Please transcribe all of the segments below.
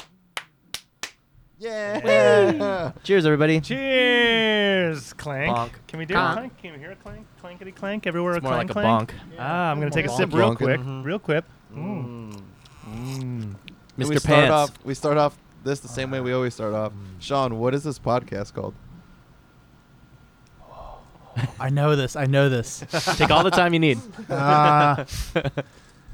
Yeah. Cheers, everybody. Cheers, clank. Bonk. Can we do Bonk. a clank? Can we hear a clank? Clankety clank everywhere. It's a more like clank a clank? bonk. Ah, I'm gonna take a Bonk. sip real Bonking. quick, Mhm. real quick. Mm. Mm. Mm. Can we Mr. Start Pants. off, we start off this the same way we always start off. Sean, what is this podcast called? I know this. I know this. Take all the time you need. Uh,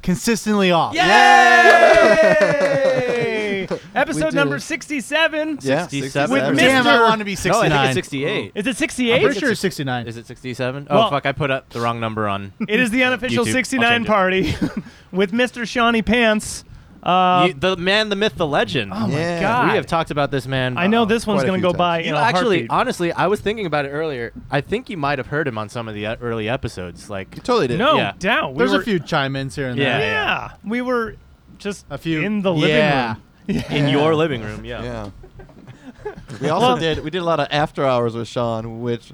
consistently off. Yay! We Episode did number it. 67. Yeah, 67. With With Damn, I Mister- want to be No, I 69. think it's 68. Is it I'm 68? pretty sure it's 69. Is it 67? oh, Well- fuck. I put up the wrong number on. It is the unofficial YouTube. I'll 69 change it. party with Mr. Shawnee Pants. Uh, You- the man, the myth, the legend. oh my Yeah. God. we have talked about this man. Uh, I know this one's quite a going few to times. go by. You in know, a actually, heartbeat. honestly, I was thinking about it earlier. I think you might have heard him on some of the uh, early episodes. Like, You totally did. no yeah. doubt. We There's were, a few chime ins here and Yeah. Yeah, there. we were just A few- in the living Yeah. room. in your living room. Yeah. Yeah. we also did we did a lot of after hours with Sean, which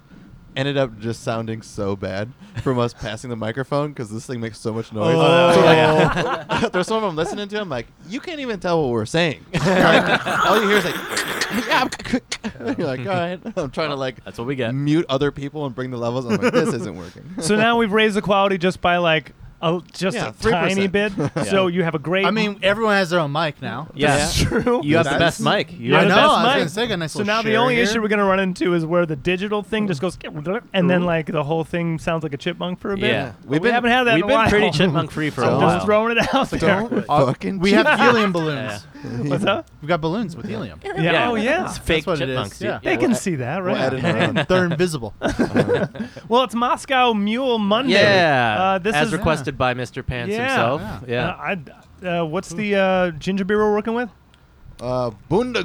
ended up just sounding so bad from us passing the microphone because this thing makes so much noise. Oh. So, like, Yeah. there's some of them listening to him like you can't even tell what we're saying. Like, all you hear is like, you're like, all right, I'm trying to like That's what we get. mute other people and bring the levels. I'm like, this isn't working. So now we've raised the quality just by like a, just Yeah, a tiny 3%. bit. Yeah. So you have a great. I mean, everyone has their own mic now. Yeah. that's true. You have the That's- best mic. You You're I have know. the best I was mic. gonna say, got a nice so little now the share only here. issue we're gonna run into is where the digital thing just goes, and then like the whole thing sounds like a chipmunk for a bit. Yeah. But We've we been- haven't had that. We've in a been while. pretty chipmunk free for a So- I'm just while. throwing it out there. Don't fucking. Uh, We have helium balloons. What's up? We've got balloons with helium. Yeah. Oh yeah. It's fake what it is, chipmunks. uh, dude. yeah. They can see that, We'll add right? it around. They're invisible. Well, it's Moscow Mule Monday. Yeah. Uh, this As is requested by Mr. Pants Yeah. himself. Yeah. Uh, I, uh, what's the uh, ginger beer we're working with? Uh, Bunda,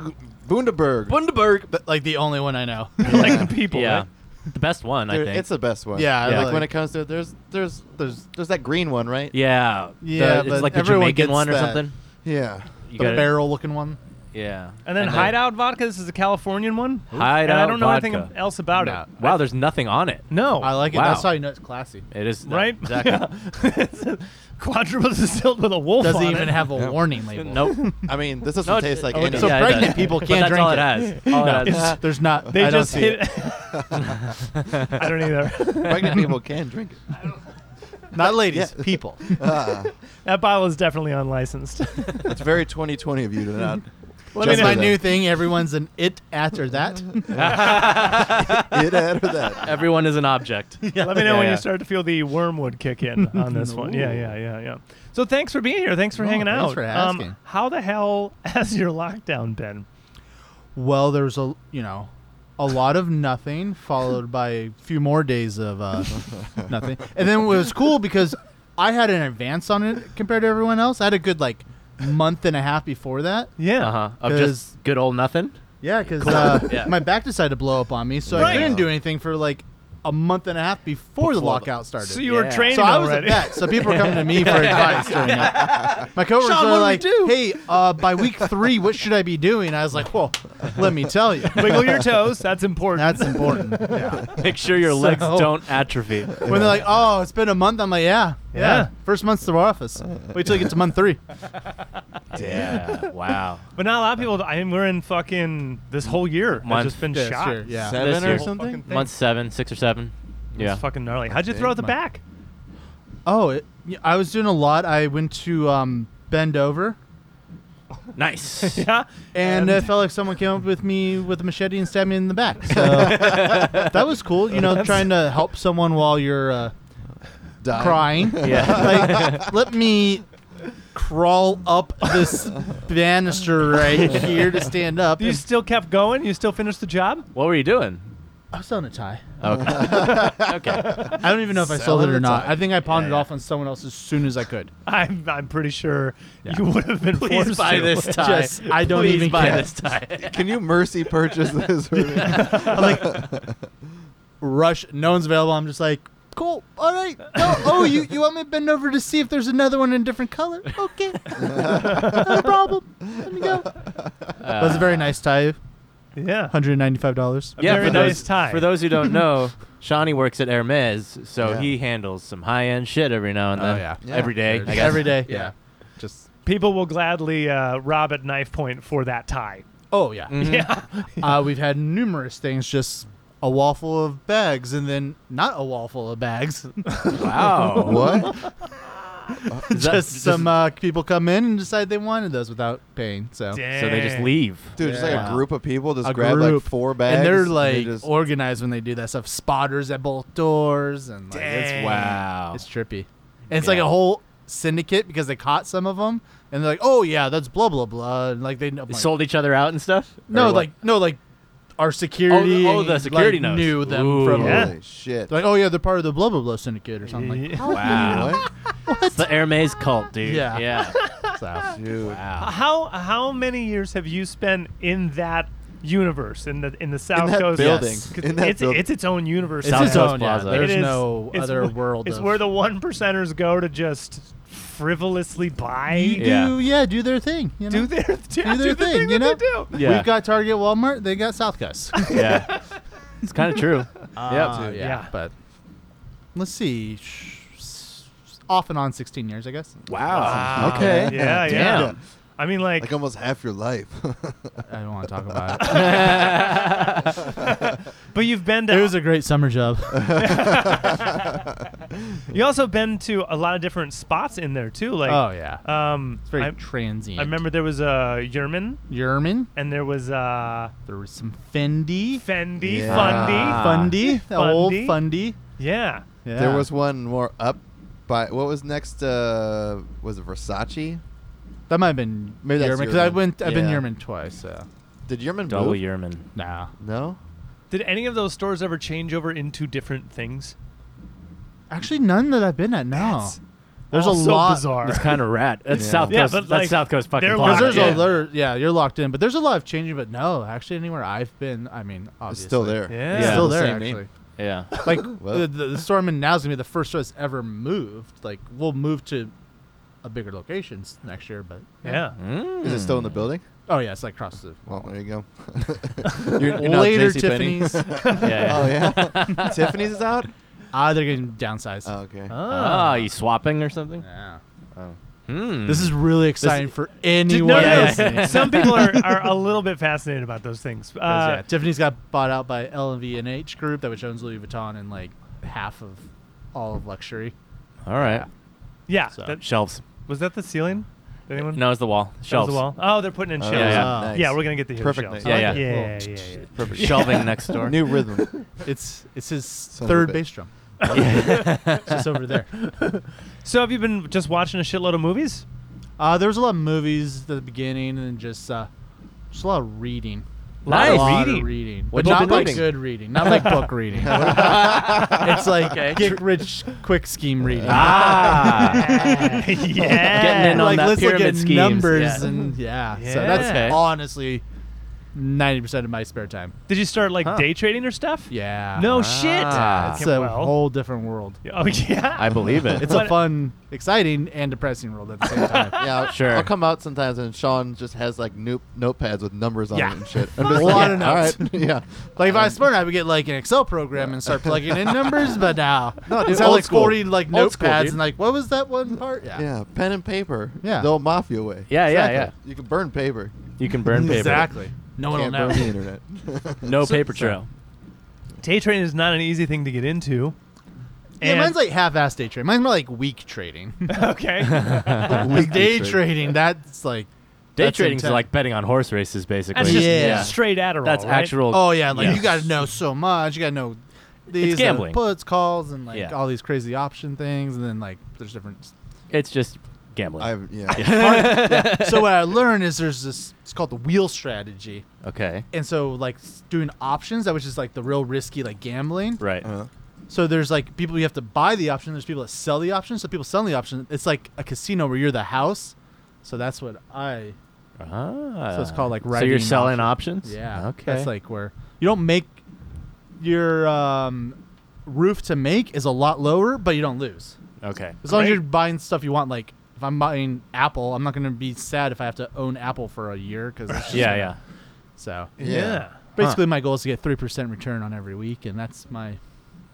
Bundaberg. Bundaberg. But, like the only one I know. like the people. Yeah. right? The best one, I Dude, think. It's the best one. Yeah, Like, like- when it comes to there's there's there's there's that green one, right? yeah. The- Yeah, it's but like the everyone Jamaican gets one or that. something. Yeah. You the got barrel looking one. Yeah. And then Hideout Vodka. This is a Californian one. Hideout And I don't know anything Vodka. else about Nah. it. Wow, there's nothing on it. No. I like it. Wow. That's how you know it's classy. It is that- right? Exactly. Yeah. Quadruple distilled with a wolf Doesn't on even it. have a Yeah. warning label. Nope. I mean, this doesn't No, it- taste like oh, anything. So yeah, it pregnant does. people But can't that's drink all it. has. All No, it has. it's- there's not. They I just don't see hit. it. I don't either. pregnant people can drink it. Not ladies, Yeah. people. Ah, that bottle is definitely unlicensed. it's very 2020 of you to not. Let me Just That's know. my that. new thing. Everyone's an it at or that. it add or that. Everyone is an object. Let me know when Yeah, yeah. you start to feel the wormwood kick in on this one. Yeah, Ooh. yeah, yeah, yeah. So thanks for being here. Thanks for No, hanging thanks out. Um, for asking. how the hell has your lockdown been? well, there's a you know, a lot of nothing followed by a few more days of uh, nothing, and then it was cool because I had an advance on it compared to everyone else. I had a good like month and a half before that. Yeah. Uh huh. Of 'Cause- just good old nothing. Yeah, because uh, Yeah. my back decided to blow up on me, so Right. I couldn't do anything for like a month and a half before, the Before the- lockout started. So you were Yeah. training So I was already. a vet. So people were coming to me for advice during it. My coworkers Sean, what do were we like, do? "Hey, uh, by week three, what should I be doing?" I was like, "Well, let me tell you, Wiggle your toes. That's important. that's important." Yeah. Make sure your legs So- don't atrophy. When they're like, "Oh, it's been a month," I'm like, "Yeah, yeah." Yeah. First month's through office. Wait till you get to month three. yeah. Wow. but not a lot of people. I mean, we're in fucking this whole year. I've Month. just been Yeah, shot. sure, yeah. Seven This or year. something? Fucking- Month seven, six or seven. It's Yeah. fucking gnarly. How'd you throw out the Big back? Oh, it, yeah, I was doing a lot. I went to um, bend over. Nice. Yeah. And it felt like someone came up with me with a machete and stabbed me in the back. So that was cool, you know, trying to help someone while you're uh, Die. crying. yeah. like, let me crawl up this banister right here to stand up. You And still kept going. You still finished the job. What were you doing? I was selling a tie. Okay. okay. I don't even know if I sold it Selling a or not. tie. I think I pawned Yeah, it yeah. off on someone else as soon as I could. I'm, I'm pretty sure you would have been Please forced buy to. this tie. Just- I don't Please even buy care. this tie. Can you mercy purchase this? For me? I'm like, rush. No one's available. I'm just like, cool. All right. No, oh, you, you want me to bend over to see if there's another one in a different color? Okay. Not a problem. Let me go. That Uh, was a very nice tie. Yeah. $195. A very for nice those, tie. For those who don't know, Shawnee works at Hermes, so Yeah. he handles some high end shit every now and Oh, then. yeah. Yeah. Every day. I guess. Every day. Yeah. Just People will gladly uh, rob at knife point for that tie. Oh yeah. Mm-hmm. Mhm. Yeah. uh, we've had numerous things just a wall full of bags and then not a wall full of bags Wow. What? Is that- just some uh, people come in and decide they wanted those without paying so So they just Dang. leave. Dude, just like Yeah. a group of people just A grab like group. four bags. and they're they like just- organized when they do that stuff spotters at both doors and like Dang. it's Wow. it's trippy and it's like Yeah. a whole syndicate because they caught some of them and they're like oh yeah that's blah blah blah and like they know They sold each other out and stuff? Or no what? like no like our security oh, the like, security knows. knew them Ooh. from holy Yeah. shit. They're like, oh yeah, they're part of the blah blah blah syndicate or something like Yeah. Wow. What? It's the Hermes cult, dude. Yeah. Yeah. that. So, Dude. Wow. How how many years have you spent in that universe in the in the South that Coast? building. Yes. In that it's building. it's its own universe. It's South its Coast own, yeah. Plaza. There's It is- no it's other wh- world. It's of- where the one percenters go to just frivolously buy. you Yeah. do, yeah, do their thing. You know? do their, do the their thing, that you know? they do. Yeah. We've got Target, Walmart. They got South Coast. Yeah. It's kind of true. Uh, yep. Yeah. But let's see. Sh- s- Off and on, 16 years, I guess. Wow. Ah, Okay. Ah, Yeah, yeah. Damn. I mean, like, Like almost half your life. I don't want to talk about it. but you've been to. It was a great summer job. you also been to a lot of different spots in there too. Like, oh yeah, um, it's very I, transient. I remember there was a Yerman Yerman. and there was uh, a There was some Fendi, Fendi, Yeah. Fundy. Ah. Fundy, old Fundy. Fundy. Yeah. Yeah. There was one more up by what was next uh was it Versace? That might have been Maybe that's Yerman because I Yerman. went. I've been Yeah. Yerman twice. So. Did Yerman Double move? Yearman. Nah, No? Did any of those stores ever change over into different things? actually, none that I've been at. No, That's there's a all so lot. bizarre. It's kind of rat. That's Yeah. South Yeah, Coast. but, like, that's South Coast fucking they're Because block. there's Yeah. a lot. Yeah, you're locked in, but there's a lot of changing. But no, actually, anywhere I've been, I mean, It's obviously, still there. Yeah. It's Yeah. still the there. same Actually, name. Yeah. like Well. the, the, the store I'm in now is gonna be the first store that's ever moved. Like we'll move to a bigger location s- next year, but Yeah. Is it still in the building? Oh yeah, it's like across the Well, there you go. You're- you're not later JCPenney? Tiffany's. Yeah. oh yeah, Tiffany's is out. ah, they're getting downsized. Oh, okay. Oh. Ah, you swapping or something? yeah. Hmm. This is really exciting for Did- anyone. no, no, no. listening. Some people are, are a little bit fascinated about those things. Because, Uh, yeah, Tiffany's got bought out by LV and H Group that which owns Louis Vuitton and like half of all of luxury. all right. yeah. So- that- Uh, Shelves. was that the ceiling? Did anyone? No, it's the wall. That was Shelves. the wall. Oh, they're putting in Oh, shelves. yeah. Nice. Yeah, we're gonna get to hear Perfect shelves. name. Yeah, yeah, yeah, yeah. yeah, yeah. Perfect. Shelving next door. New rhythm. It's it's his of a third bitch. bass drum. Yeah. It's just over there. So have you been just watching a shitload of movies? Uh, there was a lot of movies at the beginning and just uh, just a lot of reading. Nice. A lot Reading. of reading, What but you not been like reading? good reading, not like book reading. it's like Okay. get rich quick scheme reading. ah. yeah. Getting in on like that let's look pyramid at schemes. numbers Yeah. and yeah. So Yeah. that's Okay. honestly ninety percent of my spare time. Did you start like Huh. day trading or stuff? Yeah. No Ah. shit. Ah. It's Okay, a well. whole different world. Oh yeah. I believe it. It's What- a fun, exciting, and depressing world at the same time. Yeah, I'll- Sure. I'll come out sometimes, and Sean just has like note- notepads with numbers on Yeah. it and shit. I'm A just lot like, of "All notes." right." yeah. Um, Like if I was smart, I would get like an Excel program and start plugging in numbers. But now, no, dude, it's had old like school. forty like Old school, notepads dude. and like what was that one part? Yeah, pen and paper. Yeah. the old mafia way. Yeah, yeah, yeah. You can burn paper. yeah. You can burn paper. exactly. No one will Can't know. burn the internet. No So- paper trail. Day trading is not an easy thing to get into. Yeah, And- mine's like half-ass day trading. Mine's more like week trading. okay. Weekly day trade. trading, that's like Day That's trading's intense. like betting on horse races, basically. That's just Yeah. straight Adderall. That's right? actual. Oh yeah, like Yeah. you got to know so much. You got to know these uh, gambling. puts, calls, and like Yeah. all these crazy option things, and then like there's different. It's just gambling. I yeah. so uh, what I learned is there's this. It's called the wheel strategy, okay. and so like s- doing options, that which is like the real risky like gambling. Right. Uh-huh. So there's like people you have to buy the option. There's people that sell the option. So people selling the option, it's like a casino where you're the house. So that's what I. Ah. So it's called, like, So you're riding selling options? Yeah. Okay. That's like where you don't make your um, roof to make is a lot lower, but you don't lose. okay. As long as Great. you're buying stuff you want, like if I'm buying Apple, I'm not going to be sad if I have to own Apple for a year because Yeah, yeah. So Yeah. Yeah. basically, my goal is to get three percent return on every week, and that's my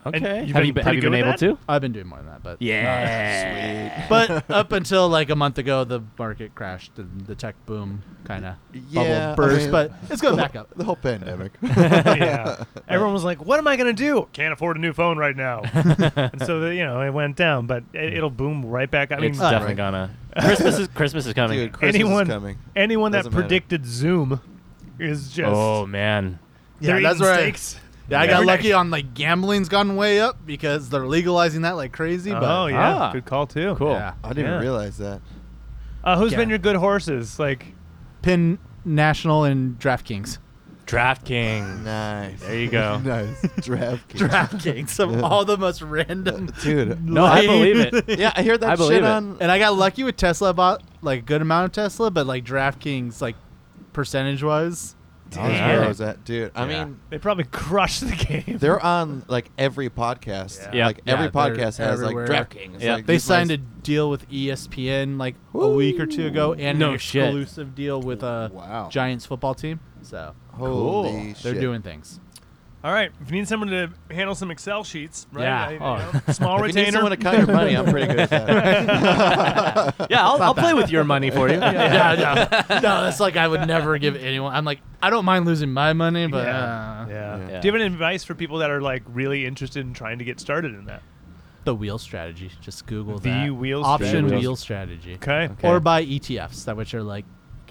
Okay. you've have been you been, have pretty you been good with able that? to? I've been doing more than that, but Yeah. Sweet. but up until like a month ago, the market crashed and the tech boom kind of Yeah, I bubble burst. mean- but it's going back up. The whole pandemic. Oh, yeah. Everyone was like, "What am I going to do? Can't afford a new phone right now." and so the, you know, it went down, but it, it'll boom right back. I mean, it's uh, definitely right. gonna. Christmas is Christmas is coming. Dude, Christmas anyone is coming. anyone that Doesn't matter. predicted Zoom is just oh man. they're Yeah, that's eating where I- steaks. Yeah, I got Every lucky night. on like gambling's gone way up because they're legalizing that like crazy. But Oh yeah, Ah. good call too. Cool. Yeah. I didn't Yeah. realize that. Uh, who's Yeah. been your good horses? Like, Pin National and DraftKings. DraftKings. Nice. There you go. nice. DraftKings. DraftKings of all the most random. Dude. No, I lame- believe it. Yeah, I hear that I shit believe it. on. And I got lucky with Tesla. I bought like a good amount of Tesla, but like DraftKings, like percentage wise, I was Damn. where I was at, dude. I Yeah. mean, they probably crushed the game. they're on like every podcast. Yeah. Like every Yeah, they're podcast has everywhere. like DraftKings. Yeah. Like, they these signed mice- a deal with E ESPN like a week or two ago, and No an shit. exclusive deal with a Wow. Giants football team. So Holy they're shit. doing things. All right, if you need someone to handle some Excel sheets, right? Yeah. I- you Oh. know, small If you need retainer. someone to count your money, I'm pretty good at that. Yeah, I'll, I'll play with your money for you. yeah, no, no, that's like I would never give anyone. I'm like, I don't mind losing my money, but yeah. uh, yeah. Yeah. Do you have any advice for people that are like really interested in trying to get started in that? the wheel strategy. Just Google The that. wheel option strategy. wheel strategy, Okay. Okay. or buy ETFs that which are like.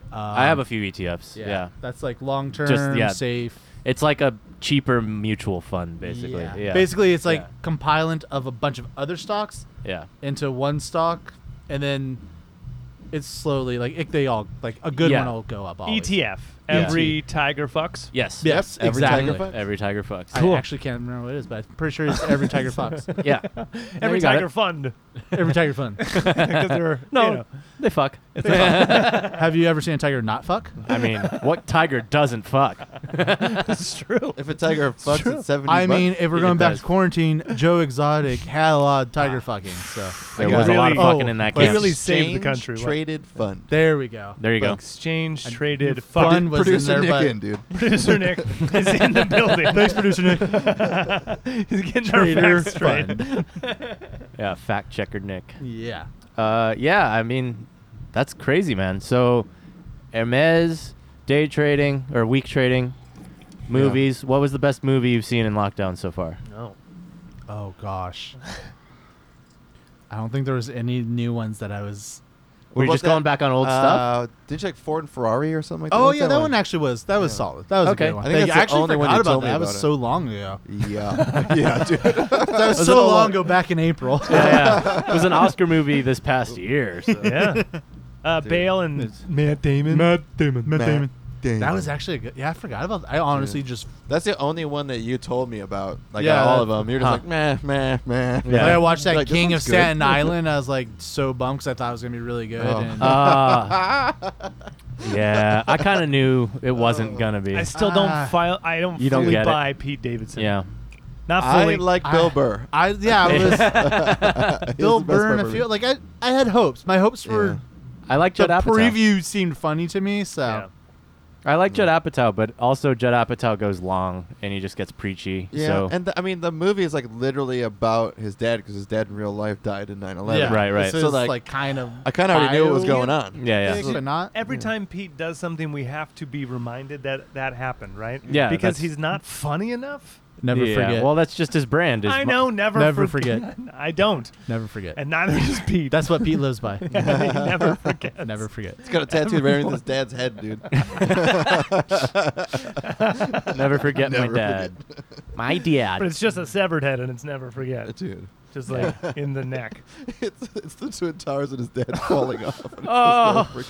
Um, I have a few ETFs. Yeah. that's like long term, yeah. safe. It's like a cheaper mutual fund, basically. Yeah. Yeah. Basically, it's like Yeah. compilant of a bunch of other stocks Yeah. into one stock, and then it's slowly like it, they all like a good Yeah. one will go up. Always. ETF. Yeah. E Every tiger fucks. Yes. Yes, Every Tiger exactly. Fox? Every Tiger Fox. I actually can't remember what it is, but I'm pretty sure it's every Tiger Fox, yeah. Every you got tiger it. fund. every Tiger Fun. 'Cause they're, No, you know, they fuck. Have you ever seen a tiger not fuck? I mean, what tiger doesn't fuck? it's true. if a tiger fucks true. at 70 I mean, bucks, if we're It going back does. Ah. to quarantine, Joe Exotic had a lot of tiger fucking. So There got was a it. lot of Really- fucking oh, in that but case. really saved the Exchange country, what? Traded fund. there we go. there you go. Exchange And traded fun fund. was in Producer there, Nick but in, dude. Producer Nick is in the building. Thanks, producer Nick. He's getting our Trader facts straight. fund. Yeah, fact checker Nick. yeah. Uh, yeah, I mean, that's crazy, man. So, Hermes, day trading or week trading, movies. What was the best movie you've seen in lockdown so far? No. Oh gosh. I don't think there was any new ones that I was. We're about just going that, back on old stuff. Uh, did you like Ford and Ferrari or something like that? Oh What's yeah, that, one? actually was. That was Yeah. solid. That was Okay. a good one. I think They- that's the actually only one forgot you about told that. me that was about it. so long ago. Yeah, yeah, dude. That was Was so it a long long- ago back in April. yeah, yeah. it was an Oscar movie this past year. So. Yeah. Uh, Dude. Bale and It's- Matt Damon. Matt Damon. Matt Damon. That was actually a good. Yeah, I forgot about. I honestly Yeah. just That's the only one that you told me about. Like Yeah, out of all of that- them, you're just huh. like meh, meh, meh. Yeah. Like, I watched that Like, this King of one's good. Staten Island. I was like so bummed because I thought it was gonna be really good. Oh. And Ah. yeah, I kind of knew it wasn't Oh. gonna be. I still don't Ah. file. I don't You don't fully get it. buy Pete Davidson. Yeah. Not I fully. like Bill I- Burr. I yeah, I was He's Bill the best Burr. and I Burr. feel like I I had hopes. My hopes Yeah. were I like the Judd Apatow. preview seemed funny to me. So Yeah. I like Judd Apatow, but also Judd Apatow goes long and he just gets preachy. Yeah, so and the, I mean the movie is like literally about his dad because his dad in real life died in 9/11. Yeah. Right, right. This So, is, like, like, kind of. I kind of already knew what was bio- going on. yeah, yeah. Big, but not. Every time Pete does something, we have to be reminded that that happened, right? Yeah, Because that's- he's not funny enough. Never Yeah, forget. Well, that's just his brand. is I mu- know. Never. Never I don't. never forget. And neither does Pete. That's what Pete lives by. He never forget. never forget. He's got a tattoo right underneath his dad's head, dude. Never forget Never my dad. My dad. But it's just a severed head, and it's never forget. dude. Just like in the neck. It's, it's the twin towers and his dad falling off. And it's just Oh. never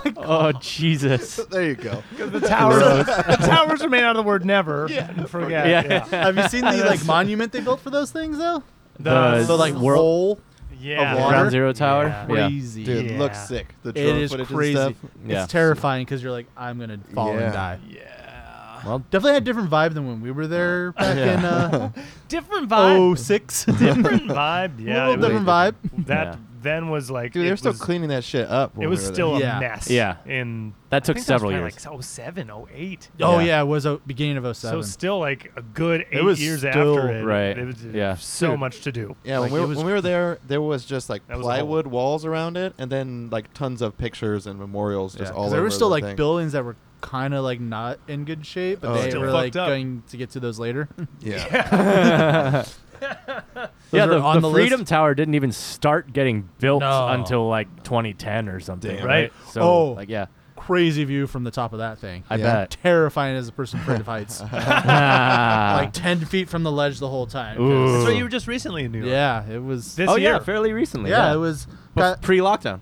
forget. oh Jesus. There you go. The towers. the towers are made out of the word never. Yeah. and forget. Yeah. Yeah. Have you seen the like monument they built for those things though? The- The like World- whole yeah. of water? Ground Zero Tower. Yeah. Yeah. crazy. Dude, Yeah. looks sick. The It drone is footage crazy. and stuff. Yeah. It's terrifying because you're like, I'm gonna fall Yeah. and die. Yeah. Well, Definitely had a different vibe than when we were there back Yeah. in uh, Different vibe. 06. Different vibe. Yeah. a little it was- different vibe. That Yeah. then was like Dude, it they're still was- cleaning that shit up. when It we was were there. still Yeah. a mess. Yeah. In That I took think several was kinda years. Like 07, 08. Oh Yeah. yeah, it was a beginning of 07. So still like a good eight was years still- after it. right. It was, uh, Yeah. So Dude. much to do. Yeah, Like, when, we it were, was- when we were there, there was just like That was a hole. plywood walls around it, and then like tons of pictures and memorials just Yeah, 'cause all over. there were still the like thing. buildings that were kind of like not in good shape, but Oh, they Still were fucked like up. going to get to those later. Yeah. yeah, Those the, are on the the list. Freedom Tower didn't even start getting built No. until like 2010 or something, Damn. right? Right. So, Oh. like, yeah, Crazy view from the top of that thing. I Yeah. bet. Terrifying as a person afraid of heights. like like, ten feet from the ledge the whole time. Ooh. That's right. You were just recently in New York. Yeah, it was. This oh year. yeah, fairly recently. yeah, Yeah, it was. Bef- Got pre-lockdown,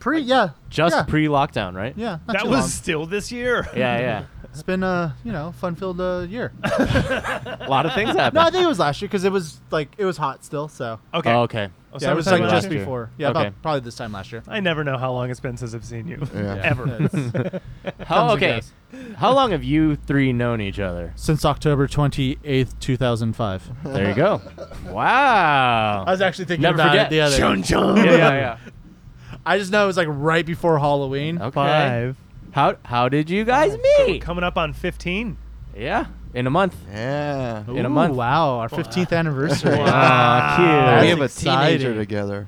pre, yeah, just yeah, pre-lockdown, right? Yeah, not that too was long. still this year. yeah, It's been a you know fun-filled uh, year. yeah. a lot of things happened. no, I think it was last year because it was like it was hot still. So Okay. Oh, okay. Oh, so yeah, I it was was talking like about just last year. before. Yeah, Okay. about, probably this time last year. I never know how long it's been since I've seen you. Yeah. Ever. How Comes and okay? goes. How long have you three known each other? Since October twenty eighth, two thousand five. There you go. Wow. I was actually thinking Never about forget. it the other. Chun yeah, yeah, I just know it was like right before Halloween. yeah. Okay. Five. How how did you guys So we're meet? coming up on 15. Yeah, in a month. yeah. In a Ooh, month. Wow, our fifteenth anniversary. Ah, we have That's cute. a teenager exciting. together.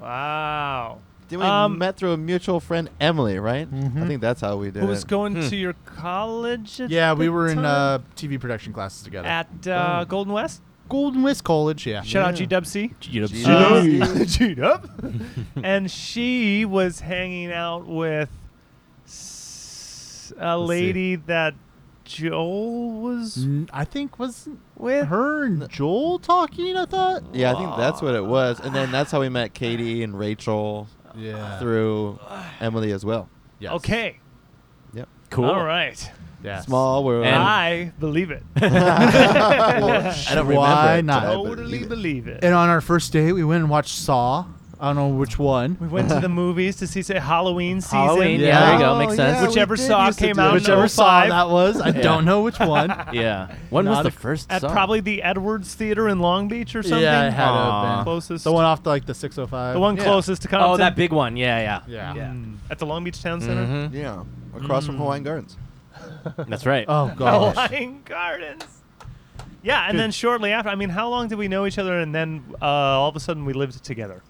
Wow. Then we Um, met through a mutual friend, Emily, right? I think that's how we did Who was it. going to your college? At hmm. Yeah, we the were in time? uh, TV production classes together. at uh, Golden West. Golden West College, yeah. Shout out Yeah. GWC. You'd Gee. observe. Uh, G up. and she was hanging out with s- a Let's see. Mm, lady that Joel was N- I think was with. her and Joel talking. I thought. yeah, I think that's what it was. And then that's how we met Katie and Rachel Yeah. through Emily as well. Yes. Okay. Yep. Cool. All right. Yes. Small world. And- I believe it. Well, I don't remember. Why it, but not? I totally believe it. believe it. And on our first date, we went and watched Saw. I don't know which we one. went to the movies to see say Halloween season. Halloween, yeah, there you Oh, go, makes sense. we Whichever did Saw used to came do out that. in 05. Whichever Saw that was. I Yeah. don't know which one. Yeah. When Not was the a- first? At song? probably the Edwards Theater in Long Beach or something. Yeah, it had to have Aw. been. Closest. The one off to like the 605. The one Yeah. closest to Compton. Oh, that big one. Yeah, yeah. Yeah. Mm-hmm. Yeah. At the Long Beach Town Center. Mhm. Yeah, across Hmm. from Hawaiian Gardens. That's right. Oh gosh. Hawaiian Gardens. Yeah, and then shortly after, I mean, how long did we know each other, and then uh, all of a sudden we lived together?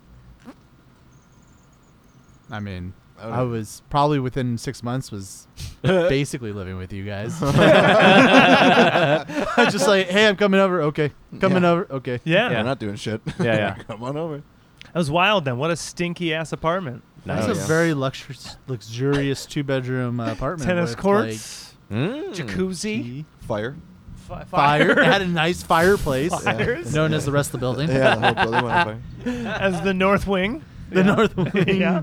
I mean, Oh, I no. was probably within six months was basically living with you guys. I was just like, hey, I'm coming over. Okay, coming Yeah. over. Okay. Yeah. We're not doing shit. Yeah, yeah. Come on over. That was wild then. What a stinky ass apartment. That's Oh, a yeah. very luxurious, luxurious two bedroom uh, apartment. Tennis with, courts, Mm. like, Hmm. jacuzzi, tea, Fire. fi- fire. fire. It had a nice fireplace, Fires. known as the rest of the building. Yeah, the whole building went on fire. as the North Wing. The North Wing. yeah.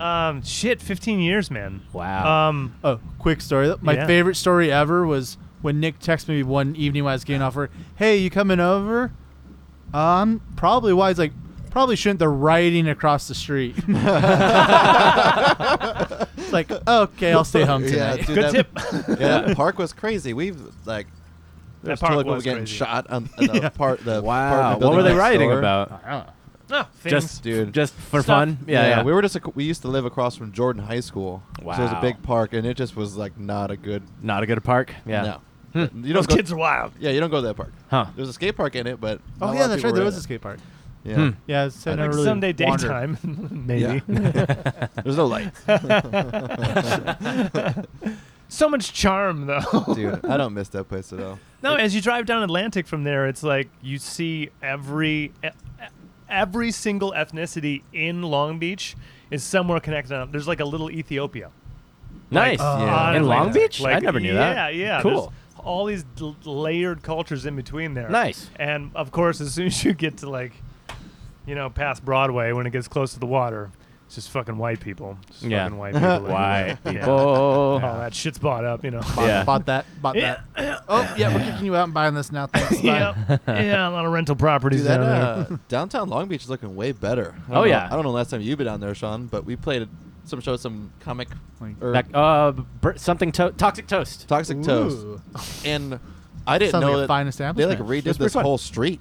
Um, shit, 15 years, man. Wow. Um, Oh, quick story. My Yeah. favorite story ever was when Nick texted me one evening while I was getting off work. Hey, you coming over? Um, probably. Why? He's like, probably shouldn't. They're riding across the street. It's like, okay, I'll stay home Yeah, tonight. dude, good that- tip. Yeah, that park was crazy. We've like that there's park still people was getting crazy. shot on, on the Yeah. part the wow. apartment What building were they next writing door. about? I Oh, things. Just Dude. Just for Stuff. fun. Yeah, yeah. we were just ac- we used to live across from Jordan High School. So it was Wow. a big park, and it just was like not a good. not a good park. Yeah. No, you Those don't go. kids are wild. yeah, you don't go to that park. Huh. There's a skate park in it, but don't not a know. Oh lot yeah, of that's people right. There were was in a it. skate park. Yeah, Hmm. Yeah, so I Like never really Sunday wandered. daytime, maybe. Yeah. there's no light, so much charm, though. dude. I don't miss that place at all. No, as you drive down Atlantic from there, it's like you see every e- e- every single ethnicity in Long Beach is somewhere connected. Up. There's like a little Ethiopia. Nice. uh, Yeah. on In Long Atlantic. Beach? I never knew that. Yeah, yeah. Cool. there's All these l- layered cultures in between there. Nice. And of course, as soon as you get to like, you know, past Broadway, when it gets close to the water, it's just fucking white people. It's Just Yeah. Fucking white people. White Yeah. people. All that shit's bought up, you know. Bought, Yeah. bought that. Bought Yeah. that. Oh yeah, we're kicking you out and buying this now. Thanks. Bye. yeah. Yeah. A lot of rental properties Dude, that, down there. uh, downtown Long Beach is looking way better. I don't Oh, know- yeah. I don't know the last time you've been down there, Sean, but we played some show, some comic Like- or That- uh, bur- something to- toxic toast. Toxic Toast, Ooh. and I didn't Sounds know like a that fine they like establishment. redid this That's pretty fun. whole street.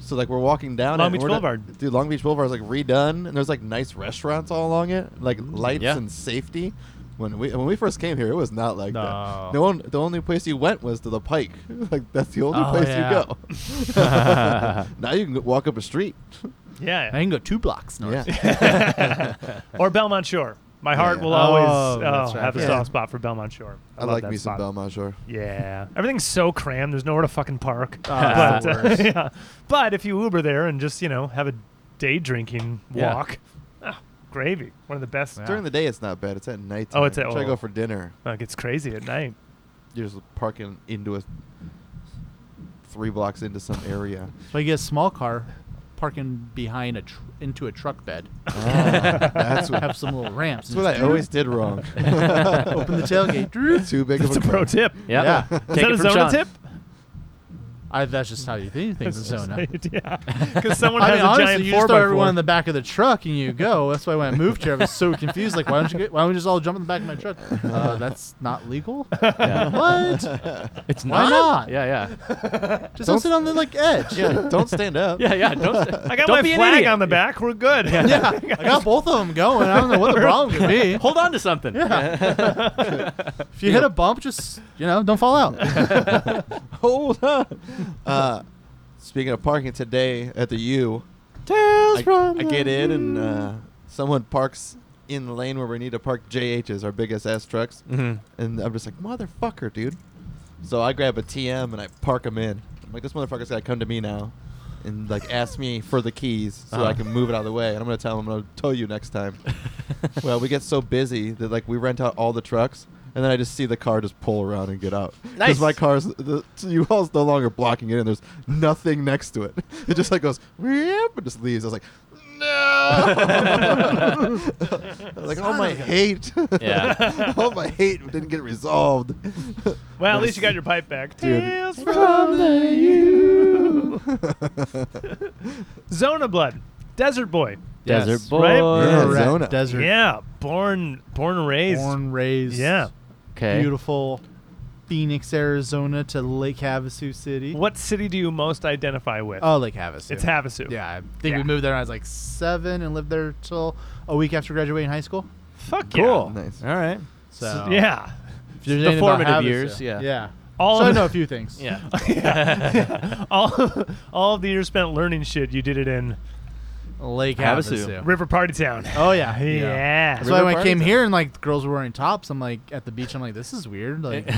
So like we're walking down Long it, and Beach we're not- Boulevard. dude, Long Beach Boulevard is like redone, and there's like nice restaurants all along it, like Mm, lights Yeah. and safety. When we when we first came here, it was not like No. that. No one. The only place you went was to the Pike. like that's the only Oh, place yeah. you go. now you can go- walk up a street. Yeah. I can go two blocks north. Yeah. or Belmont Shore. My heart Yeah. will always Oh, that's oh, right. have a Yeah. soft spot for Belmont Shore. I, love like that me some spot. Belmont Shore. Yeah, everything's so crammed. There's nowhere to fucking park. Ah, but, uh, the worst. yeah. but if you Uber there and just you know have a day drinking Yeah. walk, ah, gravy. One of the best. During the day, it's not bad. It's at night. Oh, it's at- Try to oh. go for dinner. Uh, it gets crazy at night. You're just parking into a three blocks into some area. So I get a small car, parking behind a tr- into a truck bed. Ah, that's what- have some little ramps. That's what I always did wrong. Open the tailgate. Too big That's a of a pro car. tip. Yeah. Yeah. Is Take it Is that a from Zona Sean. tip? I, that's just how you think things in Zona. yeah, because someone I has mean, a honestly, giant you four just by throw everyone four. in the back of the truck and you go. That's why when I moved here, I was so confused. Like, why don't you? Get, why don't we just all jump in the back of my truck? Uh, that's not legal. Yeah. what? It's Why not? Yeah, yeah, Just don't sit on the like edge. Yeah, don't stand up. yeah, yeah. Don't. s- I got don't my be an flag idiot. on the back. We're good. Yeah, I got both of them going. I don't know what the problem could be. Hold on to something. If you hit a bump, just you know, don't fall out. Hold on. Uh, speaking of parking today at the U, Tales I, I get in and uh, someone parks in the lane where we need to park JHs, our biggest ass trucks. Mhm. And I'm just like, motherfucker, dude. So I grab a TM and I park him in. I'm like, this motherfucker's gotta come to me now and like ask me for the keys so I Uh-huh. can move it out of the way. And I'm gonna tell him I'm gonna tow you next time. well, we get so busy that like we rent out all the trucks. And then I just see the car just pull around and get out. Nice. my car's the U haul's no longer blocking it, and there's nothing next to it. It just like goes, "Weep," and just leaves. I was like, no. I was like all Son my of a- hate, Yeah. all my hate didn't get resolved. Well, at least you got your pipe back. Dude. Tales from the Zona Blood, Desert Boy. Desert Yes. boy. Right? Yeah, Correct. Zona. Desert. Yeah, born born and raised. Born, raised. Yeah. Okay. Beautiful Phoenix, Arizona to Lake Havasu City. What city do you most identify with? Oh, Lake Havasu. it's Havasu. Yeah, I think Yeah. we moved there when I was like seven and lived there till a week after graduating high school. Fuck yeah. Cool. Nice. All right. So Yeah. if there's The anything about formative Havasu- years, yeah. yeah. All so I of know a few things. Yeah. all all of the years spent learning shit, you did it in Lake Havasu. Havasu. River Party Town. Oh yeah, yeah. That's why when I River came parties? here and like the girls were wearing tops, I'm like at the beach, I'm like, this is weird. Like,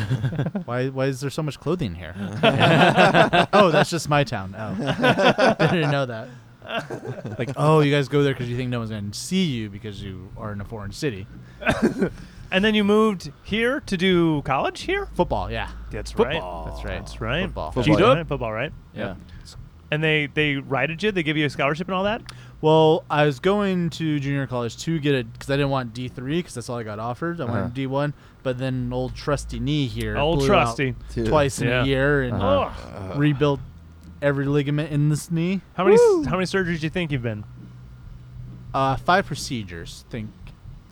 why why is there so much clothing here? oh, that's just my town. Oh, didn't know that. Like, oh, you guys go there because you think no one's gonna see you because you are in a foreign city. And then you moved here to do college here? Football, yeah, That's Football. right. that's right. That's right. Football. Football. Football, G-Dub? right? Football, right? Yeah. And they they righted you. They give you a scholarship and all that. Well, I was going to junior college to get it because I didn't want D three because that's all I got offered. I Uh-huh. wanted D one, but then an old trusty knee here, Old blew out trusty. Dude. twice Yeah. in a year, and Uh-huh. Ugh. Uh, rebuilt every ligament in this knee. How many how many surgeries do you think you've been? Uh, five procedures. Think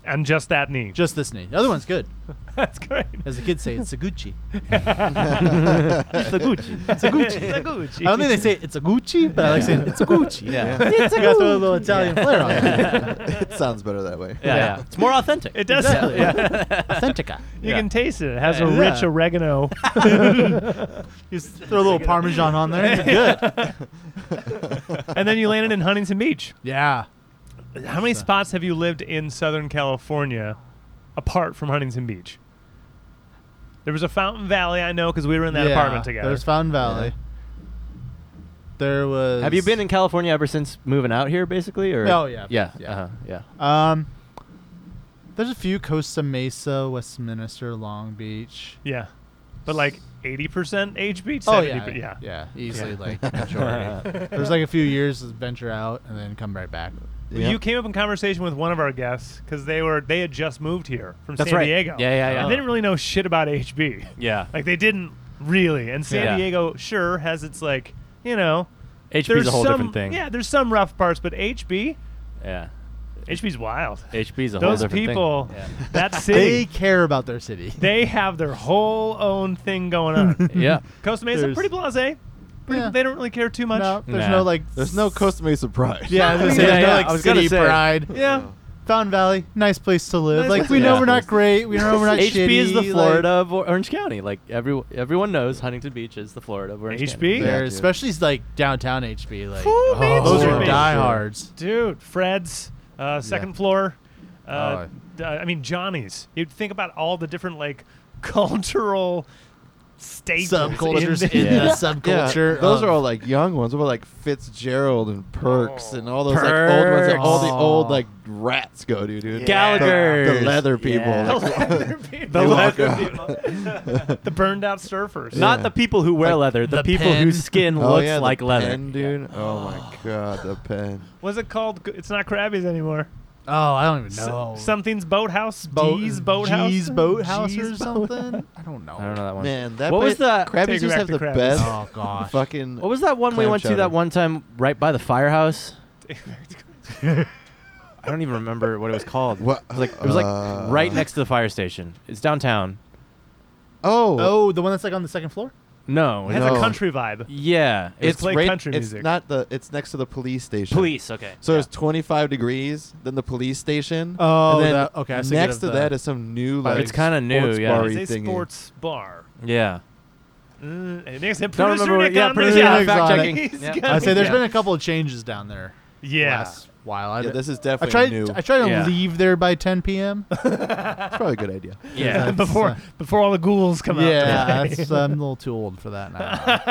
And just that knee. just this knee. The other one's good. That's great. As the kids say, it's a Gucci. it's a Gucci. It's a Gucci. it's a Gucci. I don't think they say it's a Gucci, but I like saying it's a Gucci. Yeah. it's a Gucci. throw a little Italian flair on it. it sounds better that way. Yeah, yeah. It's more authentic. It does. Exactly. Yeah. Authentica. You Yeah. can taste it. It has a Yeah. rich oregano. You just throw a little Parmesan on there. You're good. and then you landed in Huntington Beach. Yeah. How many spots have you lived in Southern California apart from Huntington Beach? There was a Fountain Valley, I know, because we were in that yeah. apartment together. There's Fountain Valley. There was. Have you been in California ever since moving out here, basically? Or Oh, yeah. yeah, Yeah. uh-huh, yeah. Um. There's a few Costa Mesa, Westminster, Long Beach. yeah. But like 80% age beach? Oh 70, yeah, but yeah. yeah, easily Yeah. like majority. There's like a few years of venture out and then come right back. Yeah. You came up in conversation with one of our guests because they were they had just moved here from That's San right. Diego. Yeah, yeah, yeah. And they didn't really know shit about HB. Yeah. Like they didn't really. And San Yeah. Diego sure has its like, you know, HB's there's a whole some, different thing. Yeah, there's some rough parts, but HB, Yeah. HB's wild. HB's a whole Those different thing. people, that They city, care about their city. they have their whole own thing going on. Yeah. Costa Mesa, There's- pretty blasé. pretty, Yeah. they don't really care too much. No, there's Nah. no like. There's no Costa Mesa pride. Yeah, I was gonna say, Yeah, there's no yeah, like I was gonna city say. pride. Yeah. Fountain Valley, nice place to live. Nice like place we to know live. we're not great. We know we're not HB shitty. is the like- Florida of Or- Orange County. Like every, everyone knows Huntington Beach is the Florida of Orange HB? County. Yeah, there, dude. especially like downtown HB. Like oh, Woo, man, those sure. are diehards. Dude, Fred's, uh, second floor. Uh, Oh. d- I mean, Johnny's. You'd think about all the different like cultural states. Subcultures in, Yeah. the Yeah. subculture. those of- are all like young ones. What about like Fitzgerald and Perks Oh. and all those like old ones that all the Perks. old like rats go to, dude. Gallagher. The, the leather people. Yeah. Like, the, They walk leather out. people. the burned out surfers. Not Yeah. the people who wear leather, the, the people pen. whose skin oh, looks yeah, the like leather. Pen, dude. Oh my god, the pen. What's it called? G- It's not Krabby's anymore. Oh, I don't even S- know. something's boathouse. boat, D's boathouse. G's boathouse or G's something. I don't know. I don't know that one. Man, that What was place- the- Take Krabby's just me back have to the Krabby's. best Oh gosh. fucking What was that one we Clam went to chowder. that one time right by the firehouse? I don't even remember what it was called. What- It was like, it was like uh, right next to the fire station. It's downtown. Oh, Oh, the one that's like on the second floor. No. It no. has a No. country vibe. Yeah. It was It's- play country it's music. not the it's next to the police station. police. Okay. So yeah. it's 25 degrees, then the police station. Oh, and then that- okay, I was thinking next of to the- that is some new But like it's kinda new, sports yeah. bar-y It's a thingy. sports bar. yeah. Mm, and next, and Don't producer remember what- Nick yeah, on producer this. Nick's fact on it. checking. Yeah. He's got I say me. there's Yeah. been a couple of changes down there. Yeah. Last while. I, Yeah, this is I definitely tried. new. I tried to Yeah. leave there by 10 p.m. It's probably a good idea. Yeah. before before all the ghouls come out. yeah, that's, um, I'm a little too old for that now.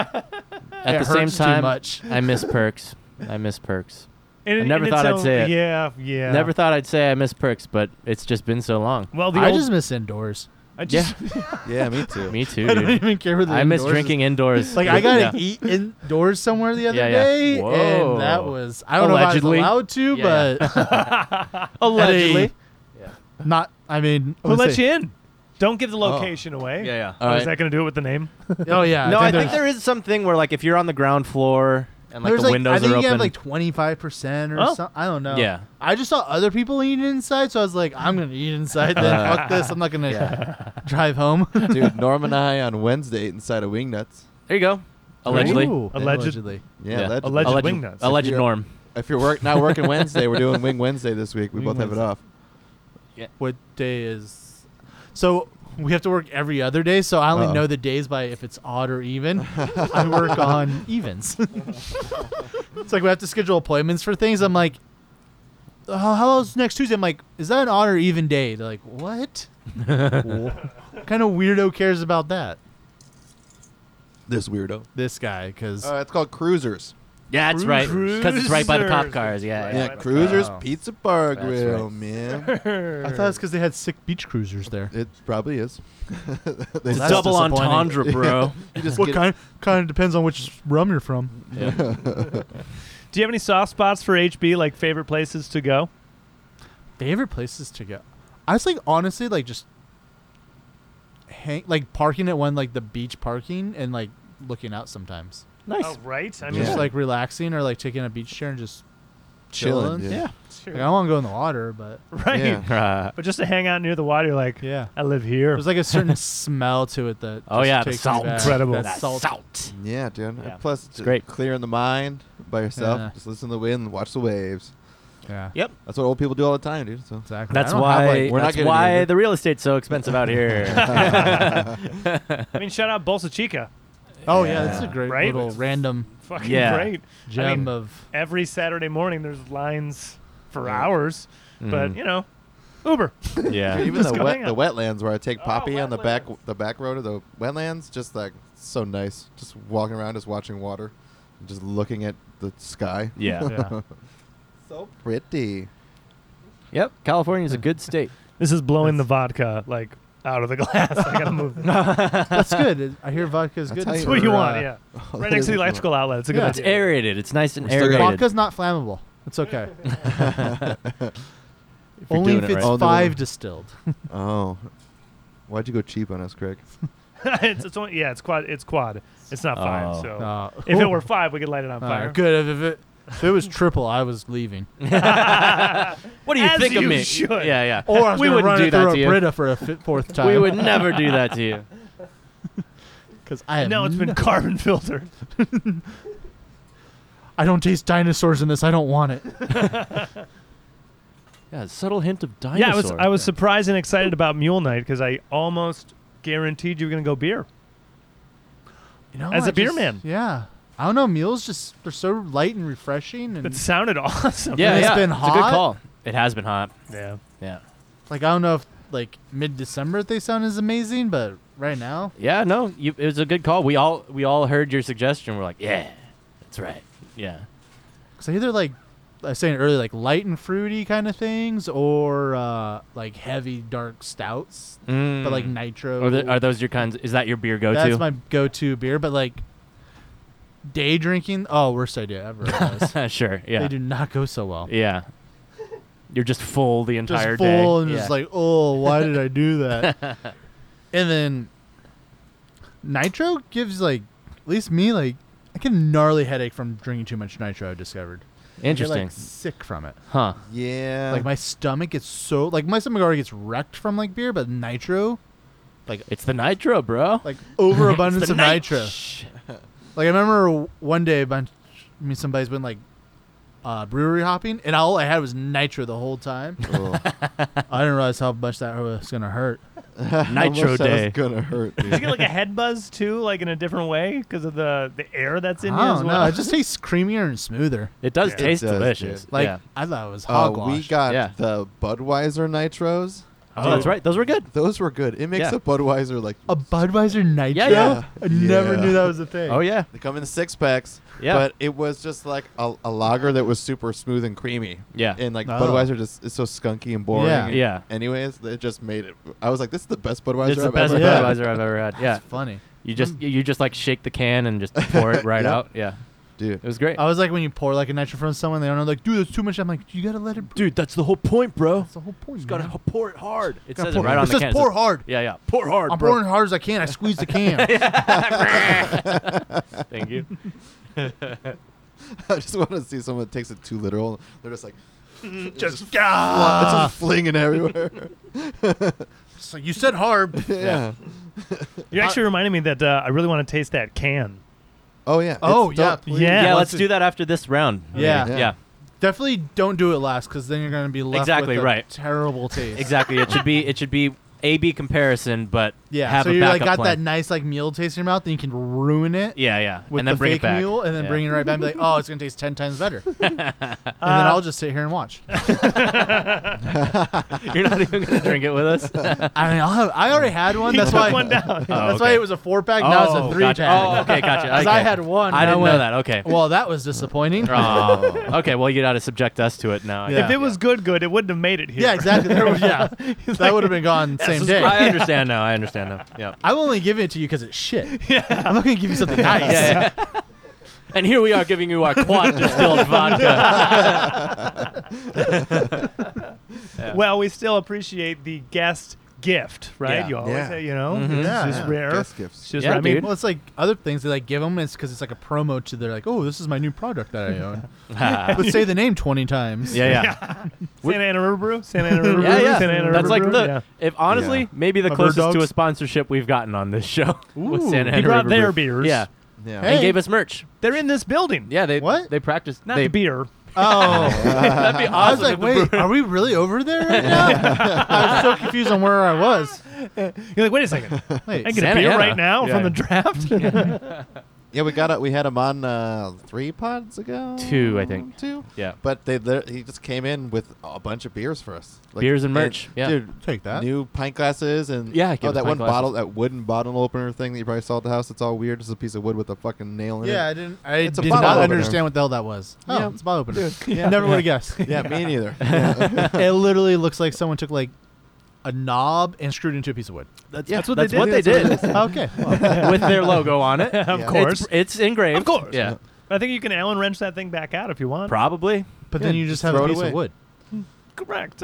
At It the same hurts too time, much. I miss perks. I miss perks. And I it- never and thought it's I'd a- say it. Yeah, yeah. Never thought I'd say I miss perks, but it's just been so long. Well, the I old, just miss indoors. I just Yeah, me too. Me too, I don't dude. even care where the I miss indoors is. drinking indoors. Like I Yeah. gotta eat indoors somewhere the other Yeah, yeah. day, Whoa. and that was I don't Allegedly. know if I was allowed to, Yeah, but allegedly. not. I mean, Who let you in? Don't give the Oh. location away. Yeah, yeah. All Oh, right. Is that going to do it with the name? Oh yeah, No, I think there's- there is something where like if you're on the ground floor and like there's the windows I think are you open. have like 25 percent or Oh. something. I don't know. Yeah. I just saw other people eating inside, so I was like, I'm gonna eat inside. Then Uh, fuck this. I'm not gonna drive home. Dude, Norm and I on Wednesday inside of Wingnuts. there you go. Allegedly. Ooh, Alleged- allegedly. Yeah, Yeah. Legend. Alleged Alleged, wingnuts. alleged If you're- norm. If you're work not working Wednesday, we're doing Wing Wednesday this week. We Wing both have it Wednesday. off. What day is? So we have to work every other day. So I only Uh-oh. know the days by if it's odd or even. I work on evens. it's like we have to schedule appointments for things. I'm like, "Oh, how about next Tuesday? I'm like, is that an odd or even day? They're like, what? what kind of weirdo cares about that? This weirdo. This guy, because Uh, it's called Cruisers. Yeah, that's right. Because it's right by the cop Cruisers. cars. Yeah. Right. Yeah, yeah. that's Cruisers right. Pizza Bar That's Grill, right. man. I thought it's because they had sick beach cruisers there. It probably is. They It's a Well, just- that's double disappointing. entendre, bro. you just what get- kind? Kind of depends on which rum you're from. yeah. Do you have any soft spots for HB, like favorite places to go? Favorite places to go? I was like, honestly, like just hang, like parking at one like the beach parking and like looking out sometimes, Nice. Oh, right. I mean- just Yeah. like relaxing or like taking a beach chair and just Chilling, dude. Yeah, Sure. like, I want to go in the water, but Right. Yeah. Uh, But just to hang out near the water, you're like, yeah, I live here. there's like a certain smell to it that. Oh, just yeah, the takes salt. Me back. Incredible. That That salt. salt. Yeah, dude. And Yeah. Plus, it's great. Clearing the mind by yourself. Yeah. Just listen to the wind, watch the waves. Yeah, Yep. That's what old people do all the time, dude. So exactly. I That's don't have, why. like- we're not that's getting why into it. the real estate's so expensive out here. I mean, shout out Bolsa Chica. oh yeah, that's a great Right? little random Fucking Yeah. great. gem I mean, of. every Saturday morning, there's lines for Yeah. hours. But, Mhm. you know, Uber. Mm. yeah. even the go wet, hang the wetlands where I take Oh, Poppy on the back wetlands. the back road of the wetlands, just like so nice. Just walking around, just watching water, and just looking at the sky. Yeah. Yeah. so pretty. Yep. California's a good state. This is blowing the vodka, like, out of the glass. I got to move. That's good. I hear vodka is That's good. how It's you- That's what you Or, want, uh, yeah. Oh, Right that next is to the what you electrical outlet. It's a good Yeah. It's idea. aerated. It's nice and We're still aerated. good. Vodka's not flammable. It's okay. you're Only doing if it it's right. five distilled. want. Oh, why'd you go cheap on us, Craig? it's, it's only, yeah, it's quad. It's quad. It's not five. Oh. So Uh, if it were five, we could light it on uh, fire. good. If it, if it was triple, I was leaving. what do you As think of you me? should. Yeah, yeah. Or I was we gonna wouldn't run do it that through to a you. Brita for a fi- fourth time. We would never do that to you. Because I have now it's been no- carbon filtered. I don't taste dinosaurs in this. I don't want it. Yeah, a subtle hint of dinosaur. Yeah, I was I was surprised and excited about Mule Night because I almost guaranteed you were gonna go beer. You know, As a a beer man. Yeah. I don't know. Meals just they're so light and refreshing, and It sounded awesome. Yeah, And it's yeah. been It's a hot? good call. It has been hot. yeah. Yeah. like I don't know if like mid December they sound as amazing, but right now, Yeah, no, you, it was a good call. We all we all heard your suggestion. We're like, yeah, that's right. Yeah. because I either like I was saying earlier, like light and fruity kind of things, or uh, like heavy dark stouts, but like nitro. Hmm. Mm. are, th- are those your kinds? Is that your beer go-to? That's my go-to beer, but like day drinking. Oh, worst idea ever. it was. sure. Yeah. They do not go so well. Yeah. You're just full the just entire day. full and yeah. just like, oh, why did I do that? and then nitro gives like, at least me like, I get a gnarly headache from drinking too much nitro. I discovered. I get, interesting, like sick from it. huh? Yeah. Like my stomach gets so like my stomach already gets wrecked from like beer, but nitro, It's the nitro, bro. like overabundance It's the of nitro. nit- Like I remember one day, a bunch, I mean, somebody's been like. Uh, brewery hopping, and all I had was nitro the whole time. Ugh. I didn't realize how much that was gonna hurt. Nitro Almost said Day. It's gonna hurt. Did you get Dude. like a head buzz too, like in a different way because of the the air that's in I you as don't well? know. Oh, It just tastes creamier and smoother. It does Yeah. It taste does, delicious. dude. Like yeah. I thought it was Uh, hogwash. Oh, we got Yeah. the Budweiser nitros. Oh, that's right. Those were good. Those were good. It makes Yeah. a Budweiser like a Budweiser nitro. Yeah, yeah. I never Yeah. knew that was a thing. Oh yeah. they come in six packs. Yeah. But it was just like a, a lager that was super smooth and creamy. Yeah. And like Oh. Budweiser just is so skunky and boring. Yeah. Yeah. Anyways, it just made it. I was like, this is the best Budweiser. It's the I've best ever Yeah. had. Budweiser I've ever had. Yeah. That's funny. You just you just like shake the can and just pour it right Yeah. out. Yeah. dude. It was great. I was like when you pour like a nitro from someone, they don't know like, dude, that's too much. I'm like, you gotta let it. Brew. Dude, that's the whole point, bro. That's the whole point. Just gotta man. pour it hard. It Gotta says pour it right hard. on the says can. pour hard. Yeah, yeah. Pour hard. I'm bro. pouring hard as I can. I squeeze the can. Thank you. I just want to see someone that takes it too literal. They're just like, just "Wow, Ah. gah. it's just flinging everywhere. So you said hard. yeah. You actually reminded me that uh, I really want to taste that can. Oh yeah. It's Oh, dope. yeah, please. Yeah, Yeah, let's let's do- do that after this round. Yeah. Yeah. Yeah. Definitely don't do it last because then you're gonna be left Exactly with a right. terrible taste. Exactly. It should be it should be A B comparison, but Yeah. have so a you like backup got that plan. nice like meal taste in your mouth, then you can ruin it. Yeah, yeah. with and then the bring fake it back. mule and then Yeah. bring it right back and be like, oh, it's going to taste 10 times better. and then Uh, I'll just sit here and watch. I You're not even gonna drink it with us. oh, mean, I'll have, I already had one. He Oh, That's took why, one down. that's why okay. it was a four pack. now it's a three gotcha. pack. Oh, okay, gotcha. 'Cause okay. I had one. I and didn't know went, that. Okay. Well, that was disappointing. Oh. okay. Well, you got to subject us to it now. Yeah. if it was good, good, it wouldn't have made it here. yeah, exactly. There was, yeah. that would have been gone same day. I understand now. I understand now. Yeah. I'm only giving it to you because it's shit. I'm not going to give you something nice. Yeah, yeah. and here we are giving you our quad distilled vodka. Well, we still appreciate the guest gift, right? Yeah. You always Yeah. say, you know, Mhm. it's Yeah, just yeah. rare. Guest It's gifts. just Yeah, rare. I mean, dude. Well, it's like other things they like give them. It's because it's like a promo to their like, oh, this is my new product that I own. yeah, but say the name 20 times. yeah, Santa Ana River Brew, Santa Ana River yeah, Brew, yeah. Santa Ana That's River like Brew. the yeah. if honestly Yeah. maybe the My bird closest to dogs. a sponsorship we've gotten on this show with Ooh. Santa Ana He He brought River their Brew. beers. Yeah, Yeah. Hey. and gave us merch. They're in this building. Yeah, they What? they practiced. Not they, the beer. Oh. That'd be awesome. I was if like, the wait, brewer- are we really over there right now? I was so confused on where I was. You're like, wait a second. Wait, I can get a Santa beer Ana. right now Yeah. from the draft. Yeah, we got it. We had him on uh, three pods ago. Two, I think. Two. yeah, But they lit- he just came in with a bunch of beers for us. Like, Beers and merch, yeah. Dude, take that. new pint glasses and Yeah, give oh, us that pint one glasses. bottle, that wooden bottle opener thing that you probably saw at the house. It's all weird. It's a piece of wood with a fucking nail in yeah, I it. didn't. I It's a did bottle not opener. understand what the hell that was. Oh, Yeah. it's a bottle opener. Dude, yeah. Never would have guessed. Yeah, me neither. it literally looks like someone took like a knob and screwed it into a piece of wood. that's, yeah, that's what that's they what did, they did. That's what Okay. Well, they did. with their logo on it. of Yeah. course. it's, it's engraved. Of course. yeah, I think you can Allen wrench that thing back out if you want. probably but then Yeah, you just just have a throw it piece away. of wood. Correct.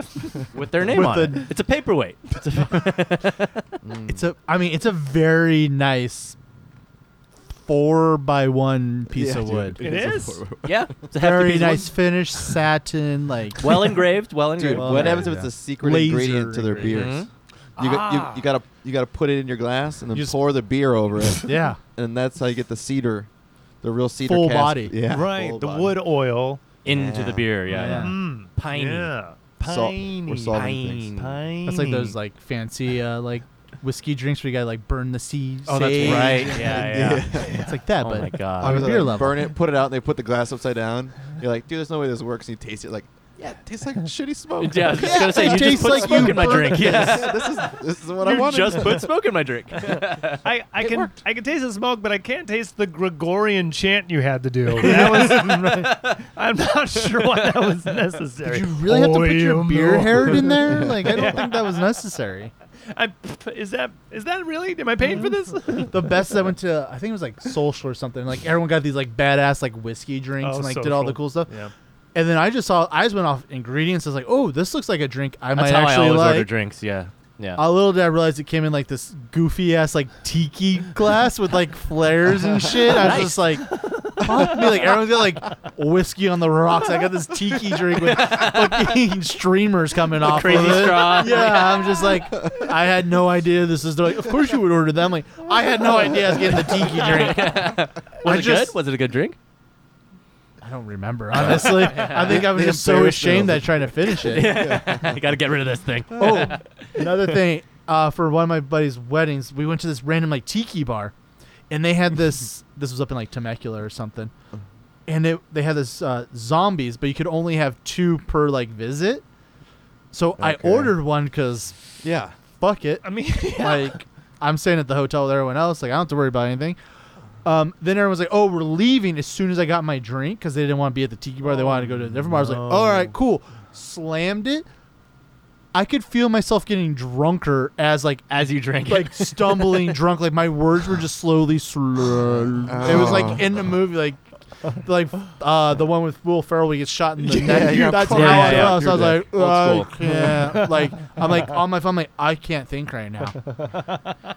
with their name With on the- it. It's a paperweight. Mm. It's a. I mean, it's a very nice four by one piece Yeah, of dude. wood. It is a is? four- yeah, it's a hefty Very piece of wood. nice finish, satin, like well engraved, well Dude, engraved. Well, what yeah, happens if yeah. it's a secret Laser ingredient to their ingredient. beers? Mhm. You, got, you, Ah. you gotta you gotta put it in your glass and then You just- pour the beer over it. Yeah. and that's how you get the cedar, the real cedar. Full cast- body. yeah, right. full The body. wood oil. into Yeah. the beer. Yeah, yeah. Mm, Piney. Yeah. Sol- Piney. we're solving things. Piney. That's like those like fancy uh, like whiskey drinks where you gotta like burn the sea. Oh, that's sage. right. Yeah, yeah. It's like that, Oh but my God. I on a was beer like, level. burn it, put it out, and they put the glass upside down. You're like, dude, there's no way this works. And you taste it, like, yeah, it tastes like shitty smoke. Yeah, I was just gonna say it you just tastes put like you smoke in my burned drink. Yeah, this is this is what I you wanted. just put smoke in my drink. I, I It can worked. I can taste the smoke, but I can't taste the Gregorian chant you had to do. That was I'm not sure why that was necessary. Did you really have to put your Oil beer no. hair in there? Like I don't think that was necessary. I, is that is that really? Am I paying for this? The best I went to, I think it was like social or something. Like everyone got these like badass like whiskey drinks Oh, and like did all the social. cool stuff. yeah. And then I just saw, I just went off ingredients. I was like, oh, this looks like a drink I That's might how I actually always like. order drinks. Yeah, yeah. Uh, little did I realize it came in like this goofy ass like tiki glass with like flares and shit. I was just like, fuck me. Like everyone's got like whiskey on the rocks. I got this tiki drink with fucking streamers coming off crazy of it. straw. Yeah, I'm just like, I had no idea this is. Like, of course you would order them. Like I had no idea I was getting the tiki drink. was I it just- good? Was it a good drink? I don't remember honestly. I think I was They just so embarrassed ashamed that I themselves. tried to finish it. I got to get rid of this thing. oh, another thing. Uh, for one of my buddy's weddings, we went to this random like tiki bar, and they had this. this was up in like Temecula or something, and it, they had this uh, zombies, but you could only have two per like visit. So I Okay. ordered one because yeah. fuck it. I mean, yeah. Like I'm staying at the hotel with everyone else. Like I don't have to worry about anything. Um, then everyone was like, "Oh, we're leaving as soon as I got my drink because they didn't want to be at the tiki bar. They wanted to go to a different bar." I was like, Oh, no. "All right, cool." Slammed it. I could feel myself getting drunker as like As you drink, it. like stumbling drunk. Like my words were just slowly slurred. It was Oh. like in the movie, like like uh, the one with Will Ferrell, he gets shot in the Yeah, neck. yeah, That's yeah, how yeah, I felt. So I was you're like, dead. Old I can't. Like I'm like on my phone, I'm like I can't think right now.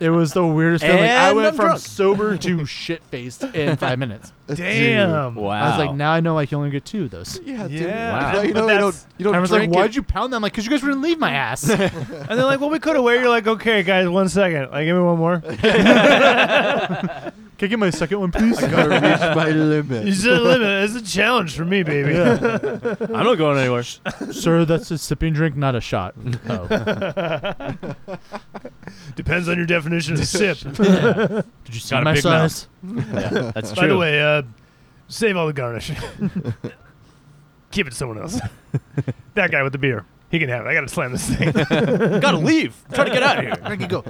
It was the weirdest thing. Like, I And went I'm from drunk. sober to shit faced in five minutes. damn. wow. I was like, now I know I can only get two of those. Dude. Yeah, dude. Yeah. Wow. No, you But know, you don't, that's- you don't I was like, drink why'd it. you pound them? Like, because you guys were gonna leave my ass. And they're like, well, we could have waited. You're like, okay, guys, one second. Like, give me one more. Can I get my second one, please? I gotta reach my limit. You said limit. It's a challenge for me, baby. I'm not going anywhere. Sir, that's a sipping drink, not a shot. Oh. Depends on your definition of sip. Did you see Got a my big size? yeah, that's true. By the way, uh, save all the garnish. Give it to someone else. that guy with the beer. He can have it. I gotta slam this thing. gotta leave. I'm trying to get out of here. Drink and go.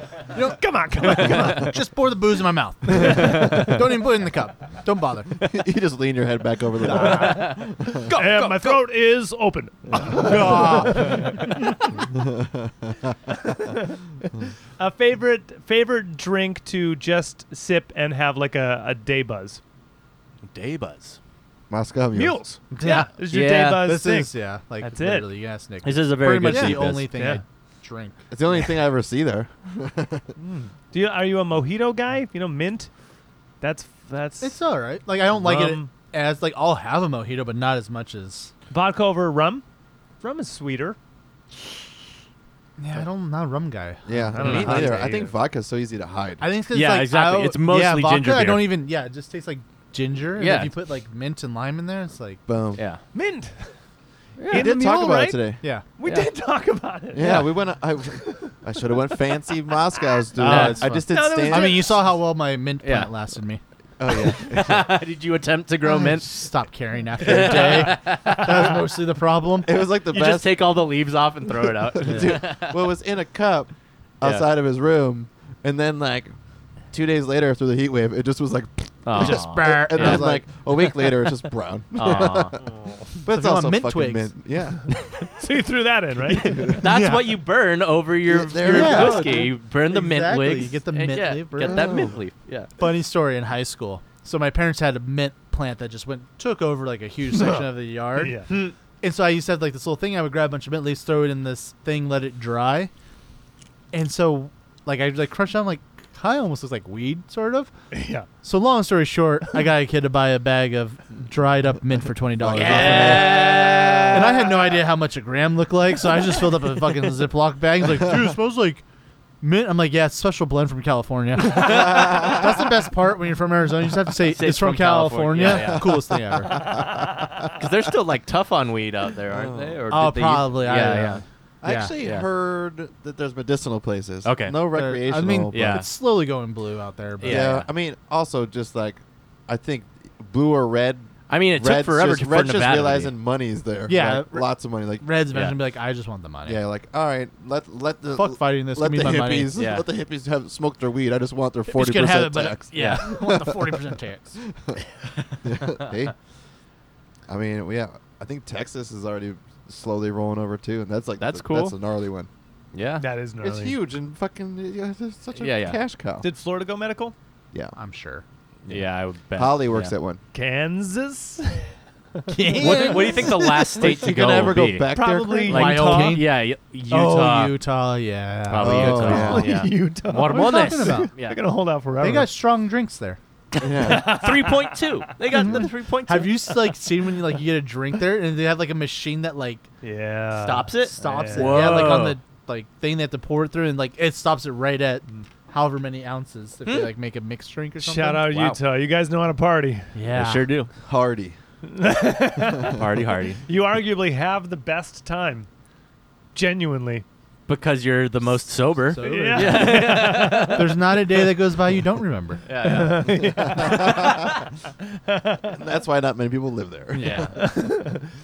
come on, come on, come on. Just pour the booze in my mouth. Don't even put it in the cup. Don't bother. you just lean your head back over the bar. Go, And go, go. my throat is open. a favorite favorite drink to just sip and have like a, a day buzz. Day buzz. Moscow Mules. Mules. Yeah. This is your Yeah, day buzz. This thing. is yeah, like That's it. literally, you asked Nick. This is a very Pretty much good the seat, guys. only thing Yeah. I drink. It's the only thing I ever see there. Do you are you a mojito guy? You know, mint? That's that's It's all right. Like I don't like Rum. it as like I'll have a mojito, but not as much as. vodka over rum. Rum is sweeter. Yeah, I don't. I'm Not a rum guy. Yeah, I don't me know how neither. to I think eat it. vodka's so easy to hide. I think it's 'cause, Yeah, like, exactly. I- It's mostly yeah, vodka, ginger I beer. don't even. Yeah, it just tastes like ginger. And Yeah. if you put like mint and lime in there, it's like. Boom. Yeah. Mint. We In did the talk mule, about right? it today. Yeah. We Yeah. did talk about it. Yeah, we went. I, I should have went fancy Moscow's, dude. No, I it's I fine. just did No, that was stand. I mean, you saw how well my mint Yeah. plant lasted me. oh yeah. Did you attempt to grow I mint? Stop caring after a day. that was mostly the problem. It was like the You best. just take all the leaves off and throw it out. dude, well, it was in a cup Yeah. outside of his room, and then like two days later through the heat wave, it just was like, Aw. Just brr. and Yeah. then like a week later, it's just brown. Aw. But it's you want also mint fucking twigs. mint. Yeah, So you threw that in, right? That's Yeah. what you burn over your, Yeah, there your you go, whiskey. dude. You burn the mint Exactly. leaf. You get the mint leaf, bro. Get that mint leaf. Yeah. funny story in high school. So my parents had a mint plant that just went took over like a huge section of the yard. yeah. And so I used to have like this little thing. I would grab a bunch of mint leaves, throw it in this thing, let it dry. And so, like I like crushed down like Kyle almost looks like weed, sort of. Yeah. So long story short, I got a kid to buy a bag of dried up mint for twenty dollars. And I had no idea how much a gram looked like, so I just filled up a fucking Ziploc bag. He's like, dude, it smells like Mint, I'm like, yeah, it's special blend from California. That's the best part when you're from Arizona. You just have to say, Say it's from, California. Yeah, yeah. Coolest thing ever. Because they're still like tough on weed out there, aren't they? Or Oh, did they use- probably, I Yeah, don't yeah. know. I Yeah. actually Yeah. heard that there's medicinal places. Okay. No But, recreational. I mean, but- yeah. it's slowly going blue out there. But yeah. Yeah, yeah. I mean, also just like, I think blue or red. I mean, it took red's forever just, to for red's Nevada. just to be- realizing money's there. Yeah, Like, re- lots of money. Like Red's Yeah. yeah. be like, I just want the money. yeah, like all right, let let the Fuck fighting this. let Give me the my money. hippies Yeah. let the hippies have smoke their weed. I just want their Just forty gonna have percent it, but tax. yeah, I want the forty percent tax. hey, I mean, yeah, I think Texas is already slowly rolling over too, and that's like That's the- cool. That's a gnarly one. Yeah. That is gnarly. It's huge and fucking yeah, it's just such a Yeah, yeah. cash cow. Did Florida go medical? yeah, I'm sure. Yeah, I would bet. Holly works yeah. at one. Kansas? What, what do you think the last state to you go gonna ever will go be? back there? Probably Like Wyoming? Utah? Yeah, y- Utah. Oh, Utah, yeah. Probably Oh, Utah. probably Yeah. Utah. What What are we talking about? Yeah. They're gonna hold out forever. They got strong drinks there. Yeah. three point two. They got the three point two. Have you s- like seen when you like you get a drink there and they have like a machine that like yeah. Uh, Stops it? stops it? Whoa. Yeah, like on the like thing they have to pour it through and like it stops it right at however many ounces if Hmm. they like make a mixed drink or something. Shout out Wow. Utah. You guys know how to party. Yeah. I sure do. Hardy. Hardy, hardy. You arguably have the best time. Genuinely. Because you're the most sober. So- Yeah. There's not a day that goes by you don't remember. Yeah, yeah. And that's why not many people live there. yeah.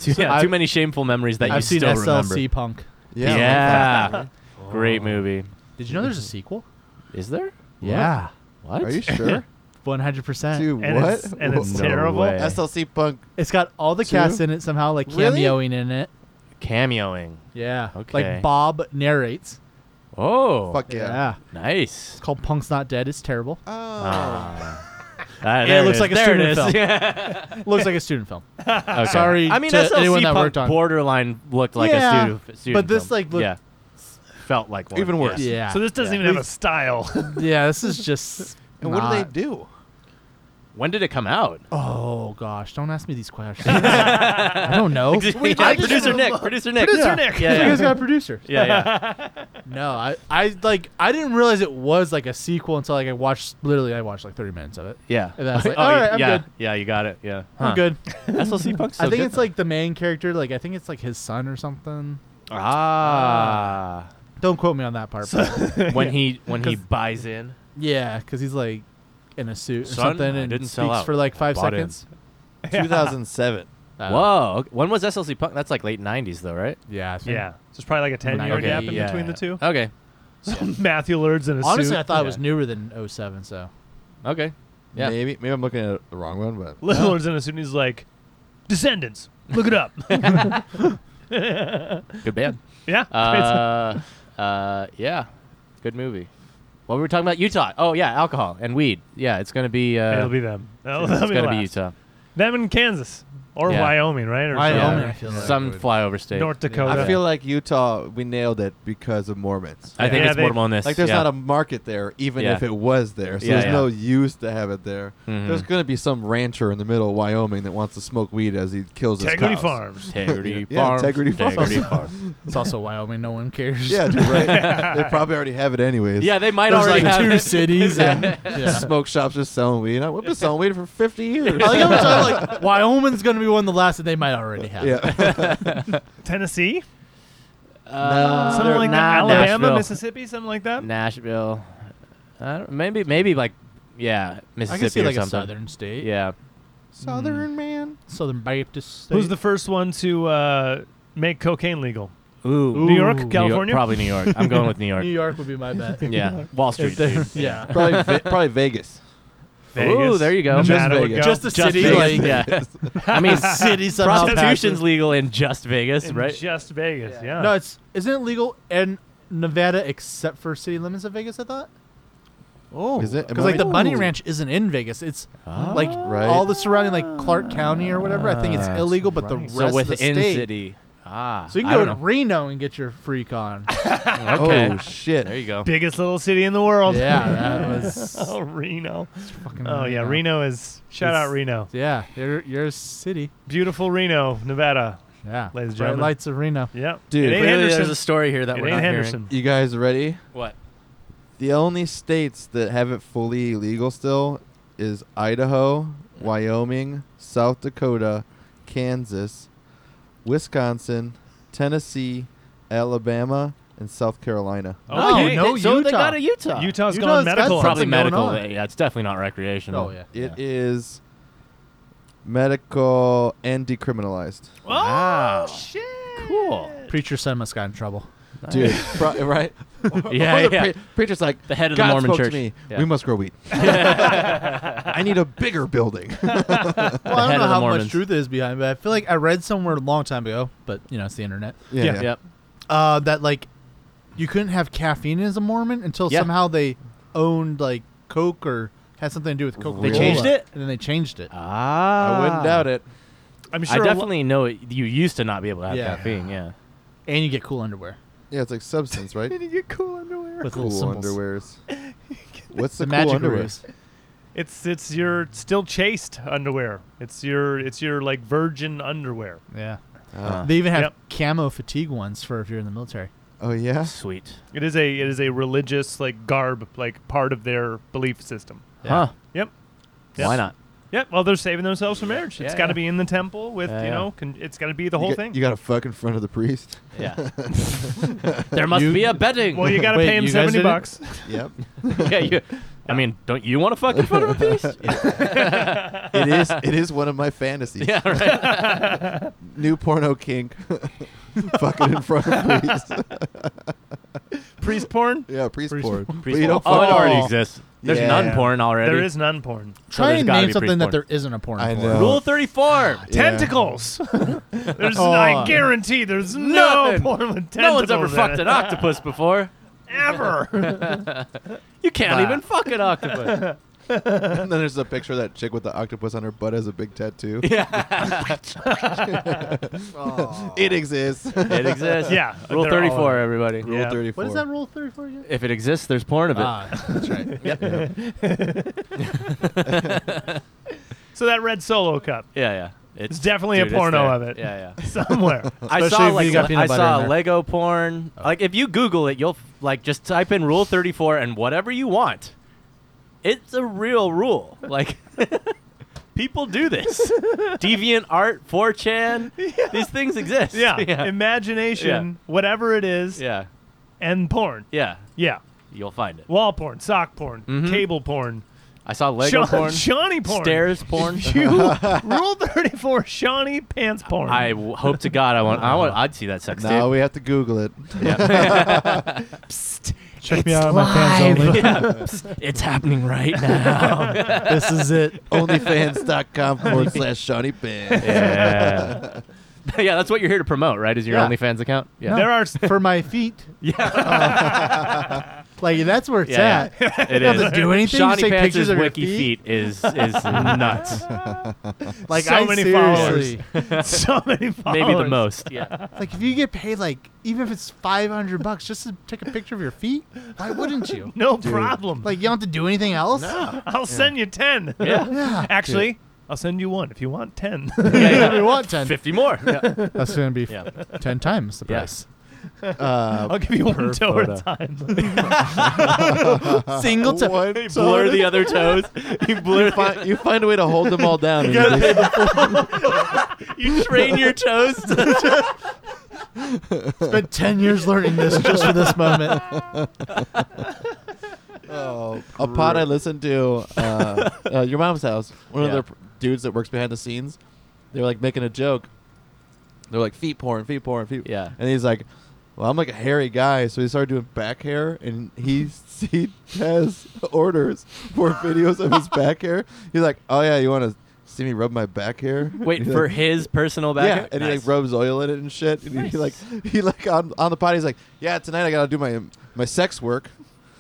too, I- too many shameful memories that you I've seen still SLC remember. Punk. Yeah. like that. Great movie. Did you know there's a sequel? Is there? Yeah. What? Are you sure? One hundred percent. Dude, And what? it's- and it's Whoa. No terrible. way. SLC Punk. It's got all the Two? cast in it somehow, like Really? cameoing in it. Cameoing. Yeah. Okay. Like Bob narrates. Oh. Fuck yeah. Nice. It's called Punk's Not Dead. It's terrible. Oh. Ah, it there looks is. like a There student is. film. Yeah. Looks like a student film. Okay. Sorry I mean, to SLC anyone that punk worked on- borderline looked like a Yeah, student, student but this, film. like, looked- yeah. felt like one. Even worse. Yeah. Yeah. So this doesn't Yeah. even have a style. yeah, this is just. And what do they not- do? When did it come out? Oh gosh, don't ask me these questions. I don't know. Yeah, I Oh, just- producer Nick. Producer Nick. Producer yeah. Nick. Yeah, You guys yeah. got a producer. yeah, yeah. No, I, I like I didn't realize it was like a sequel until like I watched literally I watched like 30 minutes of it. Yeah. And then I was like, oh, "All right, I'm yeah, good." yeah, you got it. Yeah. I'm good. SLC Punk's so I think good it's like the main character. Like I think it's like his son or something. though. ah Don't quote me on that part. So- but when he when he buys in. yeah, because he's like in a suit or Son, something I and didn't sell speaks out. for like I five bought in. seconds. 2007. Uh, Whoa. okay. When was SLC Punk? That's like late '90s though, right? Yeah. I think- yeah. So it's probably like a ten year Okay, gap in yeah, between yeah. the two. Okay. Matthew Lurds in a Honestly, suit. I thought it was Yeah. newer than 07, So Okay. Yeah. Maybe maybe I'm looking at the wrong one, but Little Lurds in a suit and he's like, Descendants. Look it up. Good band. yeah. Uh, uh, yeah. Good movie. What were we talking about? Utah. Oh yeah, alcohol and weed. Yeah, it's gonna be. Uh, It'll be them. That'll, it's that'll be gonna be last. Utah. Them in Kansas or Yeah. Wyoming, right? Or Wyoming, somewhere. I feel like some would- flyover state. North Dakota. I feel like Utah. We nailed it because of Mormons. I think Yeah, it's they- Mormonis. Like there's yeah. not a market there, even Yeah. if it was there. So Yeah, there's yeah. no use to have it there. Mhm. There's gonna be some rancher in the middle of Wyoming that wants to smoke weed as he kills his Integrity cows. Farms. Integrity Yeah, Farms. Integrity Farms. Farms. it's also Wyoming. No one cares. Yeah, dude, right. they probably already have it anyways. yeah, they might There's already like have two it. cities. And, yeah. Smoke shops just selling weed. We've been selling weed for 50 years. I like how it's all like Wyoming's gonna be one of the last that they might already have. yeah. Tennessee? Uh, Something like that. nah, Alabama, Nashville. Mississippi, something like that. Nashville. I don't, maybe maybe like yeah, I Mississippi can see or like a something. southern state. Yeah. Southern man. Mm. Southern Baptist. State. Who's the first one to uh, make cocaine legal? Ooh. New York, California? probably New York. I'm going with New York. New York would be my bet. Yeah. Wall Street. If they- dude. yeah. Probably, Ve- probably Vegas. Vegas. there you go. Just Nevada would Vegas. go. Just the city, Vegas, like- yeah. I mean, City somehow prostitution's passes. legal in just Vegas, In right? Just Vegas. Yeah. No, it's isn't it legal in Nevada except for city limits of Vegas? I thought. Oh, Is it? Am Because like the I- Bunny Ooh. Ranch isn't in Vegas. It's Ah. like Right. all the surrounding like Clark County or whatever. I think it's Ah, illegal, but the right. rest So so of the within state. city. Ah. So you I can go to don't Reno and get your freak on. know. okay. Oh, shit. There you go. Biggest little city in the world. yeah, that was oh, Reno. fucking. Oh, yeah. Reno is. Shout It's- out Reno. Yeah, your your city. Beautiful Reno, Nevada. Yeah, Ladies and Bright gentlemen. Lights of Reno. Yep. Dude, it ain't Clearly Henderson. there's a story here that it we're ain't not Henderson. You guys ready? hearing. What? The only states that have it fully legal still is Idaho, Wyoming, South Dakota, Kansas, Wisconsin, Tennessee, Alabama, and South Carolina. Oh, Okay. no, so they Utah. got a Utah. Utah's Utah's gone got medical. something probably going medical. on. uh, Yeah, it's definitely not recreational. Oh yeah. It is medical and decriminalized. Oh Wow. shit! Cool. Preacher Sema's got in trouble. Nice. Dude, pro- right? Yeah, Or the yeah. preacher's like, The head of the God Mormon spoke to church. me. Yeah. We must grow wheat. I need a bigger building. Well, I head don't know of the how Mormons. much truth is behind, but I feel like I read somewhere a long time ago, but you know, it's the internet. Yeah. Yep. Uh, that like you couldn't have caffeine as a Mormon until Yeah. somehow they owned like Coke or had something to do with Coca Cola. changed it? and then they changed it. Ah. I wouldn't doubt it. I'm sure. I a lo- definitely know it, you used to not be able to have Yeah. caffeine. Yeah. and you get cool underwear. Yeah, it's like substance, right? Did you get cool underwear? With cool little symbols. underwears. What's the, The cool magic underwear? ruse. It's it's your still chaste underwear. It's your it's your like virgin underwear. Yeah. Ah. Uh, They even have Yep. camo fatigue ones for if you're in the military. oh yeah. Sweet. It is a it is a religious like garb like part of their belief system. Yeah. Huh. Yep. Why Yes. not? Yep. Well, they're saving themselves from marriage. It's Yeah, got to yeah. be in the temple with Yeah, you yeah. know. Con- it's got to be the whole you got, thing. You got to fuck in front of the priest. Yeah. there must be a betting. well, you got to Wait, pay him you guys seventy did it? bucks. yep. yeah, you, I mean, don't you want to fuck in front of a piece? It is. It is one of my fantasies. yeah, right. New porno kink. Fucking in front of priest. Priest porn. yeah, priest, Priest porn. But Priest you don't porn. oh, fuck it already all. exists. There's Yeah. none porn already. There is none porn. So Try there's and gotta name be something that pre-porn. there isn't a porn I for. know. Rule 34. Yeah. Tentacles. there's I Oh. guarantee there's no Nothing. porn with tentacles. No one's ever in fucked it. an octopus before. ever. You can't Nah. even fuck an octopus. and then there's a picture of that chick with the octopus on her butt has a big tattoo. yeah. it exists. It exists. Yeah, Rule they're all 34, over. everybody. Rule Yeah. thirty-four. What is that rule 34 again? If it exists, there's porn of it. Ah, that's right. so that red solo cup yeah, yeah. It's, definitely a dude, it's porno there. of it. Yeah, yeah. somewhere. I Especially saw if you like got le- peanut I butter in saw there. Oh. Lego porn. Like if you Google it, you'll f- like just type in Rule 34 and whatever you want. It's a real rule. Like people do this. Deviant Art, 4chan, these things exist. yeah. yeah, Imagination, whatever it is, yeah, and porn. yeah. Yeah. You'll find it. Wall porn, sock porn, Mhm. cable porn, I saw Lego Shawn- porn, Shawnee porn, stairs porn. You rule thirty four Shawnee pants porn. I w- hope to God I want. I want. I'd see that sex Now tape. we have to Google it. Check me out on my fans only. Yeah. it's happening right now. this is it. Onlyfans.com forward slash Shawnee Pants. Yeah. yeah, that's what you're here to promote, right? Is your Yeah. OnlyFans account? Yeah. there are s- For my feet. Yeah. Like, that's where it's Yeah, at. it You don't have is. to do anything. Shawnee you take Pants' pictures of your wiki feet. is is nuts. Like, So I many seriously. so many followers. Maybe the most. Oh, Yeah. Like, if you get paid, like, even if it's 500 bucks just to take a picture of your feet, why wouldn't you? No problem. Like, you don't have to do anything else? I'll send you ten. Yeah. Actually, I'll send you one if you want ten. we want 10. Fifty more. Yeah. That's going to be Yeah. 10 times the Yeah. price. Uh, I'll give you one Per toe at photo. a time. Single time. one Blur the other toes. You blur. You find, you find a way to hold them all down. and you just- You train your toes. To Spent 10 years learning this just for this moment. a pod I listened to, uh, uh, your mom's house. One Yeah. of the dudes that works behind the scenes, they were like making a joke. They're like feet porn, feet porn, feet. Yeah. And he's like, "Well, I'm like a hairy guy," so he started doing back hair, and he s- he has orders for videos of his back hair. He's like, "Oh yeah, you want to see me rub my back hair?" Wait And he's for like, his personal back. Yeah, and he like rubs oil in it and shit. And he like he like on, on the pot. He's like, yeah, tonight I gotta do my my sex work.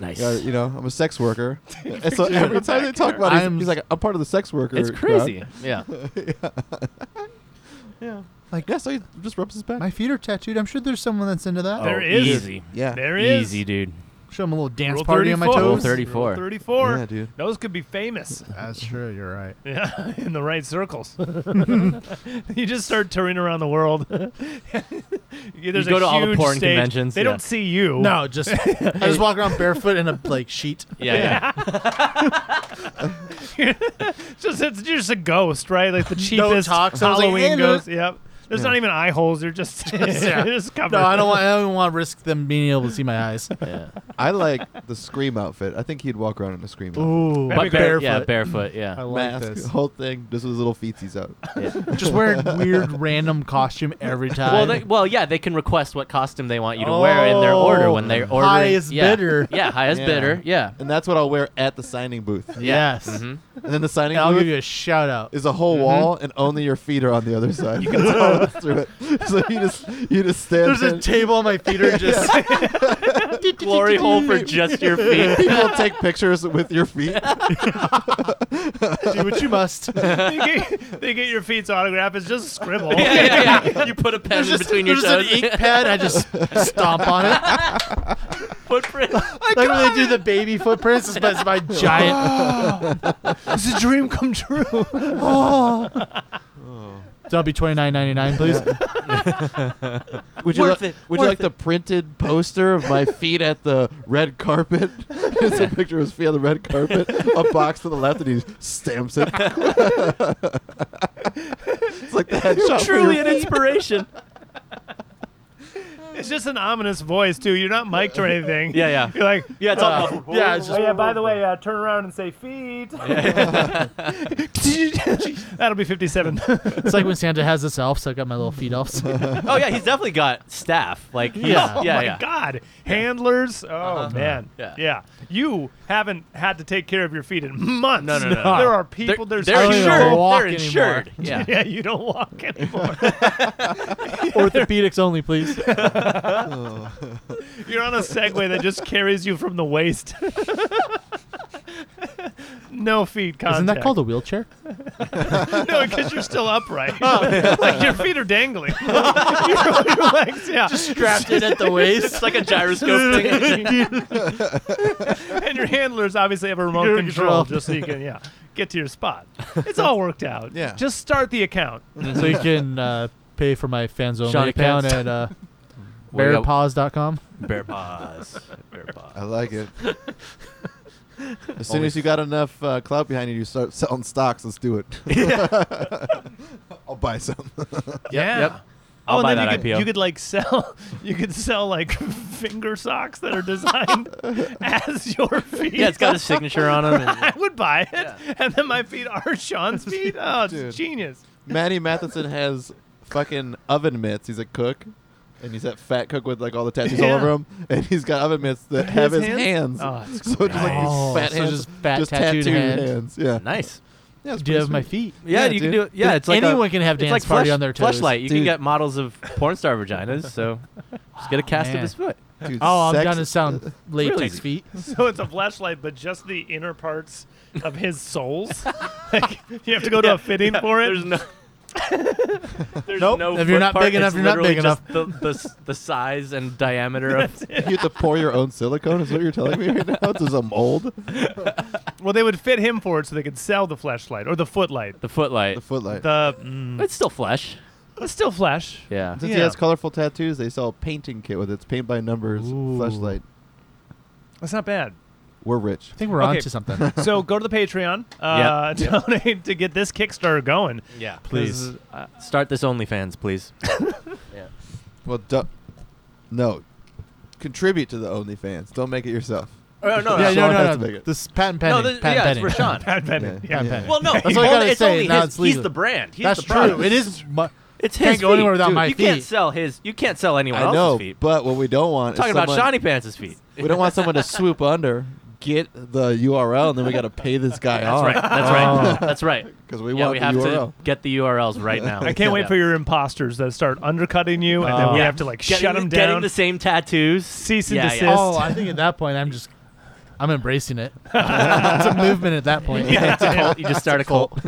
nice. Uh, you know, I'm a sex worker. and so every time they talk about it, he's, I'm- he's like, I'm part of the sex worker. It's crowd." crazy. Yeah. Yeah. Like- yeah, so he just rubs his back. My feet are tattooed. I'm sure there's someone that's into that. There Oh, is. easy. yeah. There is. Easy, dude. Show them a little dance Rule party on my 34. Rule toes. 30. 34. Rule 34. Yeah, dude. Those could be famous. That's true. You're right. Yeah, in the right circles. you just start touring around the world. There's You go a to all the huge porn stage. conventions, They yeah. don't see you. No, just I just walk around barefoot in a like sheet. Yeah, yeah. just it's just a ghost, right? Like the No cheapest talk, so I was like, Halloween "Eh, no." ghost. Yep. There's not even eye holes. They're just, they're just covered. No, I don't want. I don't even want to risk them being able to see my eyes. yeah. I like the scream outfit. I think he'd walk around in a scream outfit. That'd Ooh, be But great. bare, yeah, barefoot. I Yeah. like Mask, this. whole thing. Just with his little feetsies out. yeah. Just wear a weird random costume every time. Well, they, well, yeah, they can request what costume they want you to wear in their order when they're Oh, ordering. high is yeah. bidder. Yeah, high is Yeah. bidder. Yeah. And that's what I'll wear at the signing booth. yes. hmm And then the signing And I'll give booth you Mm-hmm. a shout out. is a whole wall, and only your feet are on the other side. That's all that's through it. So you just you just stand. There's a there. table on my feet. Are just Glory hole for just your feet. People take pictures with your feet. do what you must. they, get, they get your feet's autograph. It's just a scribble. yeah, yeah, yeah. You put a pen There's in just, between your Oh there's just toes. an ink pad. I just stomp on it. Footprint. like when they do the baby footprints, but it's my giant. It's a dream come true. Oh, That'll be twenty nine ninety nine, please. Would you, Worth li- it, would you worth like the printed poster of my feet at the red carpet? It's a picture of his feet on the red carpet. A box to the left, and he stamps it. it's like the headshot. for Truly your an inspiration. It's just an ominous voice too. You're not mic'd or anything. Yeah, yeah. You're like, Yeah, it's all muffled. yeah, it's just oh yeah. By the way, uh, turn around and say feet. That'll be 57. it's like when Santa has this elf, so I got my little feet elf. Oh yeah, he's definitely got staff. Like he's- Yeah. oh yeah, my yeah. Uh-huh. God, handlers. Oh man. Yeah. You haven't had to take care of your feet in months. No, no, no, no. There are people. They're, there's they're don't even insured. walk They're anymore. insured. Yeah. Yeah, you don't walk anymore. Orthopedics only, please. You're on a Segway that just carries you from the waist. no feet contact. Isn't that called a wheelchair? No, because you're still upright. Oh. like your feet are dangling. your, your legs, yeah. Strapped in at the waist. It's like a gyroscope thing. and your handlers obviously have a remote You're control controlled. just so you can, yeah, get to your spot. It's all worked out. Yeah. Just start the account. so you can uh, pay for my fans only Shawnee account pants. at uh, Well, yeah. bearpaws.com. Bear paws. Bear I paws. like it. As soon as you got enough uh, clout behind you, you start selling stocks. Let's do it. I'll buy some. yeah. Yep. I'll oh, and buy then that you could, IPO. you could like sell, you could sell like finger socks that are designed as your feet. Yeah, it's got a signature on him. And, I would buy it, Yeah. and then my feet are Sean's feet. Oh, it's Dude. genius. Manny Matheson has fucking oven mitts. He's a cook. And he's that fat cook with like all the tattoos all Yeah. over him, and he's got oven mitts that have his hands. Oh, it's so just like Oh, fat so hands, just fat tattooed hand. hands. Yeah, nice. yeah it's Do you have pretty my sweet. feet? Yeah, Yeah, you dude. can do it. Yeah, it's like a- Anyone can have it's dance like party flesh- on their toes. Fleshlight. You can Dude. get models of porn star vaginas, so just get a cast of Oh, man. his foot. Dude, Oh, I'm sex- down to sound latex Really? feet. So it's a flashlight, but just the inner parts of his soles. like you have to go to a fitting for it. There's no. there's Nope. no If you're foot not part, big enough, it's you're not literally big just The, the, s- the size and diameter of. You have to pour your own silicone. Is what you're telling me right now? There's a mold, Well, they would fit him for it so they could sell the flashlight or the footlight. The footlight. the footlight. The mm, it's still flesh. it's still flash. Yeah. Since he Yeah. has colorful tattoos, they sell a painting kit with its paint by numbers Ooh. flashlight. That's not bad. We're rich. I think we're Okay. onto something. So go to the Patreon, uh, donate to get this Kickstarter going. Yeah. Please. This is- uh, Start this OnlyFans, please. Well, du- no, contribute to the OnlyFans. Don't make it yourself. Oh, no, yeah, Sean no, has no, to no. make it. This patent no, pending. this, patent yeah, it's for pending. Sean. Pat Bennett, Yeah. yeah. Patent pending. Well, no, That's all I only- gotta it's say, only now his, it's he's legal. the brand. He's That's the product. true. It is. Mu- It's his Can't go feet. anywhere without Dude, my you can't feet. sell his. You can't sell anyone I else's know, feet. but what we don't want Talking is about someone- Shawnee Pants' feet. We don't want someone to swoop under, get the URL, and then we got to pay this guy That's off. right. That's right. Oh. That's right. Because we yeah, want we the have URL. to get the URLs right now. I can't wait Yeah. Oh, for your imposters that start undercutting you, and then we Yeah. have to like Getting shut the- them Getting down. the same tattoos. Cease and yeah, desist. Yeah. Oh, I think at that point I'm just, I'm embracing it. it's a movement at that point. Yeah, it's a cult. You just start a cult.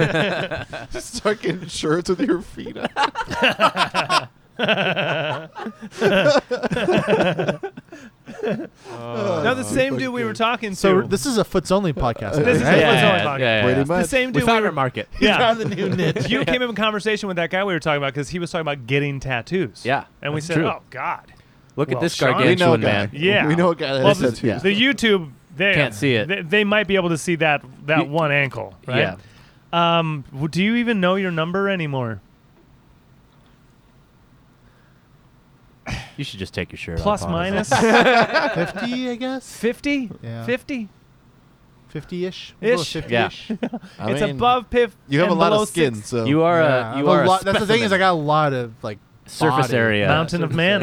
Start getting shirts with your feet on. Oh. now the same dude we were talking So to. this is a foots only podcast. This is a right? Foots Only yeah, yeah, podcast. yeah, Pretty yeah. much. the same We dude. found we our were, market. Found yeah. the new niche. You came up in conversation with that guy we were talking about because he was talking about getting tattoos. Yeah, And we that's said, true. oh, God. Look Well, at this Sean- we know a gargantuan guy. man. Yeah. we know a guy that Well, has the, tattoos. the YouTube there. Can't see it. They, they might be able to see that that You- one ankle, Yeah. right? Yeah. Um, w- do you even know your number anymore? You should just take your shirt Plus, off. honestly. minus Fifty, I guess. 50? Yeah. 50? Fifty-ish. Ish. Yeah. I it's mean, above pif. You have a and lot below of six. skin, so You are Yeah, a you I'm are a lot- that's the thing is I specimen. got a lot of like surface body. area. Mountain of man.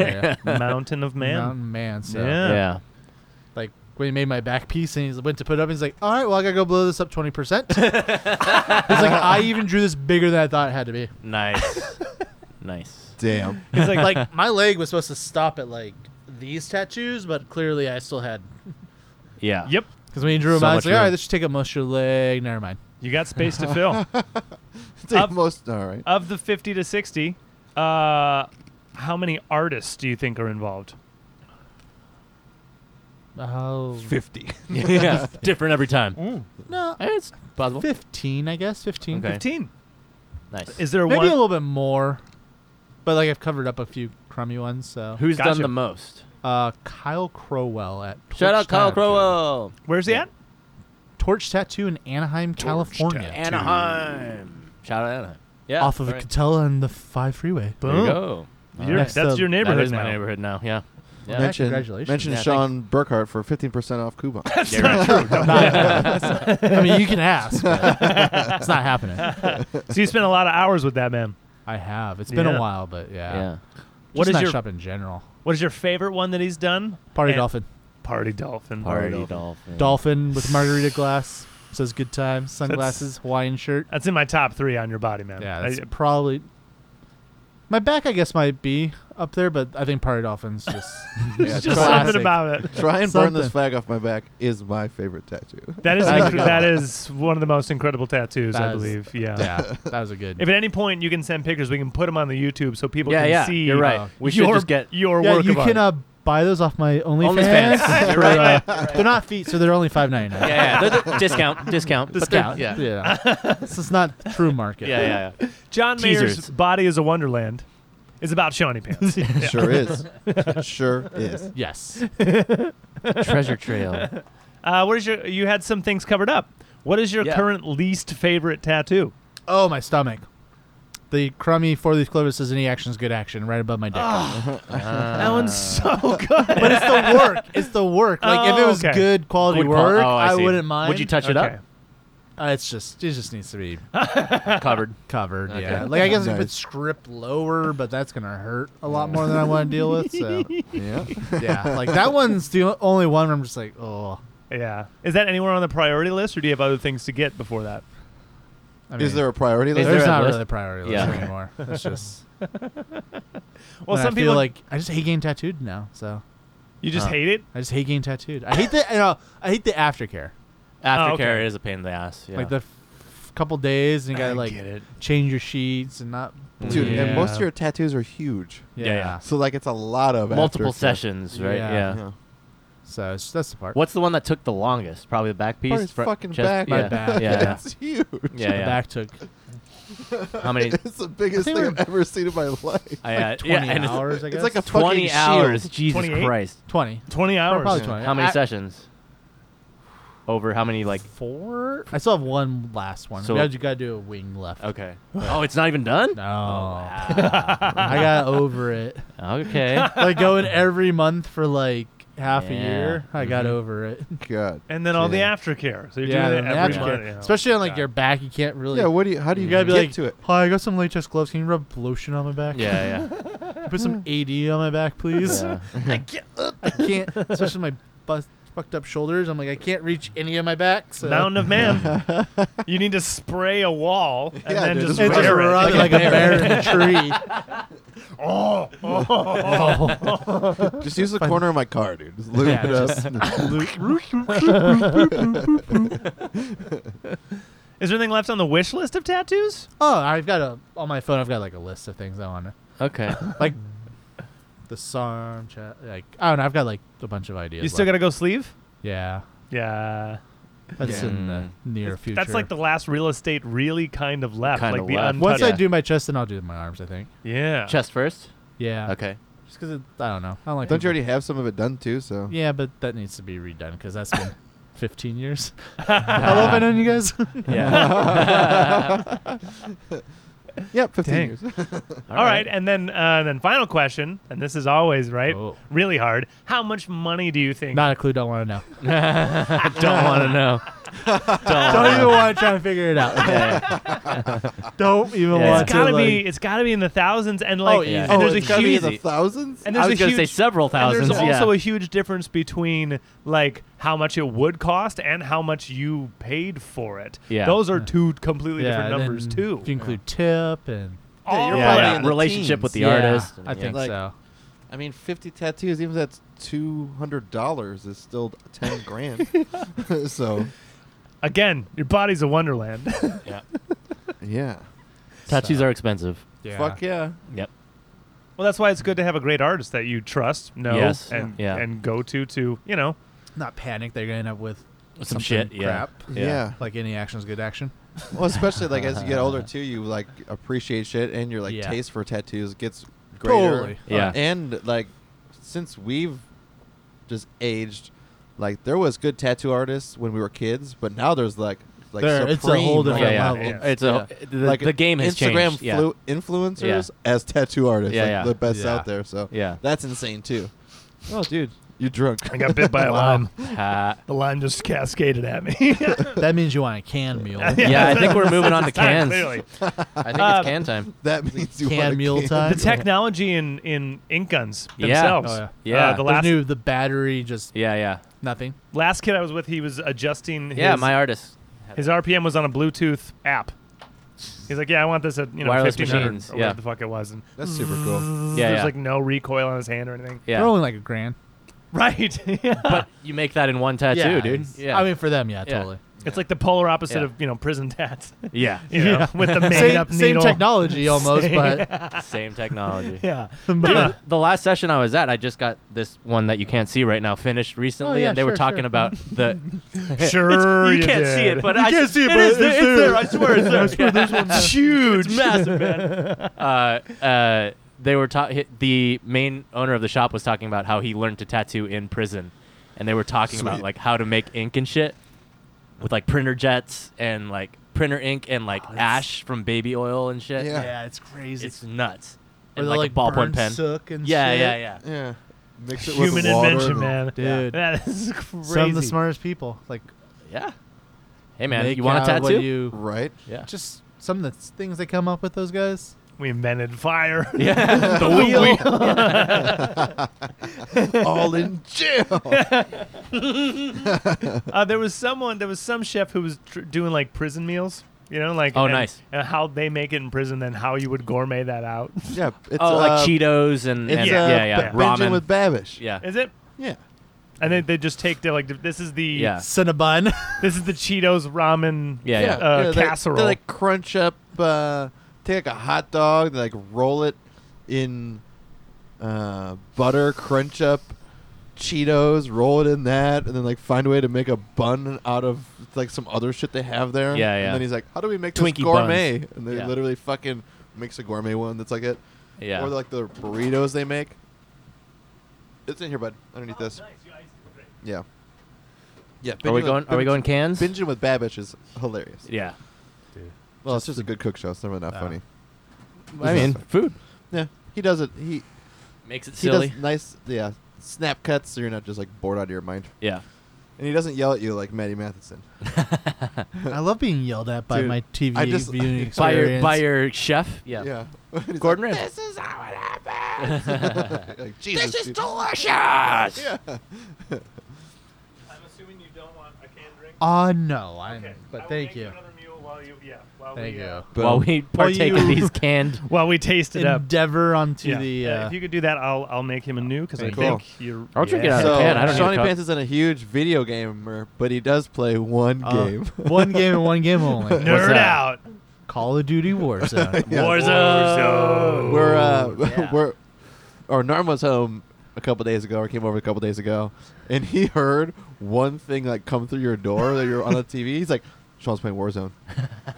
Yeah. Mountain of man. mountain man. So Yeah. Yeah. like when he made my back piece and he went to put it up, he's like, "All right, well I gotta go blow this up twenty percent." He's like, "I even drew this bigger than I thought it had to be." Nice. nice. damn. He's like, like Like my leg was supposed to stop at like these tattoos, but clearly I still had. Yeah. yep, Because when he drew them So out, much it's like, "All right, room. this should take up most of your leg." Never mind. you got space to fill. Dude, Up- most all right. of the 50 to 60, uh, how many artists do you think are involved? Oh, Fifty. yeah. Different every time. no, It's possible. fifteen, I guess, fifteen. Okay. 15. Nice. Is there Maybe one? a little bit more, but like I've covered up a few crummy ones. So Who's Gotcha. done the most? uh, Kyle Crowell at Shout out Torch Kyle Tattoo. Crowell. Where's he at? Torch Tattoo in Anaheim, California, Anaheim. Shout out Anaheim. Yeah. off of all right. Catella and the Five Freeway. There you Boom. go. All You're- right. Next that's to- your neighborhood that is now. my neighborhood now. Yeah. Yeah. Nice. Mention, congratulations. mention Yeah, Sean Burkhart for fifteen percent off coupon. That's not true. I mean, you can ask. but it's not happening. So you spent a lot of hours with that man. I have. It's been Yeah. a while, but yeah. Yeah. What Just is not your- shop in general? What is your favorite one that he's done? Party And- Dolphin. Party Dolphin. Party dolphin. Dolphin with margarita glass. Says good time. Sunglasses. Hawaiian shirt. That's in my top three on your body, man. Yeah, I- that's probably. My back, I guess, might be up there, but I think Party Dolphin's just. Yeah, there's just try, classic. something about it. try and burn this Something. flag off my back is my favorite tattoo. That is There you inc- go. that is one of the most incredible tattoos, I That is- believe. Yeah. yeah, that was a good. If at any point you can send pictures, we can put them on the YouTube so people Yeah, can yeah. see. You're uh, right. We should your, just get your yeah, work you of can art. uh, buy those off my OnlyFans. OnlyFans. You're for, right. uh, They're not feet, so they're only five ninety nine. yeah, yeah. They're- they're- discount, discount, Discount. Yeah. yeah, yeah. this is not true market. yeah, yeah, yeah. uh, John Mayer's Teasers. Body is a Wonderland is about Shawnee Pants. Yeah. Sure is. sure is. Yes. Treasure trail. Uh, what is your? You had some things covered up. What is your Yeah. current least favorite tattoo? Oh, my stomach. The crummy four leaf clover says any action's good action right above my dick. Ah. That one's Uh. so good. but it's the work. It's the work. Like if it Oh, was okay. good quality Good qual- work, oh, I, see. wouldn't mind. Would you touch it Okay. up? Uh, it's just it just needs to be Covered. covered. Okay. Yeah. Like I guess I Nice. could script lower, but that's gonna hurt a lot more than I want to deal with. So Yeah. yeah, like that one's the only one where I'm just like, oh. Yeah. Is that anywhere on the priority list, or do you have other things to get before that? I mean, Is there a priority Is list? there There's a not list? really a priority list Yeah. Okay. anymore. It's just Well, some and I people feel like uh, I just hate getting tattooed now. So you just Huh. hate it. I just hate getting tattooed. I hate the you know, I hate the aftercare. Aftercare Oh, okay. is a pain in the ass. Yeah. Like the f- couple days, and you gotta I like get it. change your sheets and not. Mm. Dude, and Yeah. most of your tattoos are huge. Yeah. Yeah, yeah. So like it's a lot of multiple aftercare. sessions, right? Yeah. Yeah. Yeah. So it's, that's the part. What's the one that took the longest? Probably the back piece. Probably his Fro- fucking back. chest- My Yeah. back. Yeah. yeah. It's huge. My Yeah, yeah. back took How many? It's the biggest they thing were- I've ever seen in my life. I, uh, like yeah, twenty and it's hours. I guess It's like a fucking Twenty shield. hours. Jesus 28? Christ. twenty. Twenty hours. Probably Yeah. twenty. How many I- sessions? Over how many? Like Four. I still have one last one. So- So you gotta do a wing left. okay. oh, it's not even done. No, wow. I got over it. okay. Like going every month for like half a Yeah. year. I got Mhm. over it. God. And then all the Yeah. aftercare. So you're yeah, doing the it every aftercare. month. you know. especially on like Yeah. your back. You can't really. Yeah. What do you? How do you, You gotta be get like, to it? Hi, I got some latex gloves. Can you rub lotion on my back? Yeah, Put some AD on my back, yeah. please. yeah. I can't, especially my bust, fucked up shoulders. I'm like, I can't reach any of my back. So Mountain of Man. you need to spray a wall and Yeah, then dude, just just It's Bear just wear it, run it. like, a bear in a tree. oh, oh, Just use the corner of my car, dude. Just loop Yeah, it up. Is there anything left on the wish list of tattoos? Oh, I've got a on my phone. I've got like a list of things I want to Okay. like. the SARM chat. Like I don't know. I've got like a bunch of ideas. You still left. gotta go sleeve? yeah. Yeah. That's Yeah. in the near future. That's like the last real estate really kind of left. Kinda like the left. untouched. once I Yeah. do my chest, then I'll do my arms. I think. Yeah. Chest first. Yeah. Okay. Just because I don't know. I don't like. Don't you already have some of it done too? So Yeah, but that needs to be redone because that's been 15 years. How long have I known you guys? Yeah. yeah, fifteen Dang. years. All right, and then uh, and then final question, and this is always right, Oh. really hard. How much money do you think? Not a clue. Don't want to know. Don't want to know. Don't, Don't wanna even know. want to try and figure it out. Yeah. Don't even Yeah. It's want it's to. gotta like- be. It's gotta be in the thousands, and like, Oh, yeah. and oh, there's it's a gotta be in huge, the huge- thousands. and I there's was a gonna huge, say several and thousands. there's yeah. also a huge difference between like how much it would cost and how much you paid for it. Yeah. those are two completely Yeah, different and numbers then too. Oh, If you include tip and Yeah, you're All probably yeah, yeah. in that. the relationship teens. with the Yeah, artist. I think Like- so. I mean, fifty tattoos. Even if that's two hundred dollars, is still ten grand. so Again, your body's a wonderland. yeah, tattoos So. are expensive. Yeah. fuck yeah. Yep. well, that's why it's good to have a great artist that you trust, know, Yes. and Yeah. and go to to you know. Not panic. They're gonna end up with Some something shit, yeah. Crap. Yeah. Like any action is good action. Well, especially like as you get older too, you like appreciate shit, and your like Yeah. taste for tattoos gets greater. Uh, Totally. Yeah. and like since we've just aged, like there was good tattoo artists when we were kids, but now there's like like There- it's a supreme, whole like, different Yeah, yeah. level. It's a the, like the game has Instagram changed. Yeah. flu- influencers as tattoo artists, Yeah, like yeah. the best Yeah. out there. So Yeah. that's insane too. Oh, dude, you drunk? I got bit by a lime. Ha. The lime just cascaded at me. That means you want a can mule. yeah, I think we're moving on to cans. Clearly. I think Um, it's can time. that means you Can want a mule can. time? The technology in in ink guns Yeah. themselves. Oh, yeah. Yeah. Uh, the Those last new the battery just Yeah, yeah. nothing. last kid I was with, he was adjusting. His, yeah, my artist. his RPM was on a Bluetooth app. He's like, yeah, I want this at you know Wireless 1500 machines, or yeah. whatever the fuck it was. And That's super cool. Yeah, there's yeah. like no recoil on his hand or anything. They're yeah. only like a grand. Right. yeah. But you make that in one tattoo, dude. it's- Yeah. I mean, for them, yeah, Yeah. totally. it's like the polar opposite Yeah. of you know prison tats. yeah. You know, Yeah. with the made Same, up same needle. technology almost, Same. but Same technology. Yeah. Dude, the last session I was at, I just got this one that you can't see right now finished recently, Oh, yeah, and they were sure, talking sure. about the. Sure. you, can't see did. it, but You I can't s- see it, it but is there. it's It's there. there. I swear it's there. this one's huge, it's massive, man. Uh, uh, they were ta- hi- the main owner of the shop was talking about how he learned to tattoo in prison, and they were talking about Sweet. like how to make ink and shit with like printer jets and like printer ink and like ash from baby oil and shit. Yeah. Oh, yeah, it's crazy. It's nuts. Or And, they, like, a ballpoint burn pen. sook and Yeah, shit. yeah, yeah. Yeah, mix it Human with water invention, and- man. Dude. That is crazy. Some of the smartest people, like Yeah. Hey man, make you want a out what tattoo? You, Right. yeah. just some of the s- things they come up with. Those guys. we invented fire. Yeah. The wheel. All in jail. Uh, there was someone. There was some chef who was tr- doing like prison meals. You know, like Oh, and- nice. And how they make it in prison, then how you would gourmet that out. Yeah. It's, oh, uh, like Cheetos and, It's and uh, yeah, yeah, yeah. Ba- ramen. Binging with Babish. yeah. Is it? Yeah. And they, they just take the like this is the Yeah. Cinnabon. this is the Cheetos ramen. Yeah, yeah. Uh, they- casserole. They, like crunch up, uh, take like a hot dog, they like roll it in uh, butter, crunch up Cheetos, roll it in that, and then like find a way to make a bun out of like some other shit they have there. Yeah, yeah. And then he's like, "How do we make Twinkie this gourmet?" buns. And they Yeah. literally fucking makes a gourmet one that's like it, Yeah. or like the burritos they make. It's in here, bud. Underneath this. Yeah. Yeah. are we binging going with- are we going cans? Binging with Babish is hilarious. Yeah. Uh. Well, it's just a good cook show. It's never not Ah. funny. I mean, food Yeah, he does it. He makes it he silly. does nice, yeah, snap cuts, so you're not just like bored out of your mind. yeah. And he doesn't yell at you like Maddie Matheson. I love being yelled at by Dude, my TV I just- viewing By experience. By your by your chef. Yeah. yeah. He's Gordon like, Ramsay. This is how it happens. like, Jesus, dude. delicious. Yeah. I'm assuming you don't want a canned drink. Oh no, I. But thank you. Thank we, you. While we partake of you- these canned Well, we taste it up. Endeavor onto Yeah. the. Yeah, Uh, if you could do that, I'll I'll make him a new because I Cool. think you're. I'll drink it Yeah. out of so a can. I don't Shawnee need a cup. Pants isn't a huge video gamer, but he does play one uh, game. one game and one game only. What's Nerd that? out. Call of Duty Warzone. Yeah. Warzone. We're uh, yeah. we're or Norm was home a couple days ago, or came over a couple days ago, and he heard one thing like come through your door that you're on the TV. He's like, Sean's playing Warzone.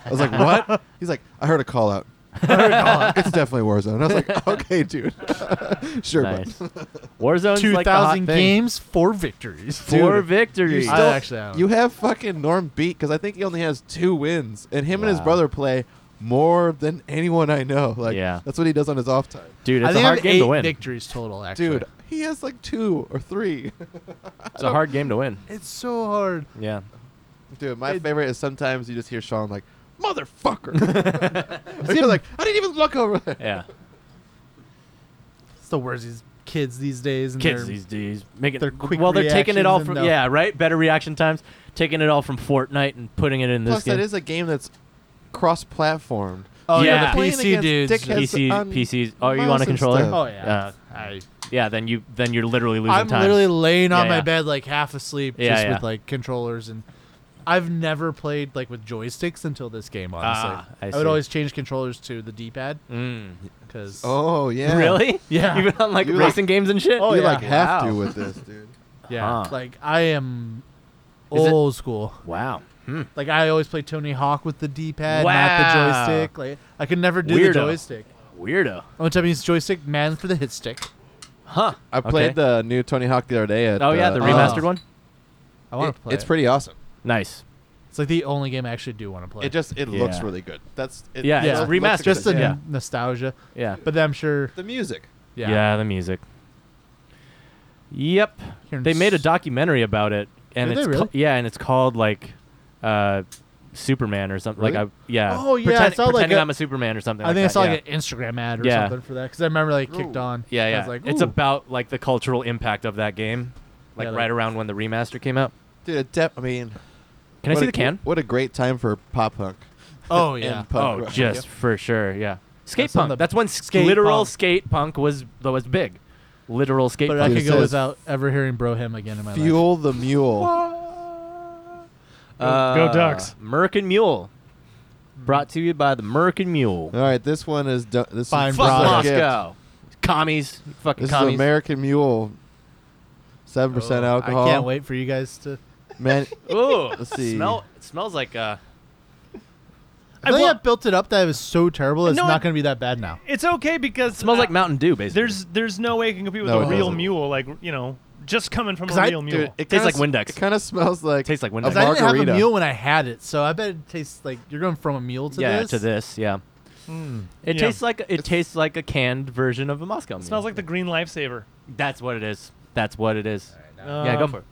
I was like, what? He's like, I heard a call out. it's definitely Warzone. I was like, okay, dude. sure, bud. nice. Warzone's Two like the hot thousand thing. games, four victories. four Dude, victories. still- I actually have. You have fucking Norm beat because I think he only has two wins, and him and his Wow. brother play more than anyone I know. Like, Yeah. that's what he does on his off time. Dude, it's I think a I hard have game eight to win. victories total. Actually, Dude, he has like two or three. It's a hard game to win. it's so hard. Yeah. Dude, my It- favorite is sometimes you just hear Sean like, "Motherfucker," Or you're like, "I didn't even look over." there." Yeah. It's the worst. These kids these days. And Kids they're- these days making their quick well, they're taking it all reactions from and the- yeah, right. Better reaction times, taking it all from Fortnite and putting it in this Plus, game. that is a game that's cross-platformed. Oh yeah, Yeah. the Playing PC against dudes. dickheads. PC, on PCs. Oh, you mouse want a and controller? stuff. Oh yeah. Uh, I, Yeah, then you then you're literally losing I'm time. literally laying on Yeah, my yeah. bed like half asleep, Yeah, just yeah. with like controllers and. I've never played like with joysticks until this game. Honestly, Ah, I would see. always change controllers to the D-pad Mm. because Oh yeah. Really? Yeah. Even on like You like- racing games and shit. Oh, you yeah. like have to Wow. with this, dude. yeah, Huh. like I am Is it- old school. Wow. Hmm. Like I always play Tony Hawk with the D-pad, Wow. not the joystick. Like I could never do Weirdo. the joystick. Weirdo. Only time I use joystick, man for the hit stick. Huh. I played the new Tony Hawk the other day. At, Oh yeah, the uh, remastered one. I want it- to play. It's it. pretty awesome. Nice. It's like the only game I actually do want to play. It just it looks Yeah. really good. That's it Yeah, it's looks- remastered. looks just the good. a- yeah. Yeah. nostalgia. Yeah. But then I'm sure. the music. Yeah. the music. Yep. Here in They made a s- documentary about it, and Did they it's really? ca- yeah, and it's called like uh, Superman or something. Like Really? I yeah. Oh, yeah, I Pretend- saw, like, pretending a- I'm a Superman or something. I think like I saw that, like an Instagram ad or Yeah. something for that because I remember like kicked Ooh. on. yeah. yeah, I yeah. was like, it's ooh. about like the cultural impact of that game, like Yeah, right like- around when the remaster came out. Dude, it def- I mean, Can I what see a- the can? What a great time for pop punk. Oh and yeah. punk oh, rock. just for sure, yeah. Skate That's on punk. the- That's when skate skate literal punk. skate punk was that was big. Literal skate But I punk. Dude, could it go says without ever hearing Bro Him again in my life. Fuel the mule. Go- go Ducks. Merc and Uh, Mule. Hmm. Brought to you by the Merc and Mule. All right, this one is do- this Fine, is Fuck Broadway. Moscow. Commies. You Fucking This is commies. American Mule. Seven percent Oh, alcohol. I can't wait for you guys to. Man, Ooh, Let's see. Smell, it smells like uh, I, I think wa- I built it up that it was so terrible. It's No, not it- going to be that bad now. It's okay because it smells uh, like Mountain Dew, basically. There's there's no way it can compete with No, a it real doesn't. mule, like you know, just coming from 'Cause a I- real mule. dude, it Tastes kinda like s- Windex. It kind of smells like Tastes like a Windex. Because I didn't have a margarita. mule when I had it, so I bet it tastes like you're going from a mule to yeah this. to this yeah. Mm, It yeah. tastes like it tastes like a canned version of a Moscow. It smells like the green lifesaver. That's what it is. That's what it is. yeah, go Um, for it.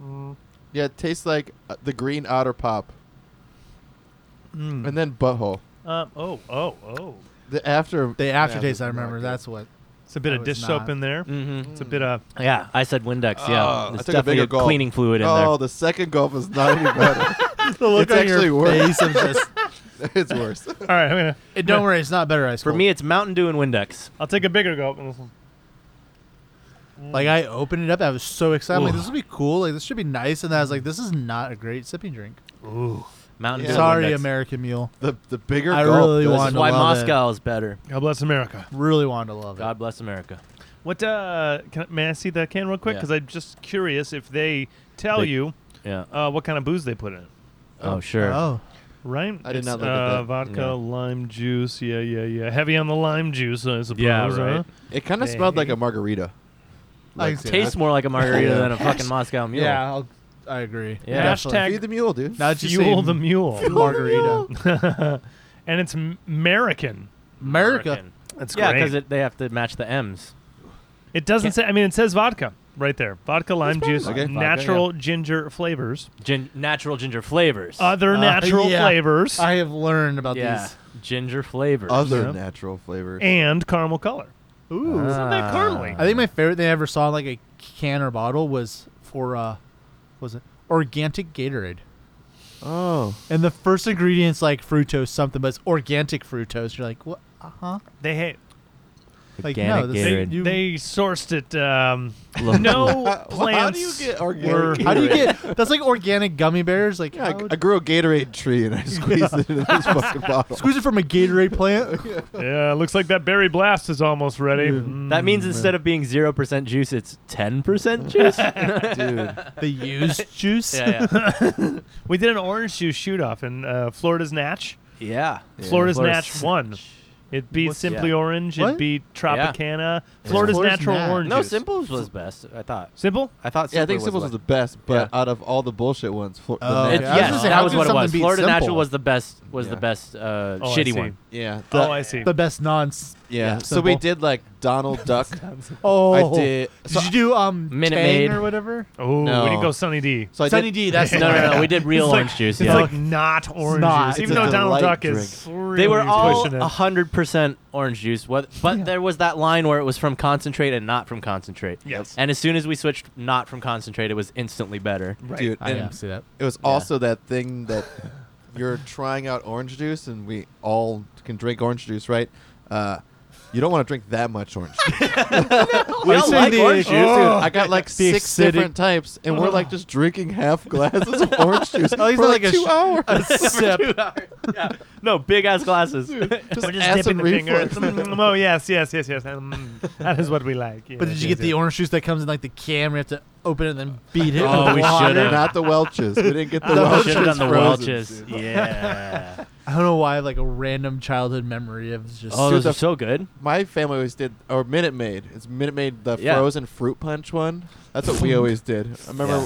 Mm, Yeah, it tastes like uh, the green otter pop, mm. and then butthole. Um, oh oh oh! The after The aftertaste, I Yeah, remember. good. Mm. That's what. It's a bit I of was dish soap not. in there. Mm-hmm. It's a bit of Yeah, I said Windex. Oh, yeah, I it's took a definitely bigger a gulp. cleaning fluid in oh, the second gulp is not any better. It's on actually worse. face of just- it's worse. all right. I'm gonna It- don't worry, it's not better ice there. For cold. me, it's Mountain Dew and Windex. I'll take a bigger gulp. and this one. Mm. like I opened it up, I was so excited. I'm like Ooh. this will be cool. Like this should be nice. And then I was like, this is not a great sipping drink. Ooh, Mountain Yeah. Dew. Sorry, and Windex. American Mule. The the bigger I gulp really does This want is to why love it. Moscow is better. God bless America. Really wanted to love it. God bless America. What uh, can, I- may I see the can real quick? Yeah. Because I'm just curious if they tell They- you Yeah. uh, what kind of booze they put in it. Oh, sure. Oh, Right? I did It's, not look at uh, that. Vodka, Yeah. lime juice. Yeah, yeah, yeah. Heavy on the lime juice, I suppose. Yeah, Huh? right. It kind of smelled like Hey. a margarita. I Like, can see Tastes that. more like a margarita Yeah. than a fucking Moscow Mule. Yeah, I'll, I agree. Yeah. Definitely. Hashtag feed the mule, dude. Now that you Fuel say the mule. margarita. and it's m- American. America. American. That's Yeah, great. because they have to match the M's. It doesn't say. I mean, it says vodka right there. Vodka, lime probably juice, vodka. Okay. natural ginger flavors, Gin- natural ginger flavors. other Uh, natural yeah. flavors, I have learned about yeah, these. ginger flavors. Other Yeah. natural flavors. and caramel color. Ooh. It's not that caramely. I think my favorite thing I ever saw in like a can or bottle was for uh was it organic Gatorade. oh, And the first ingredient's like fructose something, but it's organic fructose. You're like, what uh huh. They hate. Like, Organic no, this- They, Gatorade. you- they sourced it. Um, Look. no plants. How do you get organic? were- Gatorade? How do you get? That's like organic gummy bears. Like, Yeah, how I, would- I grew a Gatorade tree and I squeezed it into this fucking bottle. squeeze it from a Gatorade plant. Yeah, looks like that berry blast is almost ready. Mm. That means instead of being zero percent juice, it's ten percent juice. Dude, the used juice. yeah, yeah. we did an orange juice shoot off in uh, Florida's Natch. yeah. Yeah. Florida's Florida Natch won. It beat What's- Simply yeah. Orange. What? It beat Yeah. Tropicana. Florida's Florida's natural Natch. orange. No, juice. Simples was best. I thought. Simple. I thought. yeah, I think Simples Simples was the best, but out of all the bullshit ones, Flo- the Oh, Natch- It, okay. I was yes, gonna say, that how was could what it something was. beat Florida Natural Simple? was the best. Was Yeah. the best uh, Oh, I see. shitty one. yeah, Oh, that- I see. The best nonce. Yeah, Yeah, so we simple. did like Donald Duck. Oh, I did. So, Did you do um Minute Tang Maid. or whatever? Oh, No. we didn't go Sunny D. so I Sunny did, D. That's No, no, no. We did real It's like- orange juice. It's yeah. like not orange not. juice, It's even a though Donald delight Duck is. Really they were all pushing it. hundred percent orange juice. What? But Yeah. there was that line where it was from concentrate and not from concentrate. Yes. And as soon as we switched not from concentrate, it was instantly better. Right. dude, I and didn't see that. it was also that thing that you're trying out orange juice, and we all can drink orange juice, right? Uh, you don't want to drink that much orange juice. We I've all seen like the- orange juice. Dude, I got like Oh. The six acidic- different types, and we're like just drinking half glasses of orange juice for Oh, he's like, not like a two sh- hours. A sip. yeah. No big ass glasses. just We're just acid dipping the reflux. fingers. Mm, oh yes, yes, yes, yes. Um, that is what we like. But did you get the orange? orange juice that comes in like the can? We have to open it and then beat it. Oh, with we water? should've. Not the Welches. We didn't get the No, Welches. Should have done the frozen, Welches. dude. Yeah. I don't know why. I have, Like a random childhood memory of just. Oh, Dude, those the- are so good. My family always did, or Minute Maid. It's Minute Maid, the Yeah. frozen fruit punch one. That's what we always did. I remember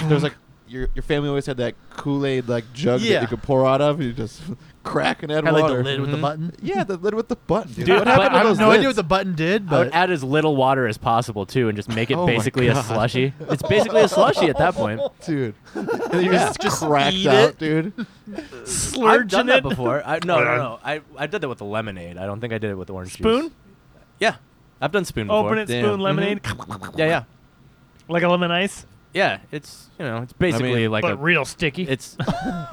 there was like your your family always had that Kool Aid like jug that Yeah. you could pour out of. You just crack and add Had, like the water. lid with the Mhm. button. Yeah, the lid with the button. Dude, Dude, what but happened to I have those no idea what lids? the button did, I would but add as little water as possible too, and just make it Oh my basically a God. slushy. It's basically a slushy at that point. dude? And you just, Just cracked eat out, it. dude. I've done Slurging that it. before. I, no, no, Yeah. no. I I did that with the lemonade. I don't think I did it with orange Spoon? juice. Yeah, I've done spoon before. Mm-hmm. Open it, Damn. Mm-hmm. spoon lemonade, Yeah, yeah, like a lemon ice, yeah. It's you know, it's basically mean, like but a. real sticky. it's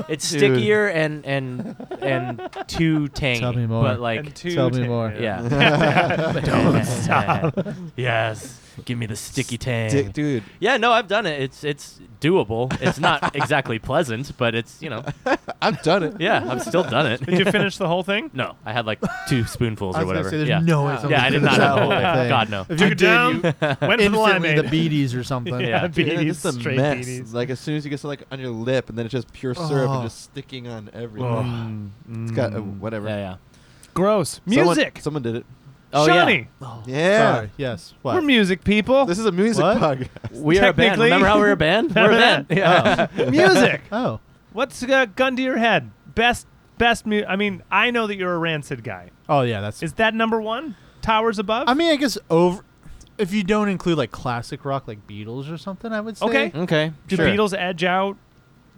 it's Dude. stickier and and and too tangy. Tell me more. But like, and two tell me ta- more. yeah. Don't stop. Yes, give me the sticky tang. Dick, dude. Yeah, no, I've done it. It's it's doable. It's not exactly pleasant, but it's you know, I've done it. yeah, I've still done it. Did you finish the whole thing? No, I had like two spoonfuls I or was gonna whatever. say there's yeah. no way. Yeah, somebody yeah, I did finished not that have the whole whole thing. thing. God no. If Took you it did, down, you- went for the instantly lemonade. the beaties or something. Yeah, Yeah, Dude, BDs, it's a straight mess. BDs. Like as soon as you get something like on your lip, and then it's just pure syrup Oh. and just sticking on everything. Mm, It's got uh, mm. whatever. Yeah, yeah. gross music. Someone, someone did it. Oh Shawnee, Oh, Yeah. Sorry. Yes. What? we're music people. This is a music What? podcast. yeah. We are a band. Technically- Remember how we were a band? We're a band. Yeah. music. oh. What's uh, gun to your head? Best, best. Mu- I mean, I know that you're a rancid guy. Oh yeah, that's. Is that number one? Towers above. I mean, I guess over. If you don't include like classic rock, like Beatles or something, I would say. Okay. okay. Oh. Do sure. Beatles edge out?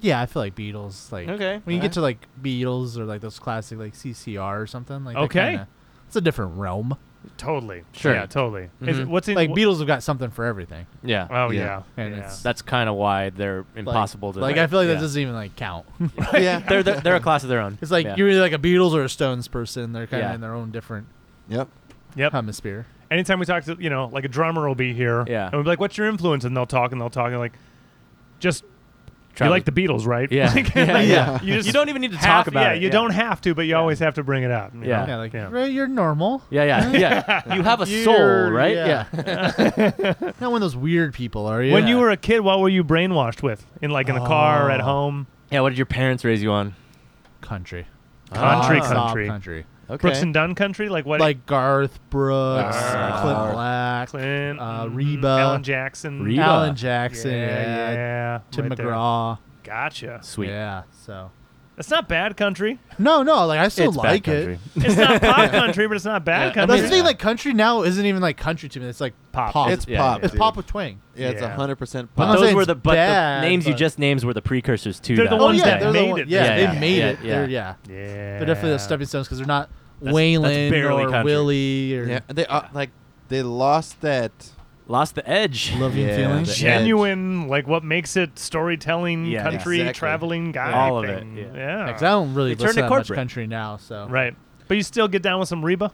Yeah, I feel like Beatles. Like Okay. when you get to like Beatles or like those classic like CCR or something. Like that Okay. kinda- it's a different realm. Totally. Sure. Yeah, totally. Is, Mhm. what's in Like wh- Beatles have got something for everything. Yeah. Oh Yeah. yeah. And yeah. it's- That's kind of why they're impossible to. Like I feel like yeah. that doesn't even like count. yeah. They're, they're they're a class of their own. it's like Yeah. you're either like a Beatles or a Stones person. They're kind of Yeah. in their own different Yep. Yep. hemisphere. Anytime we talk to you know, like a drummer will be here. Yeah. And we'll be like, "What's your influence?" And they'll talk and they'll talk and like, just Travel- you like the Beatles, right? Yeah. Like- Yeah, like, yeah. You just You don't even need to have- talk about yeah, it. You don't have to, but you always have to bring it up. you Yeah. know? Yeah, like right, you're normal. Yeah, yeah, yeah. You have a soul, You're- right? yeah. Yeah. Not one of those weird people, are you? When you were a kid, what were you brainwashed with? In like in the car or at Oh. home? Yeah. What did your parents raise you on? country, Ah. Country, Soft country. country, Okay. Brooks and Dunn country? Like what? like Garth Brooks, Garth. Clint Black, Clint, uh, mm, Reba, Alan Jackson, Reba. Alan Yeah, Jackson, yeah, yeah, Tim right there. McGraw. Gotcha. Sweet. Yeah, so That's not bad country. no, no, like I still It's bad like it. country. It's not pop country, but it's not bad Yeah. That's country. the thing, like country now isn't even like country to me. It's like Pop. pop. It's Yeah, pop. it's dude. pop with twang. Yeah, it's Yeah. hundred percent I'm not pop. Those saying were it's the but bad, the names you but- just names were the precursors to They're that. the ones oh, yeah, that they're the made one- it. Yeah, Yeah, they yeah, made yeah, it. yeah. They're, yeah, yeah. they're definitely the stepping stones because they're not that's Waylon barely or country. Willie or Yeah, they are like they lost that. Lost the edge. loving Yeah, feelings. the edge. genuine, like what makes it storytelling, Yeah. country, Exactly. traveling guy. All of thing. it, Yeah. Because I don't really They listen turned to to that much corporate. country now, so Right. But you still get down with some Reba?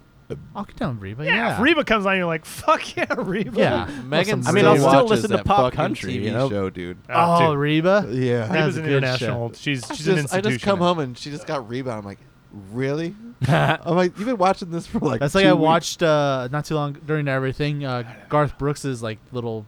I'll get down with Reba. Yeah, Yeah. if Reba comes on, you're like, fuck yeah, Reba. Yeah. Megan. Awesome. I mean, I'll still still watches listen to that pop fucking country, TV you know? show, dude. Uh, Oh, dude, Reba. Yeah. That's Reba's a an good international. show. She's I she's an just, I institution. just come home and she just got rebound. I'm like, really? I'm like, you've been watching this for like. That's like two I weeks." watched uh, not too long during everything uh, Garth Brooks's like little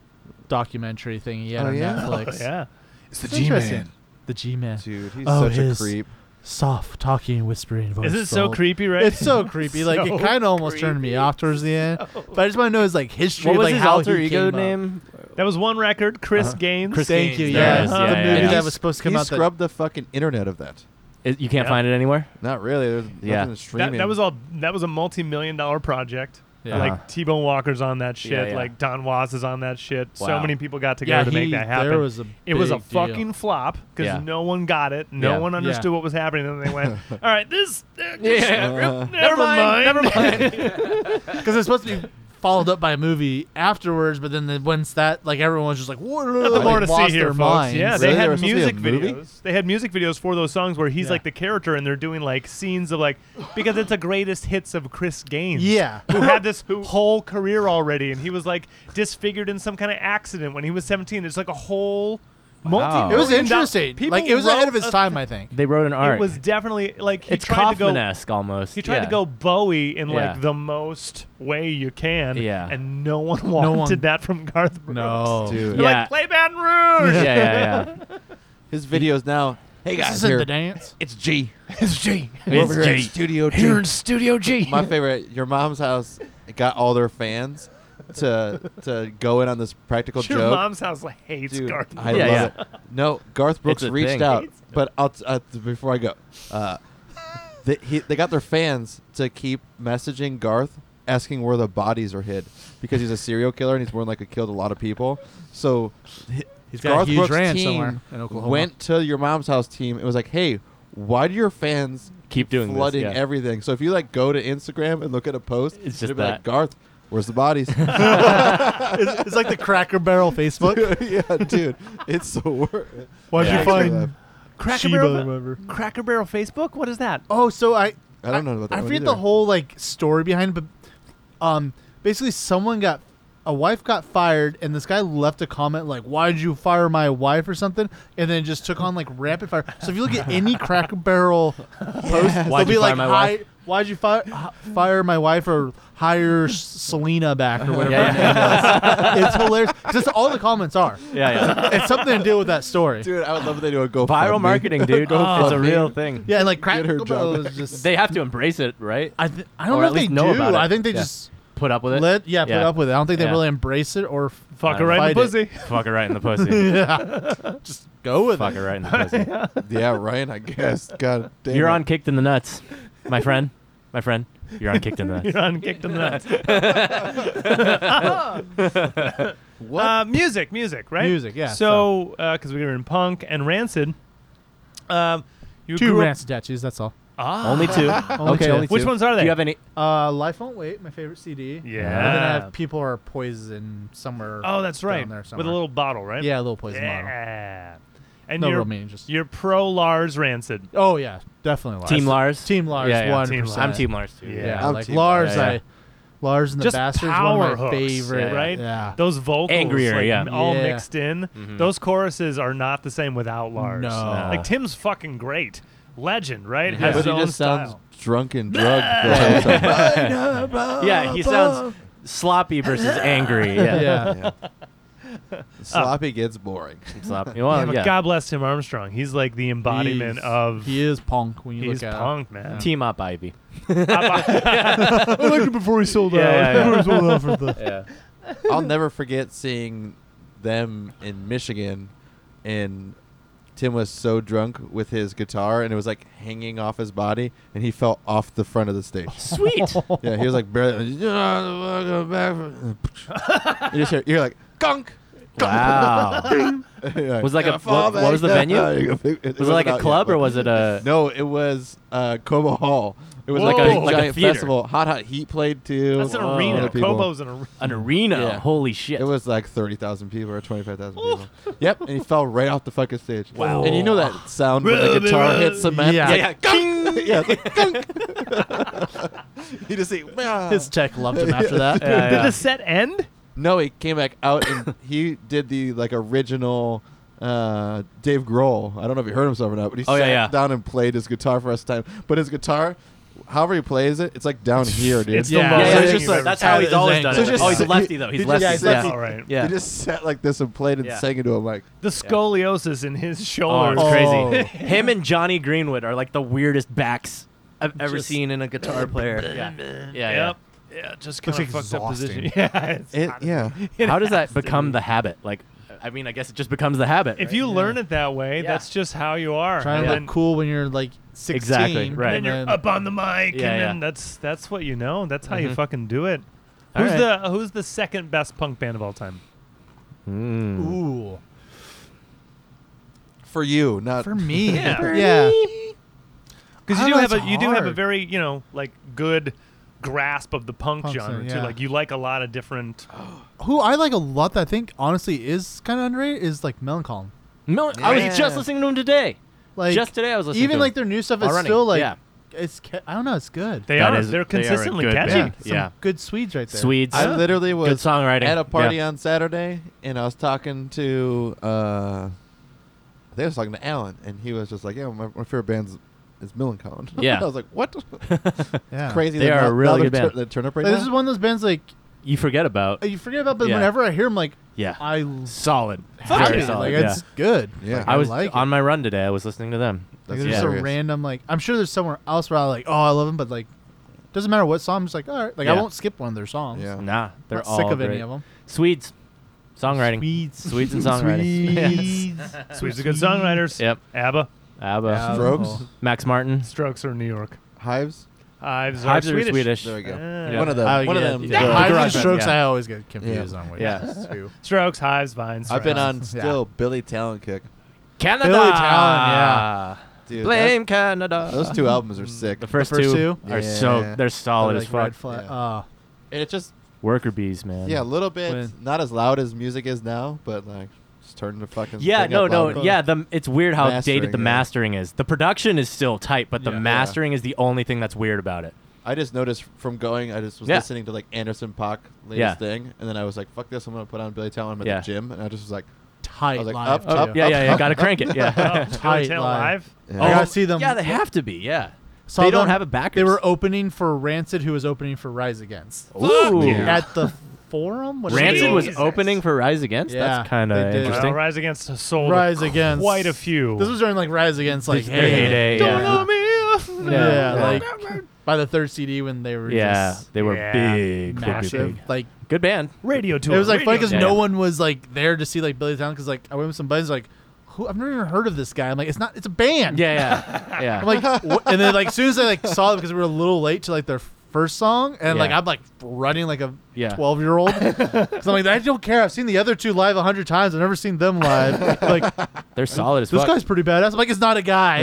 documentary thing he had Oh, on yeah? Netflix. Yeah. It's the It's G Man. interesting. The G Man, Dude, he's Oh, such his a creep. soft talking, whispering Is voice. it so soul. creepy, right? Oh, It's so creepy. Like So it kind of almost turned me creepy. off towards the end. But I just want to know his like history. What of, was like, his how alter he ego came up. name? that was one record, Chris Uh-huh. Gaines. Chris Thank you. Gaines, Yeah, there it it's is. the Yeah, yeah, movie yeah. that was supposed to come he out. that- scrubbed the fucking internet of that. It- you can't Yeah. find it anywhere. Not really. There's Yeah. nothing That, streaming. that was all. That was a multi-million dollar project. Yeah. Uh-huh. Like T-Bone Walker's on that shit. Yeah, yeah. Like Don Was is on that shit. So Wow. many people got together yeah, to make he- that happen. There was a it was a big deal. fucking flop because Yeah. no one got it. No Yeah. one Yeah. understood what was happening. And then they went, "All right, this. Uh, Yeah. Uh, never mind. Never mind. because it's supposed to be followed up by a movie afterwards. But then the, once that, like everyone was just like, "Whoa, Nothing more to see lost here, their folks. minds. Yeah, Really? they There had was supposed to music be a movie? videos. They had music videos for those songs where he's Yeah. like the character, and they're doing like scenes of like because it's the greatest hits of Chris Gaines. Yeah. who had this whole career already, and he was like disfigured in some kind of accident when he was 17. It's like a whole. Wow. It was multi-million dollar- interesting. People Like it was ahead wrote of its a- time, I think. They wrote an arc. It was definitely like he it's tried to go Kaufman-esque almost. He tried Yeah. to go Bowie in Yeah. like the most way you can, Yeah. and no one wanted No one- that from Garth Brooks. dude. They're Yeah. like play Baton Rouge. Yeah, yeah, yeah. His videos now. Hey This guys, isn't here. the dance. It's G. It's G. We're over here at G. Studio G. Here in Studio G. My favorite, your mom's house got all their fans to to go in on this practical Your joke. mom's house like, hates Dude, Garth Brooks. I Yeah, love it. No, Garth Brooks a reached thing. out, but I'll t- uh, t- before I go, uh, they, he, they got their fans to keep messaging Garth asking where the bodies are hid because he's a serial killer and he's more than likely killed a lot of people. So hi- He's got a Garth huge Brooks' ranch team somewhere in Oklahoma. went to your mom's house team and was like, "Hey, why do your fans Keep doing this, flooding yeah. everything?" So if you like go to Instagram and look at a post, It's just it'll be like that. Garth. Where's the bodies? it's, it's like the Cracker Barrel Facebook. yeah, dude, it's the worst. Why'd Yeah. you find Cracker Sheba Barrel, or whatever? Cracker Barrel Facebook. What is that? Oh, so I I don't know about that I one forget either. the whole like story behind it, but um, basically someone got a wife got fired, and this guy left a comment like, "Why did you fire my wife?" or something, and then just took on like rapid fire. So if you look at any Cracker Barrel post, they'll Why'd be you fire like, my wife? "Hi- "Why'd you fire fire my wife?" or "Hire S- Selena back" or whatever. Yeah, her name was. it's hilarious. 'Cause That's all the comments are. Yeah, yeah. It's something to deal with that story. Dude, I would love if they do a go Viral marketing, dude. it's a GoFundMe. real thing. Yeah, and like Get her Cracker Barrel job is just. They have to embrace it, right? I, th- I don't Or know at if they least know do. about it. I think they Yeah. just Put up with it. Let yeah, put Yeah. up with it. I don't think they Yeah. really embrace it or f- Fuck I her don't right in the fight pussy. Fuck it right in the pussy. yeah, just go with Fuck it. it right in the pussy. yeah, Ryan, I guess. God damn. You're it. on kicked in the nuts, my friend. My friend, you're on kicked in the nuts. You're on kicked in the nuts. What? Uh, music, music, right? Music, yeah, So, because we were in punk and Rancid, um, you Two grew up- rancid tattoos. That's all. Ah, Only two. Okay. Okay. Only two. Which ones are they? Do you have any? Uh, life won't wait. My favorite CD. And then I Yeah. have people are poison somewhere. Oh, that's down right. There With a somewhere. little bottle, right? yeah, a little poison model. Yeah. And No you're, real meaning. Just you're pro Lars Rancid. oh yeah, definitely Lars. Team Lars. Team Lars. Yeah, yeah, One Team Lars. I'm Team Lars too. Yeah. Yeah, I'm like Team Lars. Lars. Yeah, yeah. I Lars and the Just Bastards. one power of my hooks, favorite. right? Yeah. Those vocals, Angrier, like, yeah. m- all Yeah. mixed in. Mhm. Those choruses are not the same without Lars. No. No. Like Tim's fucking great, legend, right? Yeah, Has but his he own just style. sounds drunk and drugged the whole time. Oh, Yeah, he sounds sloppy versus angry. Yeah. yeah. Yeah. Sloppy gets boring. Sloppy. Yeah, Well, but Oh, yeah. God bless Tim Armstrong. He's like the embodiment He's- of He is punk when you he's look at. punk, man. Team up, Ivy. I liked it before he sold Yeah, out. yeah, yeah. Before he sold out for the. Yeah. I'll never forget seeing them in Michigan, and Tim was so drunk with his guitar, and it was like hanging off his body, and he fell off the front of the stage. Sweet. Yeah, he was like barely. you just hear, you're like gunk. Wow. Yeah. Was it like a- Yeah, fall what- what was the back venue? down. It wasn't Was it like out a yet, club or but- was it a? No, it was uh, Cobo Hall. It was like Whoa. a big, Like a giant theater. festival. Hot Hot Heat played too. That's an Whoa. arena. Other people. Kobo's an arena. An arena. Yeah. Holy shit. It was like thirty thousand people or twenty five thousand people. yep, and he fell right off the fucking stage. Wow. And you know that sound when the Ruby, guitar Ruby. hits cement? Yeah. It's like, "Gunk!" yeah, it's like, "Gunk." he just ate. His tech loved him after that. Yeah, yeah. Did the set end? No, he came back out and he did the like original uh, Dave Grohl. I don't know if he hurt himself or not, but he Oh, sat yeah, yeah. down and played his guitar for us time. But his guitar, however he plays it, it's like down here, dude. It's yeah. the Yeah. lowest so it's thing just you've like- ever that's seen. how Out he's of always his done angle. it. So oh, he's a just- lefty though. He's he just- lefty. yeah, Yeah, he's That's lefty. all right. yeah. He just sat like this and played and Yeah. sang into him like The scoliosis in his Oh, shoulders. it's Oh. crazy. Him and Johnny Greenwood are like the weirdest backs I've ever Just- seen in a guitar player. Yeah, yeah. Yep. Yeah, just Looks kind of like fucked up exhausting. position. Yeah, it's it, not- yeah. yeah. How does that has to become be. the habit? Like, I mean, I guess it just becomes the habit. If right? you learn it that way, Yeah. that's just how you are. Trying and to then, look cool when you're like 16. Exactly, right. and then you're up on the mic, Yeah, and then yeah. that's that's what you know. That's how Mhm. you fucking do it. All who's right. the Who's the second best punk band of all time? Mm. Ooh. For you, not For me. Yeah. For yeah. Because I you do don't have know, a it's you do have a hard. very you know like good grasp of the punk, Punk genre scene, too. yeah. Like you like a lot of different. Oh, Who I like a lot that I think honestly is kind of underrated is like Melancholy. Mel- I was just Yeah. listening to him today. Like just today, I was listening. even to him. like their new stuff is While running, still like yeah. it's ca- I don't know, it's good. They That are is- they're they are a consistently good catchy. band. some Yeah. good Swedes right there. Swedes. I literally Good was songwriting. at a party Yeah. on Saturday, and I was talking to uh, I think I was talking to Alan, and he was just like, "Yeah, my, my favorite band's is Millencolin." Yeah. I was like, "What? Yeah. Crazy! They that are now- a now really they're good band. they turn up right Like, now. this is one of those bands like you forget about. you forget about, but Yeah. whenever I hear them, like Yeah. I solid. fuck Very it. solid. Like yeah. it's good. Yeah. Like, I was like on it. my run today. I was listening to them. That's Like, there's just a hilarious. random like I'm sure there's somewhere else where I like oh I love them, but like doesn't matter what song. I'm just like all right, like I Yeah. won't skip one of their songs. Yeah. Nah, they're Not all sick of great. any of them. Swedes, songwriting. Swedes. Swedes and songwriting. Yes. Swedes are good songwriters. Yep. ABBA, ABBA. Yeah. Strokes, Oh. Max Martin. Strokes are New York. Hives. Hives are Hives are Swedish. Swedish. There we go. Ah. One of them. Oh, one yeah, of them. yeah. The- Yeah. Hives garage and band, strokes. yeah. I always get confused on which Yeah. is who. Strokes, Hives, Vines. I've been Strokes. on still Billy Talent kick. Canada. Billy Talon, Dude, Blame Canada. that- those two albums are sick. The first, The first two, two? are Yeah. so they're solid Like as Red fuck. Flag. Yeah. Uh, And it just Worker bees, man. yeah, a little bit When- not as loud as music is now, but like just turn the fucking Yeah, thing no, up no, louder. yeah. The it's weird how dated Mastering, the yeah. mastering is. The production is still tight, but the Yeah. mastering is the only thing that's weird about it. I just noticed from going, I just was Yeah. listening to like Anderson Pock latest Yeah. thing, and then I was like, "Fuck this, I'm gonna put on Billy Talent at Yeah. the gym," and I just was like, tight I was like, live. up, too. up, Oh, Yeah, yeah, yeah. up, Gotta up. crank it. Yeah. Oh, Tight Billy Talent line. Live. Yeah. I gotta see them. Yeah, they have to be. Yeah. Saw they don't them- have a backer. They were opening for Rancid, who was opening for Rise Against Ooh. yeah. at the Forum. What is it Rancid was Jesus. opening for Rise Against. Yeah, That's kind they of did. Well, interesting. Rise Against the Soul. called? Rise Against. Quite a few. This was during like Rise Against, like Their heyday. Don't Yeah. know me. Yeah, Yeah. like by the third CD when they were Yeah, just they were Yeah. big, big, big, massive. big. Like Good band. radio tour. it was like funny radio because Yeah. no one was like there to see like Billy Town because like I went with some buddies like who I've never even heard of this guy. I'm like it's not it's a band. Yeah, yeah, yeah. I'm like, what? and then like as soon as I like saw it because we were a little late to like their first song, and like Yeah. I'm like running like a Yeah. twelve year old. Because I'm like, I don't care. I've seen the other two live a hundred times. I've never seen them live. Like They're solid as this fuck. guy's pretty badass. I'm like, it's not a guy.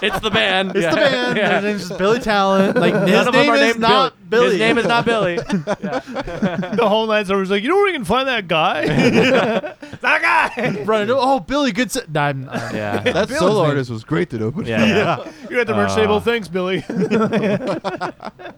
it's it's the band. It's the band. Their name's just Billy Talent. Like his name is not Billy. His name is not Billy. the whole night. So I was like, you know where you can find that guy? that guy. Right. Oh, Billy Goodson. No, I'm, i yeah. That Bill's solo name. artist was great that opened. Yeah. Yeah. You're at the merch Uh, table. Thanks, Billy.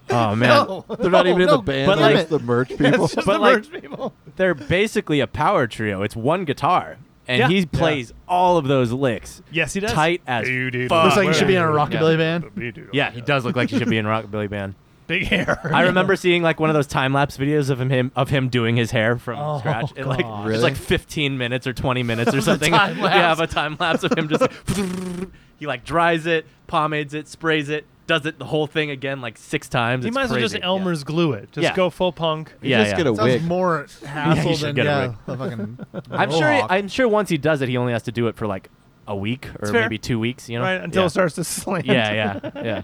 Oh man. They're not No, even in no, the band. but they're like- just the merch people. Just But the like- merch people. They're basically a power trio. It's one guitar, and Yeah. he plays all of those licks. Yes, he does. Tight as fuck. Looks like you should be in a rock- rockabilly Yeah. band. Yeah, he does look like he should be in a rockabilly band. Big hair. I remember seeing like one of those time lapse videos of him, him of him doing his hair from Oh, scratch. It, like God. it's Really? like 15 minutes or 20 minutes or something. time lapse. yeah, of a time lapse of him just like, he like dries it, pomades it, sprays it, does it the whole thing again like six times. He It's might as well just crazy. Yeah. Elmer's glue it. Just Yeah. go full punk. Yeah, just yeah. get a Sounds wig. more hassle should than get a yeah. wig. the fucking I'm sure. mohawk. I'm sure once he does it, he only has to do it for like a week or It's fair. maybe two weeks. You know, Right until yeah. it starts to slant. Yeah, yeah, yeah,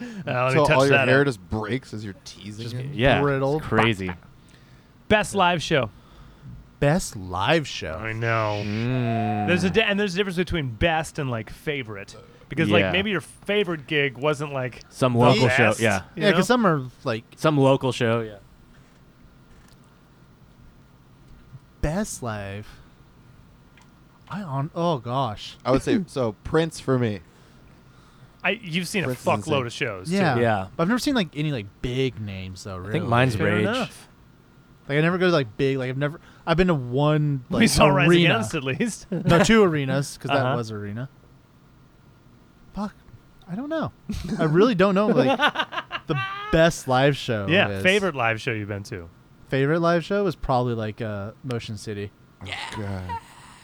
Uh, let me So touch all your that hair up. just breaks as you're teasing. it. yeah. Brittle. It's crazy. Best live show. best live show. I know. Mm. There's a di- and there's a difference between best and like favorite because Yeah. like maybe your favorite gig wasn't like some the local show. best, Yeah, you yeah, know? because some are like some local show. Yeah. best live. I on oh gosh, I would say so. Prince for me. I you've seen Prince is a insane. fuckload of shows. too. Yeah. Yeah. But I've never seen like any like big names though. Really. I think mine's Fair Rage. enough. Like I never go to like big. Like I've never. I've been to one like we saw Rise arena. Against at least. Oh, no, two arenas because Uh-huh. that was arena. Fuck, I don't know. I really don't know. Like the best live show. yeah, is- favorite live show you've been to? favorite live show was probably like uh, Motion City. God.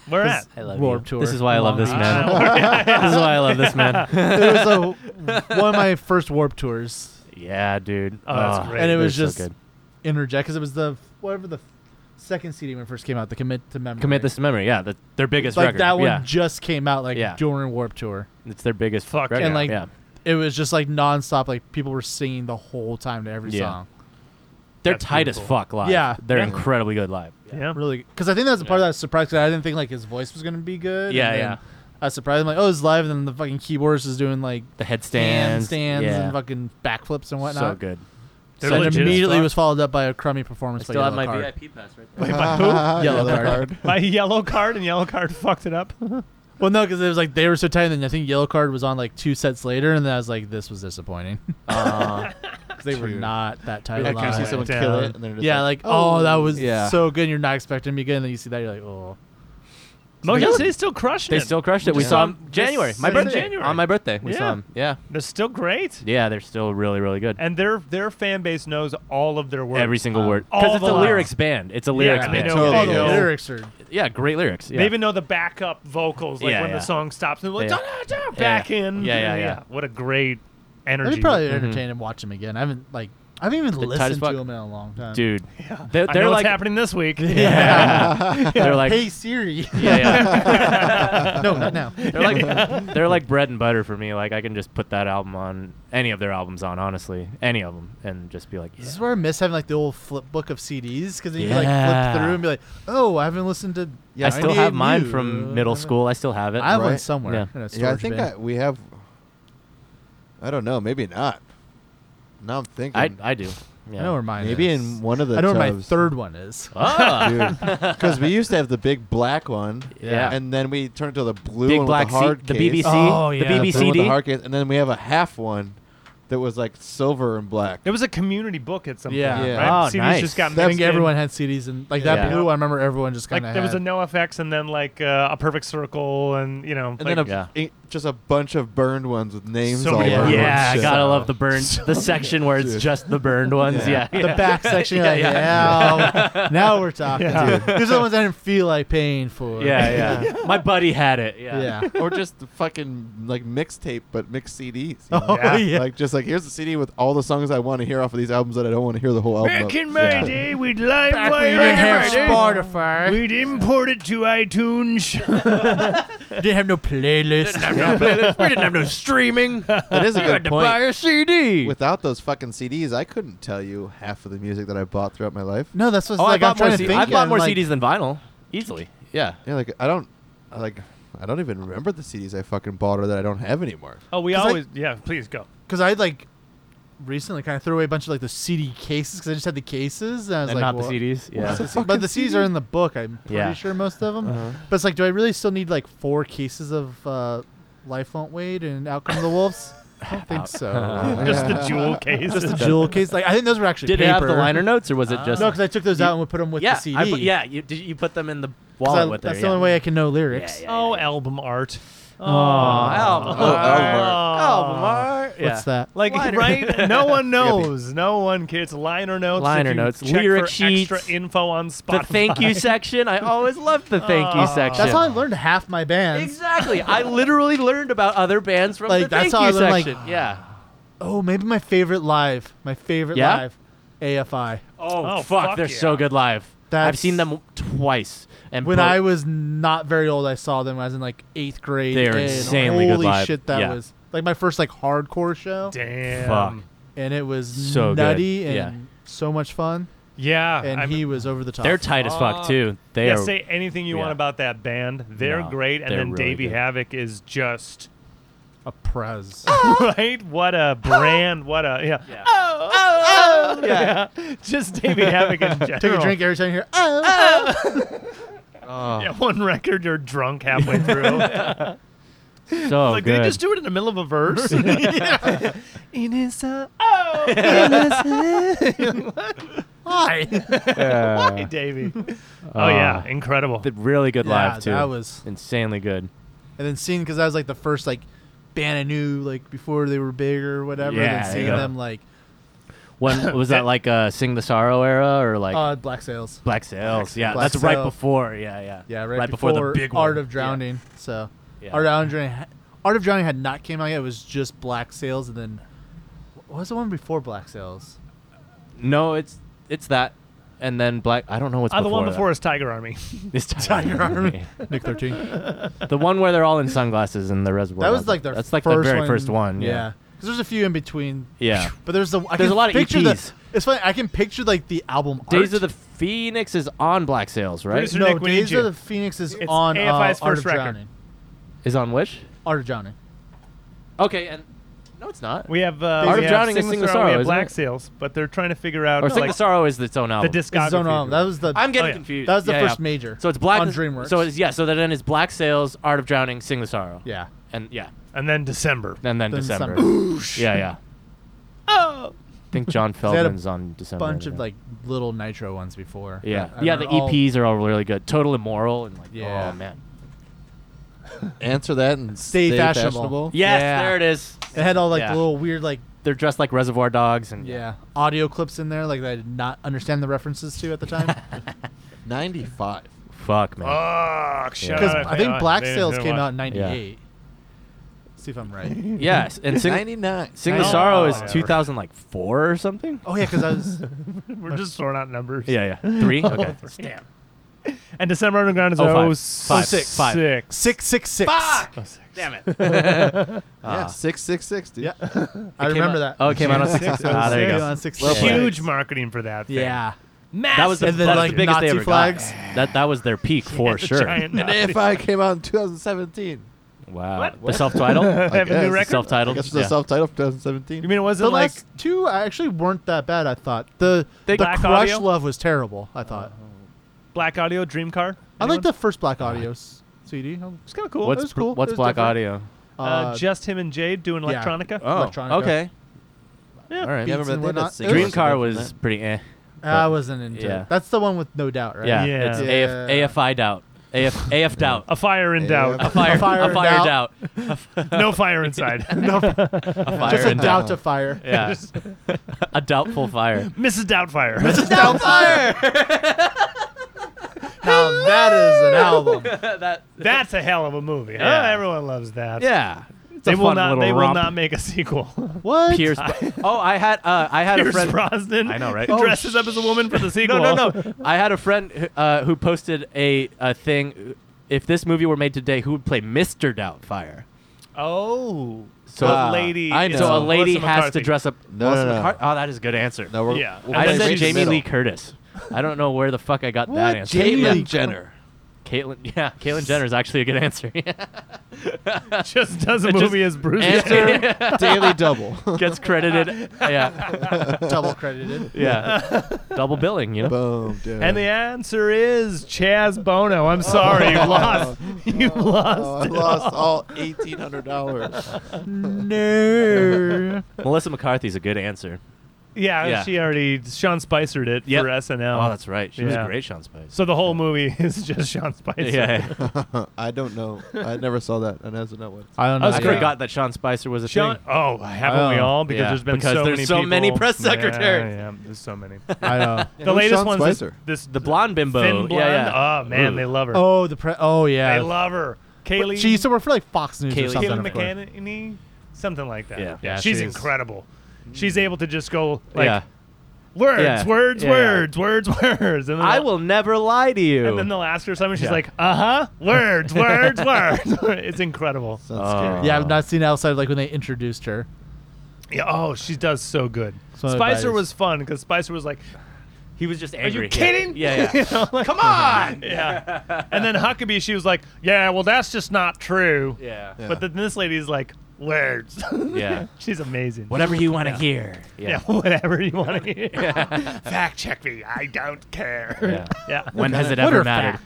Where at? 'Cause I love Warped you. Tour. This is why I love this Long man. Ah. this is why I love this man. it was a, one of my first Warp tours. yeah, dude. Oh, that's Ah, great. And it was they're just- Interject because it was the whatever the second CD when it first came out. The Commit to Memory. Commit this to memory. Yeah, the, their biggest like record. that one Yeah, just came out like Yeah. during Warp Tour. it's their biggest Fuck record. yeah. And, like, yeah. It was just like nonstop. Like people were singing the whole time to every Yeah. song. they're That's tight as beautiful. fuck live. Yeah. they're Yeah. incredibly good live. Yeah. Really, because I think that's the part that I was surprised. 'cause I didn't think like his voice was gonna be good. Yeah, and then yeah. I was surprised. I'm like, oh, it's live. And then the fucking keyboardist is doing like The headstands, stands, stands, yeah. and fucking backflips and whatnot. so good. They're So and legit as immediately fuck. was followed up by a crummy performance. by Yellow Card. VIP pass right Wait, by who? Yellow card. By yellow card and yellow card fucked it up. Well, no, because it was like they were so tight, and then I think Yellow Card was on like two sets later, and then I was like, this was disappointing. 'Cause they were Dude. not that tight. I live. can see someone kill it, and then Yeah, like oh, that was yeah. so good. You're not expecting to be good, and then you see that you're like, oh, Motion Yeah. City's still crushing They it. still crushed it. We Yeah. saw saw him 'em January, this my Sunday. birthday. January. On my birthday, we saw Yeah. him. Yeah, They're still great. yeah, they're still really, really good. And their their fan base knows all of their work. Every single Um, word, all because it's the a lines. lyrics band. It's a lyrics they band. know- Totally. oh, you the go. lyrics are Yeah, great lyrics. Yeah. They even know the backup vocals, like Yeah, when yeah. the song stops and they're like, Yeah. "Da-da-da," Yeah, back yeah. in. Yeah, yeah, yeah. What a great energy. That'd be probably Mhm. entertaining to watch them again. I haven't like I haven't even They're tight as listened fuck. to them in a long time. dude, Yeah. they're, I they're know like, what's happening this week. Yeah. they're like, hey Siri. yeah, yeah. no, not now. They're like they're like bread and butter for me. Like I can just put that album on any of their albums on, honestly, any of them, and just be like, This is yeah. where I miss having like the old flip book of CDs because then you Yeah. like flip through and be like, oh, I haven't listened to. Yeah, I still 98 have mine new. from middle school. I still have it. I have one Right. somewhere. Yeah. in a Yeah, I storage think bin. I, we have. I don't know. Maybe not. Now I'm thinking. I, I do. Yeah. I know where mine maybe is. in one of the. I know where my tubs. third one is. Oh, Because we used to have the big black one. Yeah. And then we turned to the blue big one black with the hard seat, the case. BBC, Oh, the yeah, the The blue one BBC with the D. hard case, and then we have a half one that was like silver and black. It was a community book at some Yeah. point. Yeah. Right? Oh, CDs nice. just got I I mixed think in. everyone had CDs and like that Yeah. blue. I remember everyone just like kind of there was a no FX and then like uh, a perfect circle and you know And like, then a, Yeah. i- just a bunch of burned ones with names So all many over Yeah, burned them. yeah, Shit. gotta love the burned the section where it's Dude. just the burned ones. Yeah, Yeah. yeah. the back section. You're Yeah, like, yeah. yeah. now we're talking. Yeah. Dude. These are the ones I didn't feel like paying for. Yeah, yeah. My buddy had it. Yeah. Yeah. or just the fucking like mixtape, but mixed CDs. you know? Oh, Yeah. yeah. Like just like here's the CD with all the songs I want to hear off of these albums that I don't want to hear the whole album. back of. in my Yeah. day we'd live Back when wire you didn't have everything. Spotify. We'd import it to iTunes. didn't have no playlist. we didn't have no streaming. that is a good point. a CD. Without those fucking CDs, I couldn't tell you half of the music that I bought throughout my life. no, that's what's oh, like I bought more. am trying C- to think. I bought and, more like, CDs than vinyl easily. Yeah. Yeah, like I don't, I, like I don't even remember the CDs I fucking bought or that I don't have anymore. oh, we 'Cause I- always yeah. Please go. Because I like recently kind of threw away a bunch of like the CD cases because I just had the cases and I was And like, not well, the CDs. What's Yeah. the fucking But the CDs are in the book. I'm pretty Yeah. sure most of them. Uh-huh. But it's like, do I really still need like four cases of uh, Life Won't Wait and Out Come the Wolves? I don't think so. Just the jewel case. Just the jewel case. Like I think those were actually Did it paper. have the liner notes or was it just? Uh, No, because I took those out and we put them with yeah, the CD. I put, yeah. You did you put them in the 'Cause wallet I- with that's her, the yeah. only way I can know Yeah, lyrics. yeah, Oh, yeah. album art. Oh, album. Oh, album art. Album art. Yeah. What's that? Like Liner- right, no one knows. No one cares. Liner notes. if Liner you notes, Check lyric for sheets, Extra info on Spotify. The thank you section. I always loved the thank you Oh. section. That's how I learned half my bands. Exactly. I literally learned about other bands from Like, the that's thank how you I learned, like- section. yeah. Oh, maybe my favorite live. My favorite Yeah? live. AFI. Oh, Oh, fuck, fuck they're yeah. so good live. I've That's- seen them twice. And When both- I was not very old, I saw them. I was in like eighth grade. They're and insanely good holy live. shit, that Yeah. was like my first like hardcore show, Damn. Fuck. and it was So good. nutty and Yeah. so much fun. Yeah. And Uh, I'm- he was over the top. they're tight as fuck Fuck. too. They yeah, are say anything you yeah. want about that band. They're No, great, and they're then really Davey good. Havoc is just a prez. right. What a brand! What a yeah. Yeah. Oh, oh, oh. Yeah. just Davey Havoc in general. Take a drink every time you hear. Oh, Oh, Yeah, one record you're drunk halfway through. So like, Oh, good. did he just do it in the middle of a verse? Innocent. Oh! Oh, Why? Why, Yeah. Ah. Davey? oh, yeah. Incredible. Th- really good yeah, live too. that was insanely good. and then seeing because that was like the first like band I knew like before they were big or whatever. Yeah, and seeing yeah. them like When was that like uh, Sing the Sorrow era or like uh, Black Sails. Black Sails? Yeah, Black that's right Sail. before. Yeah, yeah. Yeah, right, before, the big Art one. of Drowning. So Yeah. Art of Drowning, ha- Art of Drowning had not came out yet. It was just Black Sails, and then what was the one before Black Sails? No, it's it's that, and then Black. I don't know what's Uh, the before one before is Tiger Army. that. It's Tiger Army. Nick Thirteen. that the one where they're all in sunglasses in the reservoir. was Dogs. like their that's like first the very one. first one. Yeah, Because there's a few in between, yeah. but there's the I There's can a lot of picture the- EPs. it's funny. I can picture like the album Days art. of the Phoenix is on Black Sails, right? Producer- Mr. no, Nick, we need Days you. of the Phoenix is It's on uh, AFI's Art first of record. Drowning. Is on which? Art of Drowning. Okay, and no, it's not. We have uh, Art we of have Drowning is Sing Sing the the Sorrow. We Sorrow, have isn't Black it? Sails, but they're trying to figure out or Sing like, the Sorrow is its own the album. discography. So, no, that was the I'm getting Oh, yeah. confused. That was the Yeah, yeah. first major. So it's Black on DreamWorks. So it's yeah. So then it's Black Sails, Art of Drowning, Sing the Sorrow. yeah. and yeah, and then December. and then Then December. December. yeah, yeah. Oh. I think John had a Feldman's on December. bunch of yeah. like little Nitro ones before. Yeah, I- I yeah. The E remember all- EPs are all really good. Total Immoral and like, Yeah. oh man. Answer that and Stay stay, fashionable. fashionable. Yes, Yeah. there it is. They had all like Yeah. the little weird like They're dressed like Reservoir Dogs and yeah audio clips in there like that I did not understand the references to at the time. Ninety-five. Fuck man. Uh, Fuck, shut Because up. I think They- Black they- Sails they came want- out in '98. See if I'm right. yes, and Sing, Ninety-nine. Sing the Oh, Sorrow is yeah. 2004 or something. Oh yeah, because I was We're just throwing out numbers. Yeah, yeah. Three. Okay. Damn. And December Underground is Oh, five. 06. Five. Five. Six. six six six. Fuck! Oh, six. Damn it. Yeah, six six six, dude. Yeah, I remember that. Oh, it came out on Six, six. Ah, there you six. go. On six, Well six. played. Huge marketing for that. Thing. Yeah. Massive. That was the, And then, that was like, the biggest they Nazi ever flags. got. That that was their peak for It's a sure. giant And nut. AFI came out in 2017. Wow. What? The self-titled. They have a guess. new record. I self-titled. guess it's the yeah. self-titled of 2017. You mean it The wasn't like last two actually weren't that bad. I thought the They- the Black Crush Audio? Love was terrible. I thought Oh. Black Audio Dream Car? I Anyone? like the first Black Audio s- CD. Oh, It's kind of cool. What? what's was cool. what's It was Black different. Audio? Uh, uh, just him and Jade doing yeah. electronica. Oh, Electronica. okay. Yeah. All right. Yeah, I remember and they did whatnot. sing It Dream was Car different was than pretty eh. I wasn't into Yeah. it. That's the one with no doubt, right? Yeah, Yeah. it's Yeah. AF, AFI doubt. AF, AF doubt. A fire in doubt. Yeah. A fire, A fire a in fire doubt. doubt. no fire inside. no, A fire just a in doubt to fire. Yeah. a doubtful fire. Mrs. Doubtfire. Doubt fire. now that is an album. that, That's a hell of a movie. huh? Yeah. Everyone loves that. yeah. It's They a will fun not. little They will romp. not make a sequel. What? Pierce. Bro- oh, I had uh, I had a Pierce friend. Brosnan. I know, right? who Oh, Dresses up as a woman for the sequel. no, no, no. I had a friend who, uh, who posted a, a thing. If this movie were made today, who would play Mr. Doubtfire? Oh, So uh, Ah, a lady. I is know. So a No. lady Melissa has to McCarthy. dress up. No, Melissa no, no. McCart- Oh, that is a good answer. No, we're, Yeah. we're I I gonna said said reach the Jamie middle. Lee Curtis. I don't know where the fuck I got What? that answer. Jamie Yeah. Lee- Caitlyn Jenner. Caitlyn, yeah, Caitlyn Jenner is actually a good answer. Just does a It just- movie as Bruce. Wayne. answer Daily double. gets credited. Yeah, Double credited. yeah. Double billing, you know. Boom, dude. And the answer is Chaz Bono. I'm sorry, you lost. You oh, I lost. lost all eighteen hundred dollars. No. Melissa McCarthy's a good answer. Yeah, Yeah. she already. Sean Spicered it Yep. for SNL. Oh, that's right. She was Yeah. a great Sean Spice. so the whole movie is just Sean Spicer. yeah, I don't know. I never saw that. And that's not what. I don't know. I was I great. forgot that Sean Spicer was a Sean, thing. oh, haven't we Oh, all? Because yeah. there's been Because so there's many so many people. press Yeah, secretaries. Yeah, there's so many. I know. The latest Sean one's Spicer? This, this The blonde bimbo. thin blonde. Yeah, yeah. Oh man, Ooh. they love her. Oh, the pre- oh yeah. They love her. Kaylee. She used to work for like Fox News Kaylee- or Kaylee something. of course. McEnany, something like that. Yeah. Yeah, she's she is. incredible. She's able to just go like yeah. words, Yeah. words, Yeah, yeah. words, words, words, and then I they'll- will never lie to you. uh, And then they'll ask her something. She's Yeah. like, uh huh, words, words, words. it's incredible. Sounds Oh. scary. Yeah, I've not seen outside of, like when they introduced her. Yeah, oh, she does so good. So Spicer everybody's- was fun because Spicer was like, He was just Are angry. you yeah. kidding? Yeah, yeah. You know, like- Come on. Yeah. And then Huckabee, she was like, "Yeah, well, that's just not true." Yeah. Yeah. But then this lady's like, "Words." Yeah. She's amazing. Whatever you want to hear. Yeah, whatever you want to hear. Fact check me. I don't care. Yeah. Yeah. When has it What ever are mattered?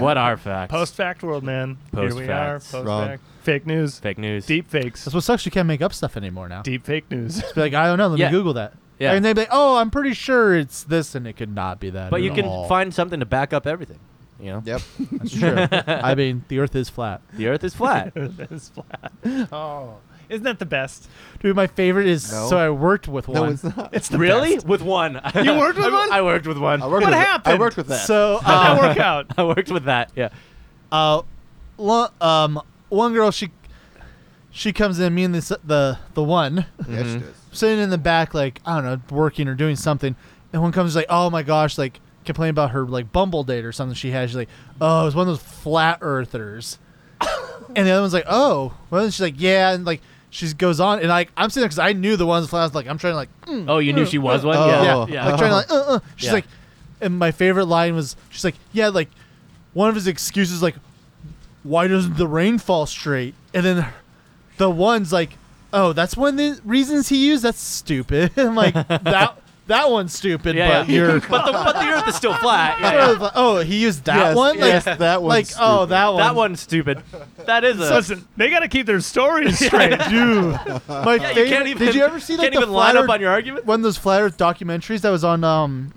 What are facts? Post fact world, man. Post Here we facts. are. Post Wrong. fact. Fake news. fake news. Deep fakes. That's what sucks. You can't make up stuff anymore now. Deep fake news. Be like, I don't know. Let Yeah. me Google that. Yeah. And they'd be like, Oh, I'm pretty sure it's this, and it could not be that. But at you can all. find something to back up everything. You know, Yep. That's true. I mean, the Earth is flat. the Earth is flat. That's flat. Oh, isn't that the best? Dude, my favorite is No. so I worked with one. no, it's not. It's the really? best. With one. You worked with I, one? I worked with one. I worked What with I happened? worked with that. So How'd uh, that work out? Um, I worked with that. Yeah. uh, lo- um, one girl she she comes in. Me and this the the one yes, she Mhm. does. sitting in the back, like I don't know, working or doing something. And one comes like, oh my gosh, like complain about her like Bumble date or something she had. She's like, oh, it was one of those flat earthers. and the other one's like, oh, well, and she's like, yeah, and like she goes on, and like I'm sitting there because I knew the one's flat. I was like, I'm trying to like, Hmm. mm, Oh, you knew she was one. Oh. Yeah. yeah, like trying to like, uh, uh. She's Yeah. like, and my favorite line was, she's like, yeah, like, one of his excuses like, why doesn't the rain fall straight? And then the one's like, oh, that's one of the reasons he used. That's stupid. I'm like that that one's stupid, Yeah, but yeah. you're. but, the, but the Earth is still flat. Yeah, yeah. Oh, he used that Yes, one. Like, yes, that one's Like, oh, stupid. that one. That one's stupid. That is a. Listen, they got to keep their stories straight. Dude, my Yeah, favorite. you can't even. did you ever see like can't the even line flat up earth- on your argument? one of those flat Earth documentaries that was on um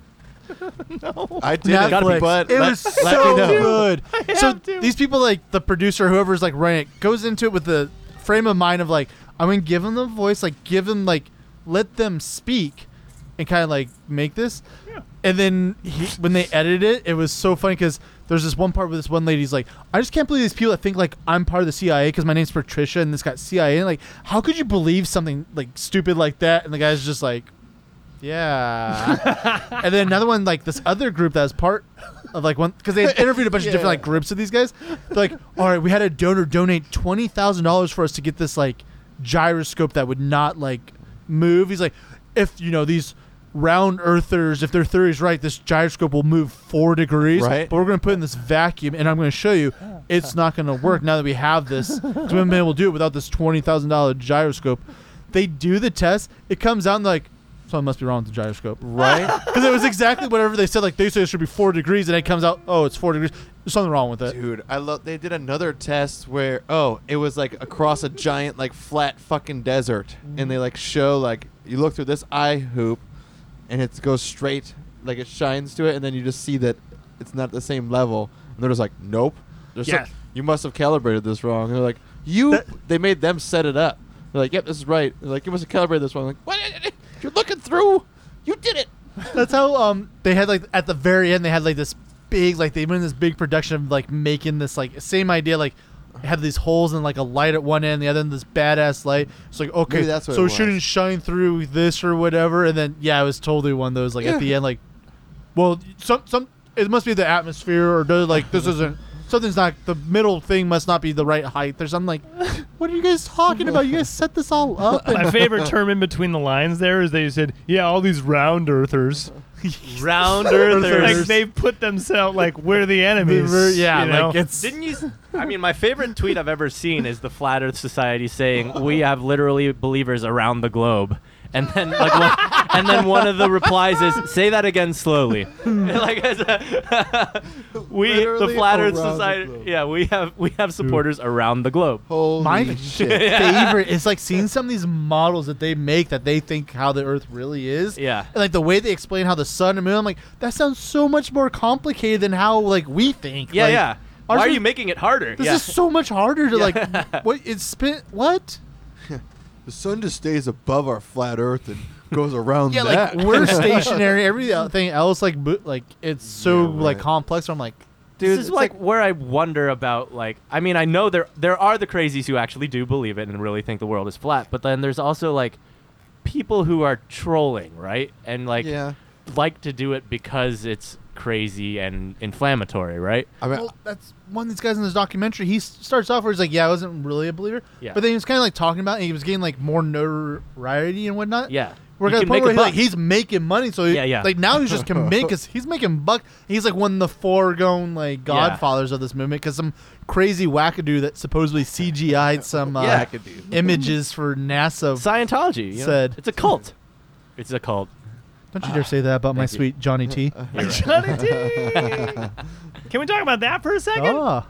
I did it, Netflix. but it let- was let me so know. good. So have to. these people, like the producer, whoever's like running it, goes into it with the frame of mind of like, I'm gonna give them the voice, like give them like, let them speak, and kind of like make this. And then he, when they edited it, it was so funny because there's this one part where this one lady's like, I just can't believe these people that think like I'm part of the CIA because my name's Patricia and this got CIA. Like, how could you believe something like stupid like that? And the guy's just like, yeah. and then another one, like this other group that was part of like one, because they had interviewed a bunch of different like groups of these guys. They're like, all right, we had a donor donate twenty thousand dollars for us to get this like gyroscope that would not like move. He's like, if you know these round earthers, if their theory's right, this gyroscope will move four degrees. Right. But we're gonna put it in this vacuum, and I'm gonna show you it's not gonna work now that we have this. 'cause we haven't been able to do it without this twenty thousand dollar gyroscope. They do the test. It comes out and they're like. Something must be wrong with the gyroscope. right? Because it was exactly whatever they said. Like they say it should be four degrees, and it comes out, oh, it's four degrees. There's something wrong with it. Dude, I love. They did another test where oh, it was like across a giant like flat fucking desert, and they like show like you look through this eye hoop, and it goes straight like it shines to it, and then you just see that it's not the same level, and they're just like, nope. They're just like, Yeah. you must have calibrated this wrong. And they're like, you. they made them set it up. They're like, yep, this is right. They're like, you must have calibrated this wrong. I'm like, what? You're looking through. You did it. That's how um they had like at the very end they had like this big like they went in this big production of like making this like same idea like had these holes and like a light at one end, the other end this badass light. It's like okay, Maybe that's what so it it shouldn't was. shine through this or whatever. And then yeah, it was totally one of those like Yeah. at the end like, well some some it must be the atmosphere or does like this isn't. Something's not the middle thing must not be the right height. There's I'm like, what are you guys talking about? You guys set this all up. And My favorite term in between the lines there is they said, "Yeah, all these round earthers." Round Like earthers. they put themselves like we're the enemies. yeah, you know? like it's Didn't you? s- I mean, my favorite tweet I've ever seen is the Flat Earth Society saying we have literally believers around the globe, and then like, one, and then one of the replies is say that again slowly. like it's a- we the Literally Flat Earth around the Society. globe. Yeah, we have we have supporters around the globe. Holy my shit. favorite is like seeing some of these models that they make that they think how the Earth really is. Yeah. And like the way they explain how the sun and moon, I'm like, that sounds so much more complicated than how like we think. Yeah, Like, yeah. Why are ours you is- making it harder? This yeah. is so much harder to Yeah. like what it's spin what? The sun just stays above our flat Earth and goes around Yeah, that. like we're stationary. Everything else, like bo- like it's so Yeah, like right. complex. I'm like, Dude, this is it's like, where I wonder about like I mean I know there there are the crazies who actually do believe it and really think the world is flat, but then there's also like people who are trolling, right? And like yeah. like to do it because it's crazy and inflammatory, right? I mean, well, that's one of these guys in this documentary. He s- starts off where he's like, yeah, I wasn't really a believer. Yeah. But then he was kind of like talking about, it, and he was getting like more notoriety and whatnot. Yeah. We're You at the can make point where a he's, buck. like, he's making money, so he- Yeah, yeah. Like now he's just can make us. He's making buck. He's like one of the foregone like godfathers of this movement because some crazy wackadoo that supposedly CGI'd some uh, Yeah. images for NASA. Scientology. you know? Said. It's a cult. It's a cult. Don't you dare say that about my Thank you. sweet Johnny T. Johnny D. Can we talk about that for a second? Ah,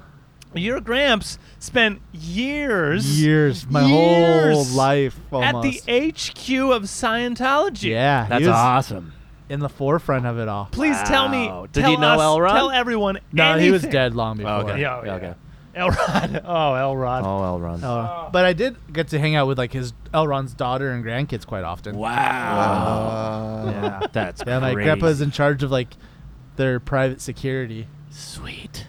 Your Gramps spent years, years, my whole Years. life at almost. the HQ of Scientology. yeah, he That's was awesome. in the forefront of it all. Please tell me. Wow. Did tell he know us- Elrond? Tell everyone. No, he was anything. dead long before. okay. Yeah, Yeah, oh, yeah. okay. Elrond. Oh, Elrond. Oh, Elrond. Oh, but I did get to hang out with like his Elrond's daughter and grandkids quite often. Wow. Uh, Yeah, that's Yeah, my crazy. grandpa's in charge of like their private security. sweet.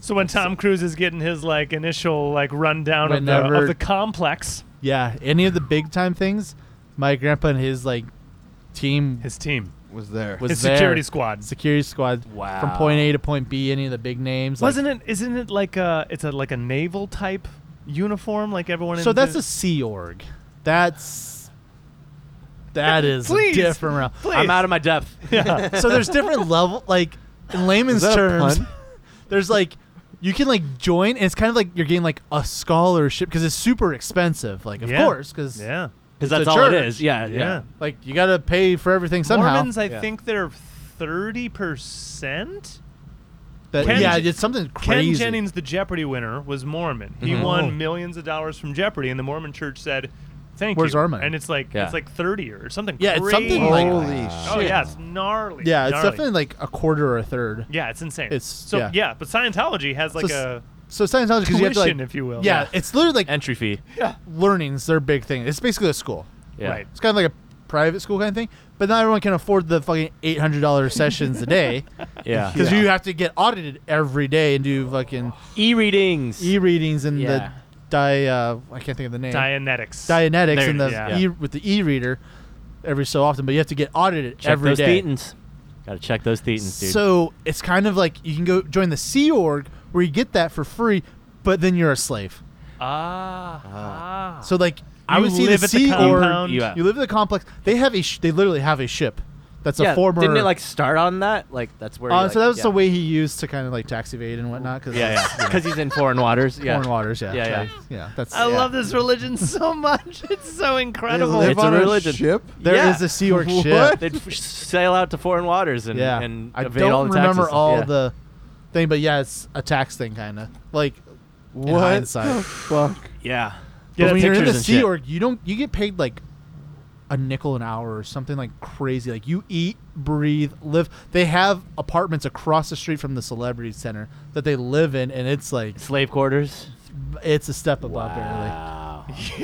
So when Tom Cruise is getting his like initial like rundown of the, Whenever- of the complex, Yeah, any of the big time things, my grandpa and his like team his team, was there. was his there. security squad. security squad. Wow. From point A to point B, any of the big names. like- Wasn't it? Isn't it like a? It's a like a naval type uniform, like everyone. So in that's the, a Sea Org. That's that is a Please. different round. Please. I'm out of my depth. Yeah. So there's different level like in layman's that a terms. pun? There's like you can like join and it's kind of like you're getting like a scholarship because it's super expensive like of Yeah. course because yeah. Because It's that's a all it church. is. Yeah, yeah. Yeah. like you gotta pay for everything somehow Mormons, I Yeah. think they're thirty percent. That- Ken- yeah it's something crazy Ken Jennings, the Jeopardy winner, was Mormon. He Mhm. Oh. won millions of dollars from Jeopardy, and the Mormon Church said, "Thank Where's you." our money? And it's like Yeah. it's like thirty or something. Yeah, it's something crazy. like- Holy Oh shit. yeah, it's gnarly. yeah it's gnarly. definitely like a quarter or a third Yeah, it's insane. It's- so yeah. but Scientology has like s- a so Scientology because you have to like Tuition, if you will. yeah, Yeah. it's literally like Entry fee. learning's their big thing it's basically a school Yeah. right. it's kind of like a private school kind of thing but not everyone can afford the fucking eight hundred dollar sessions a day Yeah. because you have to get audited every day and do fucking E-readings. e readings and Yeah. the di uh, I can't think of the name Dianetics. Dianetics There and it the is, yeah. e- with the e reader every so often, but you have to get audited check every those day. thetans. Gotta check those thetans, dude. So it's kind of like you can go join the Sea Org where you get that for free, but then you're a slave. ah. So like I You would see live the at the Sea Org. compound. You, You- yeah. live in the complex. They have a sh- they literally have a ship. That's yeah, a former. didn't it like start on that? Like that's where. Uh, you, like, so that was yeah. the way he used to kind of like tax evade and whatnot. Cause Yeah, it's, yeah. you know, Because he's in foreign waters. Yeah. foreign waters. Yeah, Yeah, yeah. like, yeah. That's I yeah. love this religion so much. It's so They incredible. live It's a on a, religion. ship. There is Yeah. a Sea Org What? ship. They'd f- sail out to foreign waters and yeah. and I evade don't all the remember taxes. all Yeah. the thing, but yeah, it's a tax thing kind of like in What the hindsight. fuck? Yeah. but when you're in pictures the and Sea shit. Org, you don't you get paid like a nickel an hour or something like crazy. Like you eat, breathe, live. They have apartments across the street from the celebrity center that they live in, and it's like slave quarters. it's a step above barely.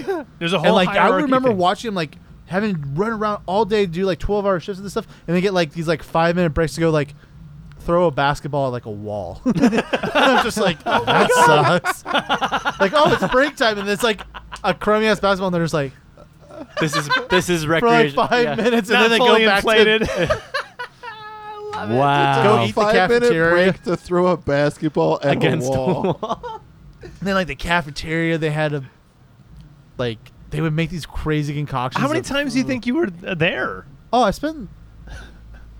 Wow. There's a whole And like I hierarchy remember thing. watching them like having run around all day, do like twelve hour shifts and this stuff, and they get like these like five minute breaks to go like throw a basketball at like a wall. and I'm just like, oh that sucks. like, oh, it's break time, and it's like a crummy ass basketball, and they're just like this is this is for like recreation. five yeah. minutes, and Not then they fully go back inflated. to Wow. Go eat the Five minute cafeteria. break to throw a basketball at against a the wall. wall. and then like the cafeteria. They had a like they would make these crazy concoctions. How many of- times do you think you were uh, there? Oh, I spent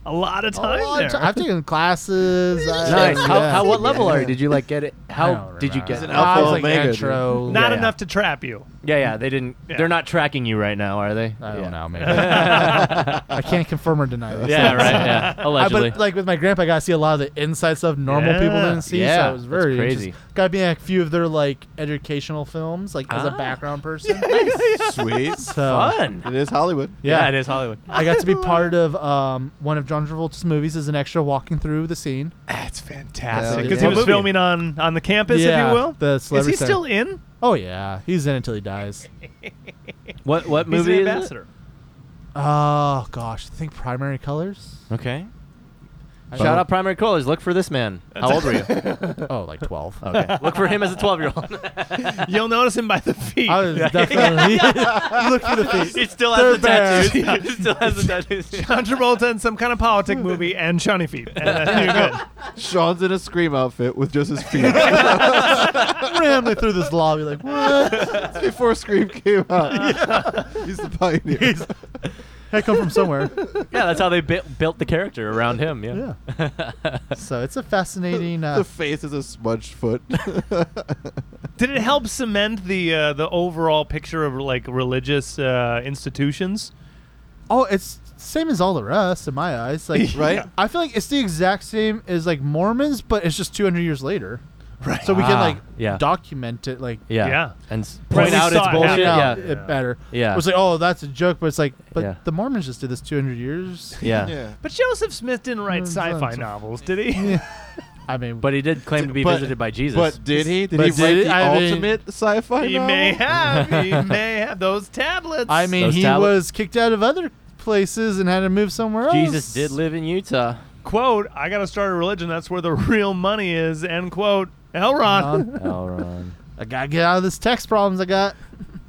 A lot of a time lot there. of ti- I've taken classes. I- nice. How, yeah. how what level are you? Did you like get it? I How don't did you get? It's remember. an it? alpha I was like omega, dude. intro. Not yeah. enough to trap you. Yeah, yeah. They didn't. Yeah. They're not tracking you right now, are they? I don't yeah. know, maybe. I can't confirm or deny this. Yeah, right. Yeah, I- allegedly. but like with my grandpa, I got to see a lot of the inside stuff normal people Yeah. didn't see. so Yeah, it was that's very crazy. Got to be in a few of their like educational films, like as a Ah. background person. Sweet. So Fun. It is Hollywood. yeah, it is Hollywood. I got to be part of um, one of John Travolta's movies as an extra walking through the scene. That's fantastic. Hell Because yeah. he was What movie? filming on on the campus, if Yeah, you will. the Is celebrity he center. still in? Oh yeah, he's in it till he dies. What what He's movie an is it? ambassador. Oh gosh, I think Primary Colors. Okay. I Shout don't- out Primary Colors. Look for this man. How old were you? Oh, like twelve. Okay. Look for him as a 12 year old. You'll notice him by the feet. I was definitely look for the face. he still They're has the bad. tattoos. He still has the tattoos. John Travolta in some kind of politic movie and Shawnee feet. And then you're good. Sean's in a scream outfit with just his feet. randomly through this lobby like what? It's before Scream came out. He's the pioneer. I come from somewhere. yeah, that's how they bu- built the character around him. Yeah. So it's a fascinating. Uh, the face is a smudged foot. Did it help cement the uh, the overall picture of like religious uh, institutions? oh, it's same as all the rest in my eyes. Like, right? Yeah. I feel like it's the exact same as like Mormons, but it's just 200 years later. Right. So we can Ah, like yeah. document it, like yeah. Yeah. And s- Right, point we out saw it's it bullshit. point happen. Yeah. out Yeah. it better. Yeah. It's like, oh, that's a joke, but it's like, but Yeah. the Mormons just did this 200 years. Yeah. yeah. But Joseph Smith didn't write Mm, sci-fi sounds- novels, did he? I mean, But he did claim to be But- visited by Jesus. But did he? Did But he did write it? the I mean- ultimate sci-fi he novel? may have. He may have those tablets. I mean, Those he tablet- was kicked out of other places and had to move somewhere Jesus else. did live in Utah. quote: "I got to start a religion. That's where the real money is." End quote. Elron. Elrond. I gotta get out of this text problems I got.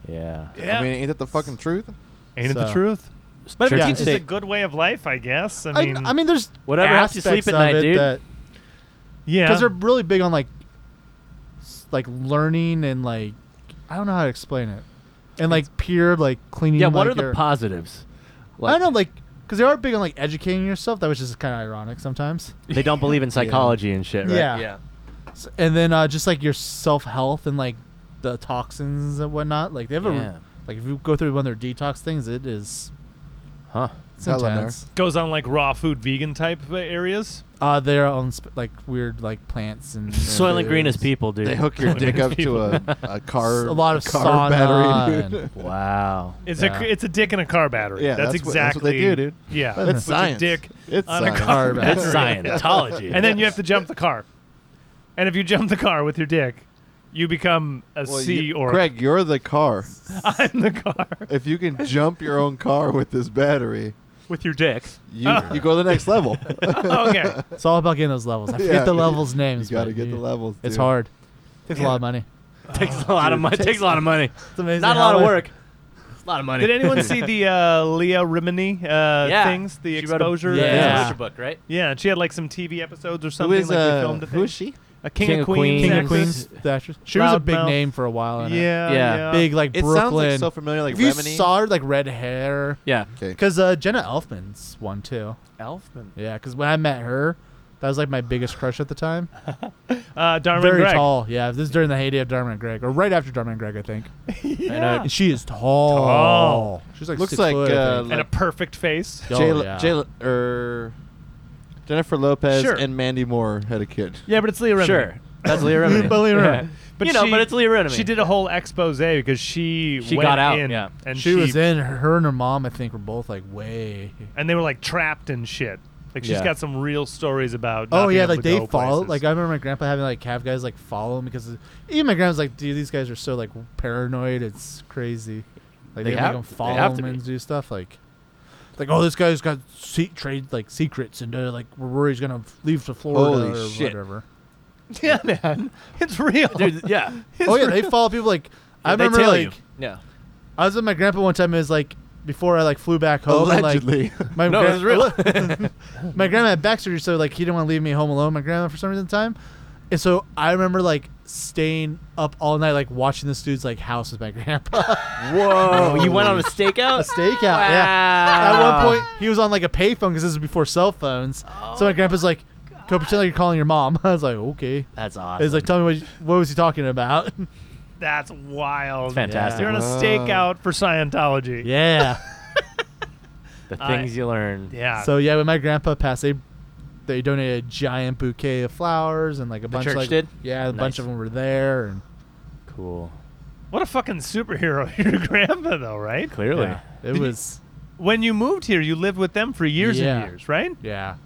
Yeah. yeah. I mean, ain't that the fucking truth? Ain't it the So- truth? But if Church it and teaches a state. good way of life, I guess. I I mean, I mean, there's Whatever helps you sleep aspects at of night, it dude. that- yeah, because they're really big on like s- like learning and like I don't know how to explain it, and like pure like cleaning. Yeah, what like, are the your- positives? I don't know, like because they are big on like educating yourself. That was just kind of ironic sometimes. They don't believe in psychology and shit, right? Yeah. Yeah. S- And then uh, just like your self health and like the toxins and whatnot. Like they have Yeah. a like if you go through one of their detox things, it is Huh. it's Hell in there. intense. goes on like raw food, vegan type uh, areas. Uh, their own sp- like weird like plants and Soylent and Green is foods. people, dude. They hook your dick up to People. a, a car. A lot of car sauna battery. and- Dude. Wow. It's Yeah. a it's a dick and a car battery. Yeah, that's, that's what- that's what exactly they do, dude. Yeah, That's puts a science. dick It's on a science. car Car battery. That's Scientology. and then you have to jump the car. And if you jump the car with your dick, you become a C Well, you- or Craig, you're the car. I'm the car If you can jump your own car with this battery, with your dick. you you go to the next level. you Oh. okay. It's all about getting those levels. I forget Yeah. the levels names. got to but get the you- levels. It's dude. hard. takes a lot of money. takes a lot of money. Takes a lot of money. It's amazing. Not a how lot of much- work. It's a lot of money. Did anyone see the uh, Leah Rimini uh, Yeah. things? The She wrote a- exposure. Yeah. Yeah. Exposure book, right? Yeah, and she had like some TV episodes or Who something is like uh, they filmed a thing. who is she? A King, King of of Queens. King of Texas. Queens. The actress. She was a Loud big mouth. name for a while. Yeah, yeah. and Yeah. Big like it sounds Brooklyn. like so familiar, like if you Remini. saw her like red hair, Yeah. okay. because uh, Jenna Elfman's one too. Elfman. Yeah, because when I met her, that was like my biggest crush at the time. Uh, Darwin Very Gregg. tall. Yeah, this is during the heyday of Darman Greg, or right after Darman Greg, I think. yeah. And she is tall. Tall. She's like Looks six like, foot, I uh, think. and a perfect face. Oh, Jay, yeah. Jay, er, Jennifer Lopez Sure. and Mandy Moore had a kid. Yeah, but it's Leah Remini. Sure. That's Leah Remini. But Leah Remini. Yeah. you know, she- but it's Leah Remini. She did a whole expose because she She went got out, in yeah. and she, was in her and her mom i think were both like way and they were like trapped and shit. Like she's Yeah. got some real stories about. not oh being yeah able like to they go follow places. like i remember my grandpa having like have guys like follow him because even my grandma's like dude these guys are so like paranoid it's crazy like They they, have- make them they follow have to him be. and do stuff like like oh this guy's got se- trade like secrets and uh, like we're worried he's gonna leave to florida Holy or shit. whatever yeah, man, it's real. Dude, yeah. oh yeah they follow people like i they remember tell like you. Yeah. i was with my grandpa one time it was like before i like flew back home and, like, Allegedly. My No, it gran- was real. my grandma had back surgery, so like he didn't want to leave me home alone. My grandma for some reason at the time, and so I remember like staying up all night, like watching this dude's like house with my grandpa. Whoa. Oh, You went on a stakeout? A stakeout, yeah. At one point, he was on like a payphone because this is before cell phones. so my grandpa's like, "Go pretend like you're calling your mom." I was like, "Okay." That's awesome. He's like, "Tell me what, what was he talking about?" That's wild. fantastic. You're on a Wow. stakeout for Scientology. Uh, yeah. the I- things you learn. yeah. so yeah, when my grandpa passed, they they donated a giant bouquet of flowers and like a bunch church of like, did? yeah, a Nice. bunch of them were there and. Cool. what a fucking superhero your grandpa though, right? Clearly. Yeah, it Did you- was. When you moved here, you lived with them for years Yeah. and years, right? Yeah.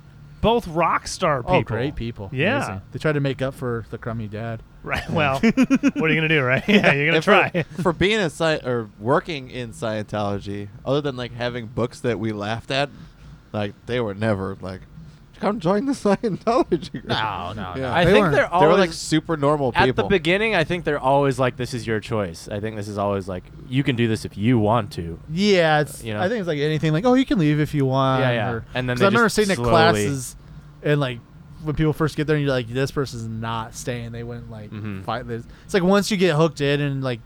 Both rock star people. Oh, great people. Yeah. Amazing. They tried to make up for the crummy dad. Right. Well, what are you gonna do, right? Yeah, you're gonna And for- try. For, being a sci- or working in Scientology, other than like having books that we laughed at, like they were never like, come join the Scientology. group." no, no. I They think weren't. they're They always were like super normal at people. the beginning. I think they're always like, "This is your choice." I think this is always like, "You can do this if you want to." Yeah, it's, You know? I think it's like anything like, oh, you can leave if you want. Yeah, yeah. Or, And then 'cause they I remember just sitting at slowly- classes and like when people first get there and you're like, this person's not staying. They wouldn't like Mhm. fight this. It's like once you get hooked in and like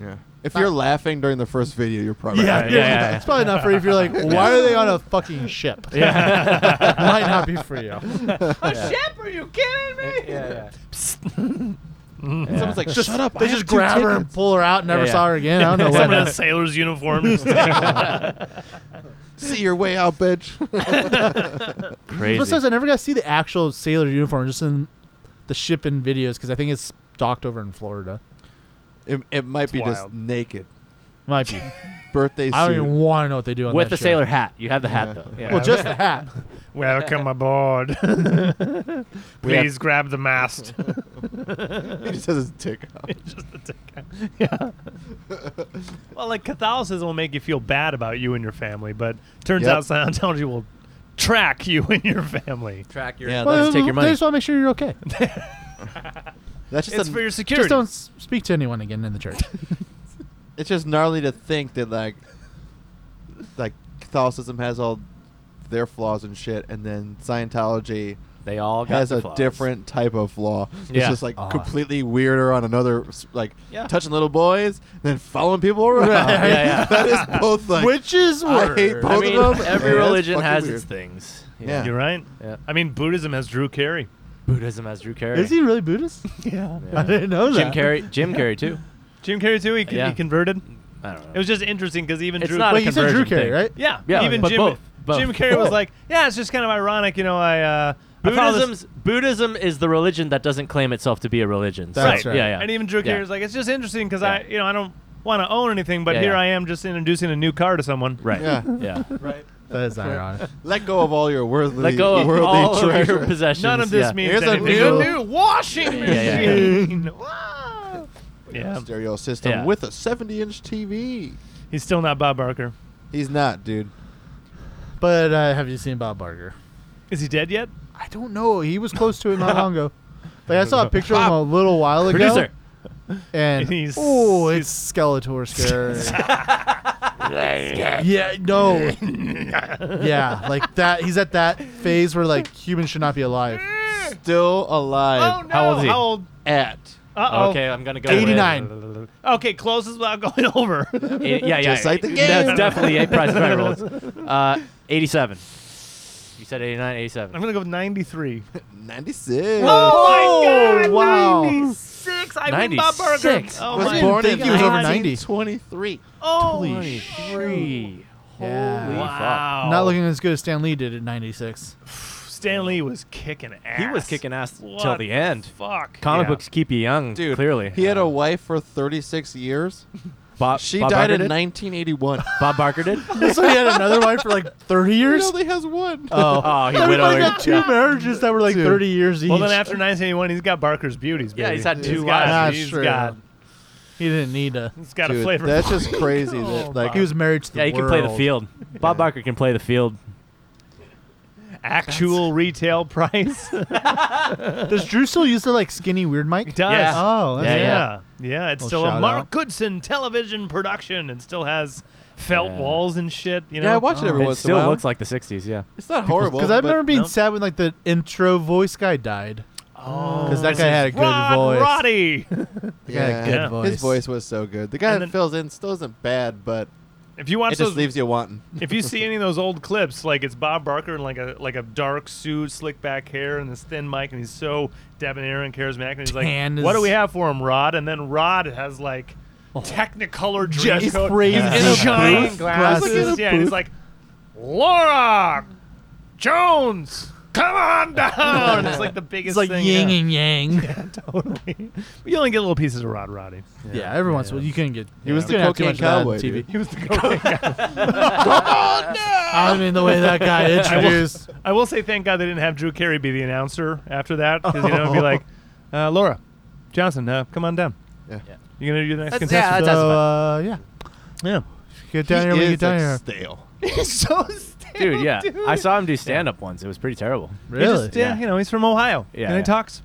yeah. If you're laughing during the first video, you're probably Yeah, right. yeah, yeah. It's probably not free if you're like, why are they on a fucking ship? Yeah. Might not be for you. ship? Are you kidding me? Yeah, And Someone's like, shut up. They I just have two grab her and tickets." pull her out and never Yeah, saw her again. I don't know Someone in what. a sailor's uniform. is taking- See your way out, bitch. Crazy. Plus, I never got to see the actual sailor uniform, just in the ship in videos because I think it's docked over in Florida. it, it might be just wild. naked. Might be. Birthday suit. I don't even want to know what they do on With that the ship. sailor hat. You have the Yeah. hat though. Yeah. Well, just the hat. Welcome aboard. Please grab the mast. he just has his tick out. Just the ticket. Yeah. well, like Catholicism will make you feel bad about you and your family, but turns Yep. out Scientology will track you and your family. track your. Yeah, Yeah, Well, just take your They money. just want to make sure you're okay. That's just it's a- for your just security. don't s- speak to anyone again in the church. it's just gnarly to think that like like Catholicism has all their flaws and shit, and then Scientology They all got has the a flaws. different type of flaw. It's Yeah. just like Ah. completely weirder on another, s- like Yeah. touching little boys and then following people around. Yeah, yeah. that is both like Which is I worse. hate both I of mean, them. every Yeah, that's religion fucking has weird. its things. you Yeah. know. You're right. Yeah. I mean, Buddhism has Drew Carey. Buddhism has Drew Carey. Is he really Buddhist? Yeah. I didn't know Jim that. Carrey. Jim Carrey too. Jim Carrey too. He, Yeah. he converted. I don't know. It was just interesting because even It's Drew. not a Wait, you said Drew conversion Carey, thing. right? yeah, Yeah, Even but Jim, both, both. Jim Carrey was Both. like, "Yeah, it's just kind of ironic, you know. I uh, I follow this- Buddhism's Buddhism is the religion that doesn't claim itself to be a religion. So, That's right. Yeah, yeah. And even Drew Yeah. Carey's like, it's just interesting because I, Yeah. you know, I don't want to own anything, but Yeah, here yeah. I am just introducing a new car to someone. Right. Yeah. Yeah. Right. That is ironic. Let go of all your worldly, Let go of worldly all of treasure. your possessions. None of this yeah. means Here's a anything. new- washing Yeah, yeah, yeah. Wow. Yeah. Yeah. Stereo system Yeah. with a 70-inch TV. He's still not Bob Barker. He's not, dude. But uh, have you seen Bob Barker? Is he dead yet? I don't know. He was close to it not long ago. Like I saw a picture of him a little while ago. Producer. And He's- oh, he's- it's Skeletor scary. yeah, no. yeah, like that. He's at that phase where like humans should not be alive. Still alive Uh, How old is he? Oh, How old? at Uh oh. Okay, I'm gonna go. 89. Okay, close is without going over. With, Eh, yeah, yeah. Just like the game. That's definitely a prize right rules. Uh, 87. You said 89, 87. I'm gonna go with 93. 96. Oh, wow. 96. I mean 96. Oh Was I my didn't born think in he was over 90. 1923. Oh, Holy shit. Yeah. Holy fuck. wow. Not looking as good as Stan Lee did in '96. Stan Lee was kicking ass. He was kicking ass till What the end. Fuck. Comic Yeah. books keep you young, Dude, clearly. He had a wife for 36 years. Bob, She Bob died Barker in did? 1981. Bob Barker did? so he had another wife for like 30 he years. only has one. Oh, Oh, he everybody widowed. got two Yeah. marriages that were like 30 years each. Well, then after 1981, he's got Barker's Beauties. Baby. Yeah, he's had He's two got, wives. That's he's true. got, he didn't need to. he's got a Dude, flavor. that's just crazy. Oh, that, like, He was married to the Yeah, he can play the world. field. Bob Yeah. Barker can play the field. actual retail price. yeah. Does Drew still use the like skinny weird mic? does. Yeah. Oh, that's Yeah, yeah. yeah, It's Little still a shout Mark out. Goodson television production, and still has felt Yeah. walls and shit. You know. yeah, I watch it every It once still in a while. looks like the 60s, yeah. it's not horrible. Because I remember being Nope. sad when like the intro voice guy died. Oh, 'Cause that this guy is had a good Ron voice. Roddy. but, yeah, good His voice. voice was so good. The guy And that then- fills in still isn't bad, but If you watch it those, just leaves you wanting. if you see any of those old clips, like it's Bob Barker in like a like a dark suit, slick back hair, and this thin mic, and he's so debonair and charismatic. And he's like, Tan "What do is- we have for him, Rod?" And then Rod has like Technicolor dress He's coat, crazy. Oh. He's in a He's giant booth. glasses. Glasses. Yeah, and he's like, "Laura Jones, come on down." it's like the biggest. It's like thing yin ever. and yang. totally. But you only get little pieces of Rod Roddy. Yeah, every once in a while you couldn't get. He was you the couldn't have too cocaine much of that on cowboy, TV. He was the cocaine guy. I mean the way that guy introduced. I will say, thank God they didn't have Drew Carey be the announcer after that, because you know it'd be like, uh, Laura Johnson, uh, come on down. Yeah. Yeah. You gonna do the next That's- contestant? Uh, That so sounds uh, yeah, yeah. get down here he when you is get down like here. stale. He's so stale, Dude, yeah. I saw him do stand up once. It was pretty terrible. He Really? just, yeah, Yeah. you know, he's from Ohio. Yeah, and he yeah. talks.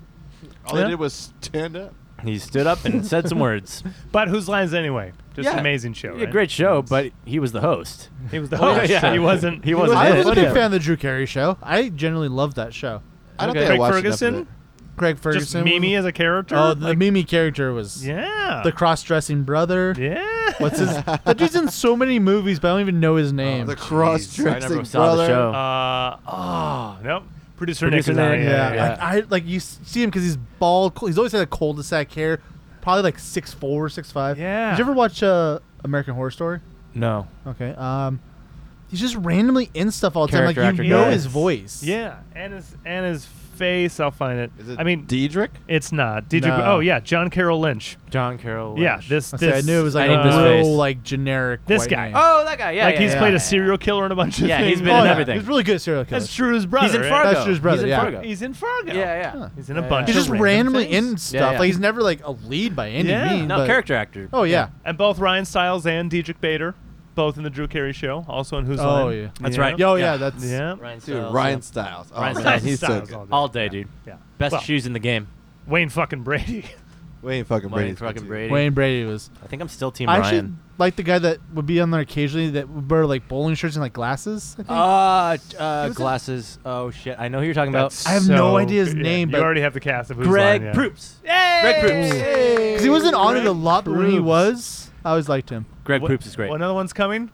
All Yeah. he did was stand up. He stood up and said some words. But whose lines anyway? Just Yeah. amazing show. Yeah, right? great show, but he was the host. He was the Oh, host. yeah. He wasn't. He wasn't I it. was a Funny. big fan of the Drew Carey show. I generally loved that show. I don't Okay. think I Craig watched Ferguson? enough of Craig Just Ferguson. Mimi as a character. Oh, the Like, Mimi character was yeah. the cross-dressing brother. yeah. What's his? That dude's in so many movies, but I don't even know his name. the Jeez. cross I never dressing saw the brother. show. Uh, oh, no. Producer, Producer Nick. is on Nick, it, yeah, Yeah, yeah. like, I like you s- see him because he's bald. cul- He's always had a cul-de-sac hair, probably like six four, six five. Yeah. Did you ever watch uh, American Horror Story? no. Okay. Um, he's just randomly in stuff all the time. Like you Character actor know guy. his voice. yeah. And his and his face. I'll find it. Is it I mean, Diedrich? it's not. Did you? No. Oh yeah, John Carroll Lynch. John Carroll. Yeah. Lynch. This. I this say, I knew it was I like need a this real face. like generic. This white guy. name. Oh, that guy. Yeah. like yeah, he's yeah, played yeah. a serial killer in a bunch of Yeah, things. he's been Oh, in yeah. everything. He's really good at serial killers. That's true. His brother. He's in right? Fargo. That's his brother, He's in yeah. Fargo. He's in yeah, Fargo. yeah. He's in a Yeah, bunch. He's of just random randomly things. in stuff. yeah. Like he's never like a lead by any Yeah. means. No, but- character actor. Oh yeah. And both Ryan Stiles and Diedrich Bader, both in the Drew Carey show, also in Who's Oh, Line. yeah. That's You right. know? Yo, yeah. Yeah. That's Yeah. Ryan Dude, Stiles. Ryan Styles. Oh, Ryan man, Stiles. He's so Stiles good. all day. All day, dude. Yeah. Best Well, shoes in the game. Wayne fucking Brady. Wayne fucking Wayne Brady's good, fucking too. Brady. Wayne Brady was. I think I'm still Team I actually Ryan. like the guy that would be on there occasionally that would wear like bowling shirts and like glasses. I think. Uh, uh, was in- glasses. Oh shit! I know who you're talking That's I have so no idea his good. name, You but- already have the cast of Who's about. Greg Line. Proops. Greg Proops. Because he wasn't on it a lot, but when he Proops. was, I always liked him. Greg What- Proops is great. Uh, Well, another one's coming.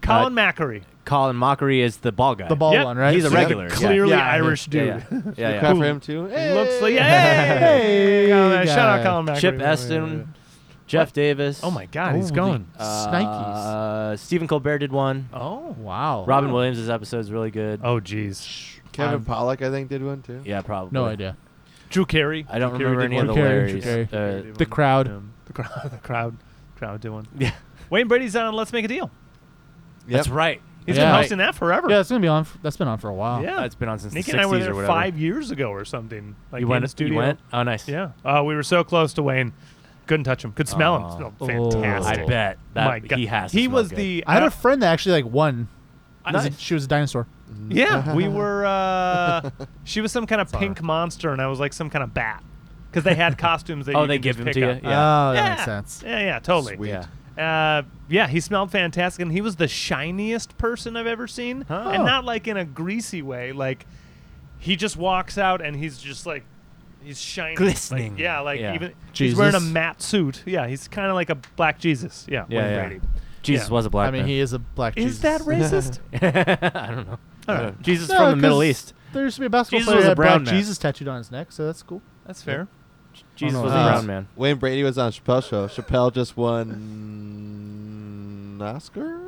Colin Macquarie. Colin Mockery is the ball guy. The ball Yep. one, right? He's a Yeah. regular. yeah. Clearly Yeah, I Irish Yeah, dude. yeah. yeah, You yeah. clap for him too. Looks like. Hey, Hey! Colin- Shout out guy. Colin Macquarie. Chip Eston, Jeff Davis. Oh my God, he's Holy going. Snikes. Uh, Stephen Colbert did one. Oh. wow. Robin Williams' episode is really good. Oh jeez. Kevin I'm- Pollock, I think, did one too. Um, Yeah, probably. No idea. Drew Carey. I don't Drew remember Carey any did of the one. Drew Carey, lyrics. Drew Uh, The crowd. Um, the crowd. The crowd. Crowd did one. yeah, Wayne Brady's on Let's Make a Deal. that's right. He's Yeah. been hosting that forever. Yeah, it's gonna be on. f- That's been on for a while. Yeah. That's been on since Nick the and I 60s were or there whatever. five years ago or something. Like you in went. the studio. You went. Oh, nice. Yeah. Uh, we were so close to Wayne. Couldn't touch him. Could smell Aw. him. Smelled Oh. fantastic. I bet that My God. he has. to He smell was good. the. I had a friend that actually like won. It was a- Nice. she was a dinosaur. yeah. We were. Uh, she was some kind of pink monster, and I was like some kind of bat, because they had costumes. That Oh, you they could just give 'em pick to up. you? Yeah. Oh, that yeah. makes sense. Yeah, yeah, totally. Sweet. Yeah. Uh, yeah, he smelled fantastic, and he was the shiniest person I've ever seen, Huh. and not like in a greasy way. Like he just walks out, and he's just like he's shining, Glistening. Like, yeah, like Yeah. even he's wearing a Jesus. matte suit. Yeah, he's kind of like a black Jesus. Yeah, Yeah, Wayne yeah. Brady. Jesus Yeah. was a black I mean, man. he is a black. Is Jesus. that racist? I don't know. All right, Jesus No, from the Middle 'cause East. There used to be a basketball Jesus player was that a had brown black man. Jesus tattooed on his neck, so that's cool. that's fair. Jesus no, was a uh, brown man. Wayne Brady was on Chappelle's show. Chappelle just won an Oscar,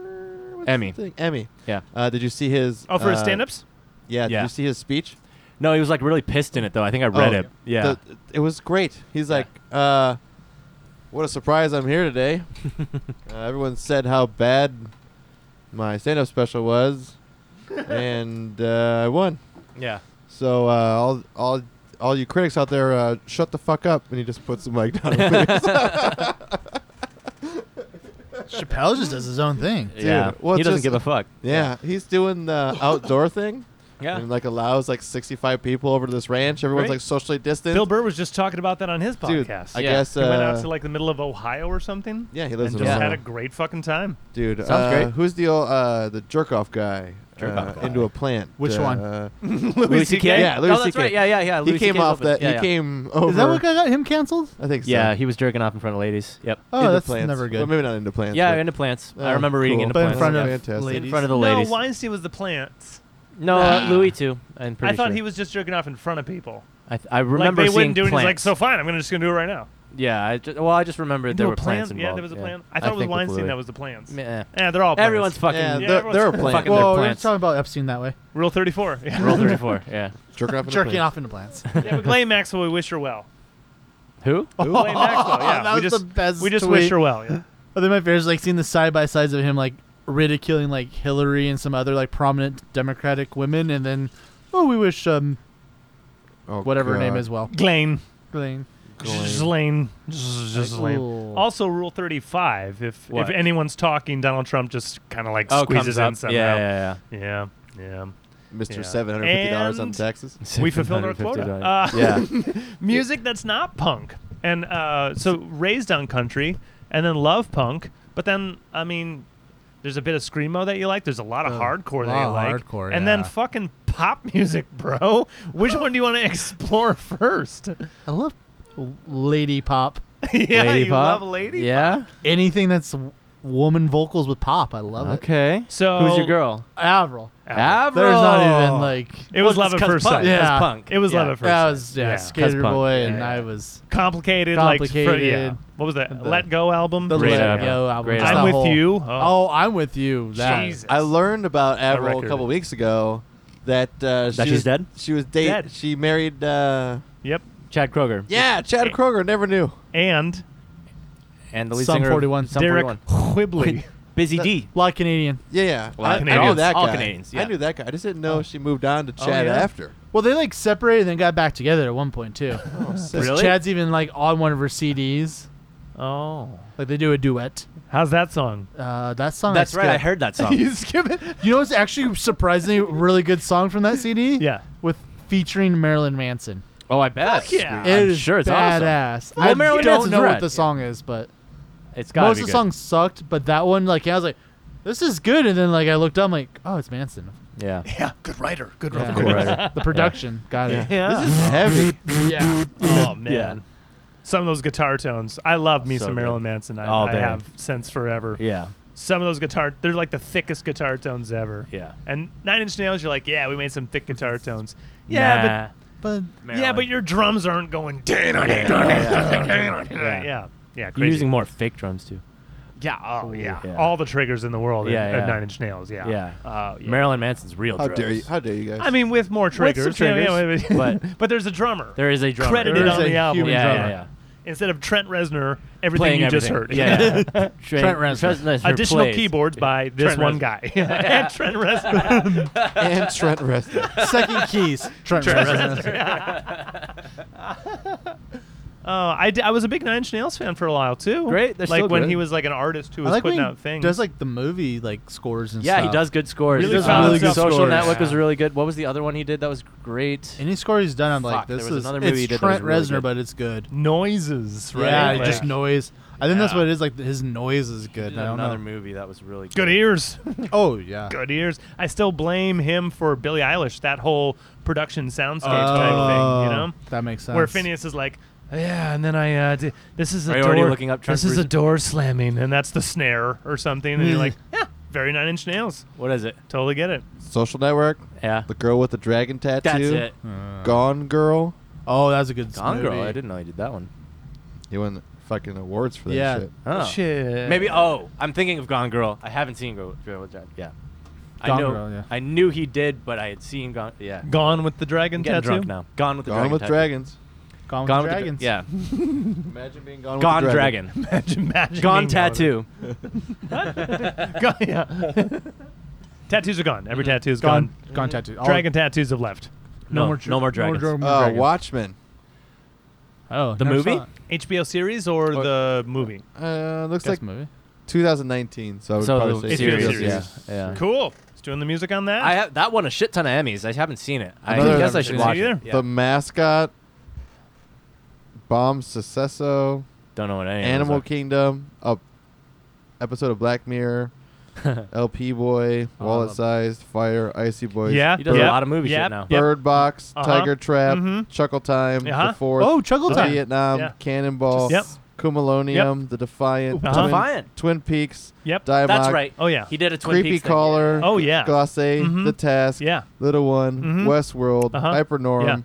What's Emmy. the thing? Emmy. Yeah. Uh, did you see his? Oh, for his uh, stand-ups. Yeah. Did Yeah. you see his speech? No, he was like really pissed in it though. I think I read Oh, it. Yeah. The- it was great. He's like, uh, "What a surprise! I'm here today." uh, everyone said how bad my stand-up special was, and uh, I won. yeah. So uh, all all all you critics out there, uh, shut the fuck up! And he just puts the mic down. Dude, Chappelle just does his own thing. yeah. well, he doesn't just- give a fuck. Yeah, he's doing the outdoor thing. Yeah. and like allows like 65 people over to this ranch. Everyone's Great. like socially distanced. Bill Burr was just talking about that on his Dude, podcast. I Yeah. guess. he went out uh, to like the middle of Ohio or something, yeah, he and lives just in had Ohio. a great fucking time. Dude, Sounds uh, great. Who's the old, uh, the jerk off guy? Jerk-off uh, guy. into a plant. Which uh, one? uh, Louis C.K. Yeah, Louis oh, that's C.K. right. Yeah, yeah, yeah. he Louis came C.K. 's off open. that. Yeah, he yeah. came over. Is that what got him canceled? I think so. Yeah, he was jerking off in front of ladies. Yep. Oh, Into that's plants. never good. Well, maybe not into plants. yeah, but- into plants. Oh, I remember reading cool. into But in plants. front of Fantastic. ladies. in front of the no, ladies. Weinstein was the plants. No, uh, Louis too. I'm pretty I thought sure. he was just jerking off in front of people. I, th- I remember like they seeing wouldn't do it. and He's like, plants. so fine, I'm gonna just gonna do it right now. yeah, I just, well, I just remembered there Into were a plan? plants Yeah, involved. there was a plan. I thought it was think with Weinstein Louis. that was the plans. Yeah, Meh. they're all plans. Everyone's fucking Yeah, Yeah, there, everyone's- there are Fucking plants. their Well, we're plants. talking about Epstein that way. Rule 34. Yeah. Roll 34. Yeah. jerking off. into Jerking plants. off into plants. yeah, but Glenn Maxwell, we wish her well. Who? Ooh. Glenn Oh, Maxwell, yeah. that we was just, the best. we just tweet. wish her well. Yeah. I think my favorite is like seeing the side by sides of him like ridiculing like Hillary and some other like prominent Democratic women, and then oh, we wish um Oh, whatever her name God. is well. Glenn. Ghislaine. Ghislaine. Ghislaine. Ooh. Also, Rule 35. If What? if anyone's talking, Donald Trump just kind of like Oh, squeezes comes in up. somehow. Yeah, yeah, yeah. yeah. Mr. Yeah. Seven hundred fifty dollars on And- taxes. yeah. We fulfilled our quota. $750. Uh, Yeah, music that's not punk. And uh, so raised on country and then love punk, but then I mean there's a bit of screamo that you like, there's a lot of Uh, hardcore that lot you of like. hardcore, and yeah. then fucking pop music, bro. Which one do you want to explore first? I love Lady Pop. yeah, lady you pop. love lady. Yeah. Anything that's w- woman vocals with pop, I love it. Okay. So Who's your girl? Avril. Avril. Avril. There's not even like It was Well, it's love at 'cause first punk. sight. Yeah. It's punk. It was yeah. love at first that sight. was yeah, Yeah. skater Punk. boy, Yeah, and yeah. I was Complicated, like fr- yeah. Complicated. What was that? The- Let Go album. the Great Let It album. Go album. Great just album. that I'm with whole- you. Oh, I'm with you. That Jesus. I learned about Avril a record. couple weeks ago that uh, she That she's was, dead? She was date. Dead. She married. Uh, Yep. Chad Kroger. yeah, Chad Kroger. Never knew. And And the lead Sum singer. of 41. Sum Derek 41. Whibley. Busy That- D. a lot of Canadian. Yeah, yeah. Well, I, I know Canadians. that guy. All Canadians, yeah. I knew that guy. I just didn't know she moved on to Oh, Chad yeah? after. Well, they like separated and then got back together at one point too. Oh, Really? Chad's even like on one of her CDs. Oh, Like they do a duet. how's that song? Uh, that song. That's right. I skipped. heard that song. you skip it. You know, it's actually surprisingly a really good song from that CD. Yeah. With featuring Marilyn Manson. Oh, I bet. yeah. It I'm is sure it's badass. awesome. Well, I Marilyn don't Manson's know rad. what the song is, but awesome. It's got most of the songs sucked. But that one, like, I was like, "This is good," and then like I looked up, I'm like, "Oh, it's Manson." Yeah. Yeah, good writer. Good Yeah. Cool writer. the production got it. Yeah. Heavy. Yeah. oh man. Some of those guitar tones. I love me So some good. Marilyn Manson. I, All I day. have since forever. Yeah. Some of those guitar, they're like the thickest guitar tones ever. Yeah. And Nine Inch Nails, you're like, yeah, we made some thick guitar tones. Yeah, but But Yeah, but your drums aren't going. yeah. yeah, you're crazy. using more fake drums too. yeah, oh yeah. Yeah. all the triggers in the world. Yeah, Yeah, yeah. Nine Inch Nails. Yeah, Yeah. Uh, yeah. Marilyn Manson's real How drums. dare you? How dare you guys? I mean, with more some triggers, yeah, yeah, triggers, yeah, yeah. but- but there's a drummer. There is a drummer. credited There is on a the album. human yeah, yeah, drummer. yeah. Instead of Trent Reznor, everything Playing you just everything. heard. Yeah. yeah. Trent Reznor. Additional plays. keyboards by this Trent one Reznor. guy. and Trent Reznor. and Trent Reznor. second keys. Trent Reznor. Oh, I, d- I was a big Nine Inch Nails fan for a while too. Great, they're like still when good. he was like an artist who I was like when putting he out things. does like the movie like scores and Yeah, stuff. he does good scores. Really Uh, found himself. Social scores. Network was Yeah. really good. What was the other one he did that was great? Any score he's done, I'm Fuck, like, there this was is another movie he it's did that was Trent really Reznor, good. but it's good. noises, right? Yeah, Like- just noise. I think that's Yeah. what it is. Like his noise is good. I don't another know. movie that was really good. Good ears. Oh yeah. Good ears. I still blame him for Billie Eilish, that whole production soundscape Oh, type thing, you know? That makes sense. Where Phineas is like, "Oh, yeah, and then I, uh, d- this is Are a you already door, looking up Trent this is a Reznor? door slamming, and that's the snare or something, and you're Yeah. like, yeah, very Nine Inch Nails. What is it? Totally get it. Social Network. Yeah. The girl with the dragon tattoo. That's it. Gone Girl. Uh, Oh, that's a good Gone movie. Girl. I didn't know he did that one. He won fucking awards for that Yeah. shit. Huh. Shit. Maybe. Oh, I'm thinking of Gone Girl. I haven't seen Girl, Girl with Dragon. Yeah. I Gone know. Girl, yeah. I knew he did, but I had seen Gone. Yeah. Gone with the Dragon I'm getting Tattoo. drunk now. Gone with the Gone Dragon. with tattoo. Dragons. Gone, Gone with with the Dragons. Yeah. Imagine being gone. Gone with the Dragon. Imagine, imagine Gone being with it. Tattoo. Gone, yeah. tattoos are gone. Every tattoo is Gone. Mm-hmm. gone. Gone tattoo. All- Dragon tattoos have left. No, more. No more dragons. dra- more Oh, dragons. Watchmen. Oh, The never movie? saw it. HBO series or, Or- the movie? Uh, looks Guess like movie. 2019. So I would so probably the say series, series. series. Yeah. Yeah. Cool. It's doing the music on that. I have, that won a shit ton of Emmys. I haven't seen it. I Another- guess I Haven't should seen it watch it. either. Yeah. The mascot. Bomb Sucesso. Don't know what any of those Animal are. Kingdom. A episode of Black Mirror. LP Boy. Oh, I Wallet love- Sized. Fire. Icy Boys. yeah. He does Yep. a lot of movie Yep. shit now. Yep. Bird Box. Uh-huh. Tiger Trap. Mhm. Chuckle Time. Uh-huh. The Fourth. Oh, Chuckle the Time. Vietnam. Yeah. Cannonball. Yep. Cumulonium. The Defiant. Uh-huh. Twin, Defiant. Twin Peaks. Yep. Diamond. That's right. Oh yeah. He did a Twin Creepy Peaks thing. Caller. Oh yeah. Glosse, Mhm. The Task, Yeah. Little One, Mhm. Westworld, Uh-huh. Hypernorm,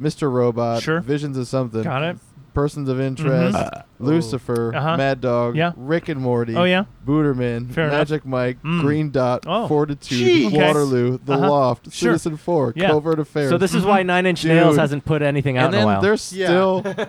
Mr. Robot, Sure. Visions of Something, Got it. Persons of Interest, Mhm. Lucifer, Uh-huh. Mad Dog, Yeah. Rick and Morty, Oh yeah. Booterman, Fair enough. Magic Mike, Mm. Green Dot, Oh. Fortitude, Jeez. Waterloo, The Uh-huh. Loft, Sure. Citizen Four, Yeah. Covert Affairs. So this is why Nine Inch Nails Dude. hasn't put anything out and in a then while. there's Yeah. still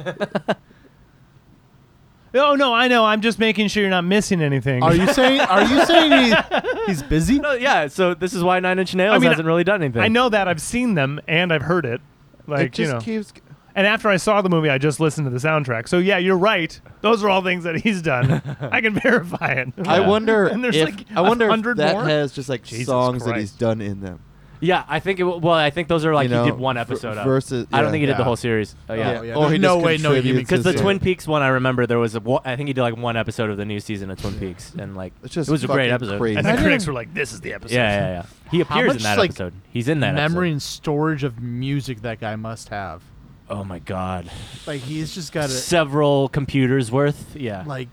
Oh no, I know. I'm just making sure you're not missing anything. Are you saying? Are you saying he, he's busy? No, yeah. So this is why Nine Inch Nails I mean, hasn't really done anything. I know that I've seen them and I've heard it. Like it just you know. keeps. and after I saw the movie, I just listened to the soundtrack. So yeah, you're right. Those are all things that he's done. I can verify it. I wonder And there's if like I a wonder if hundred that more? has just like Jesus songs that Christ. he's done in them. Yeah, I think. It, w- well, I think those are like You know, he did one ver- episode of. versus- I don't yeah. think he did the Yeah. whole series. Oh, yeah. yeah. Or he There's no just way, no contributes human to Because the it. Twin Peaks one, I remember there was a. wa- I think he did like one episode of the new season of Twin Peaks, and like It's just it was a great fucking episode. crazy. and I the didn't- critics were like, "This is the episode." Yeah, yeah, yeah. He appears in much, that like, episode. He's in that Memory episode. and storage of music that guy must have. oh my god, Like he's just got a several computers worth. Yeah, like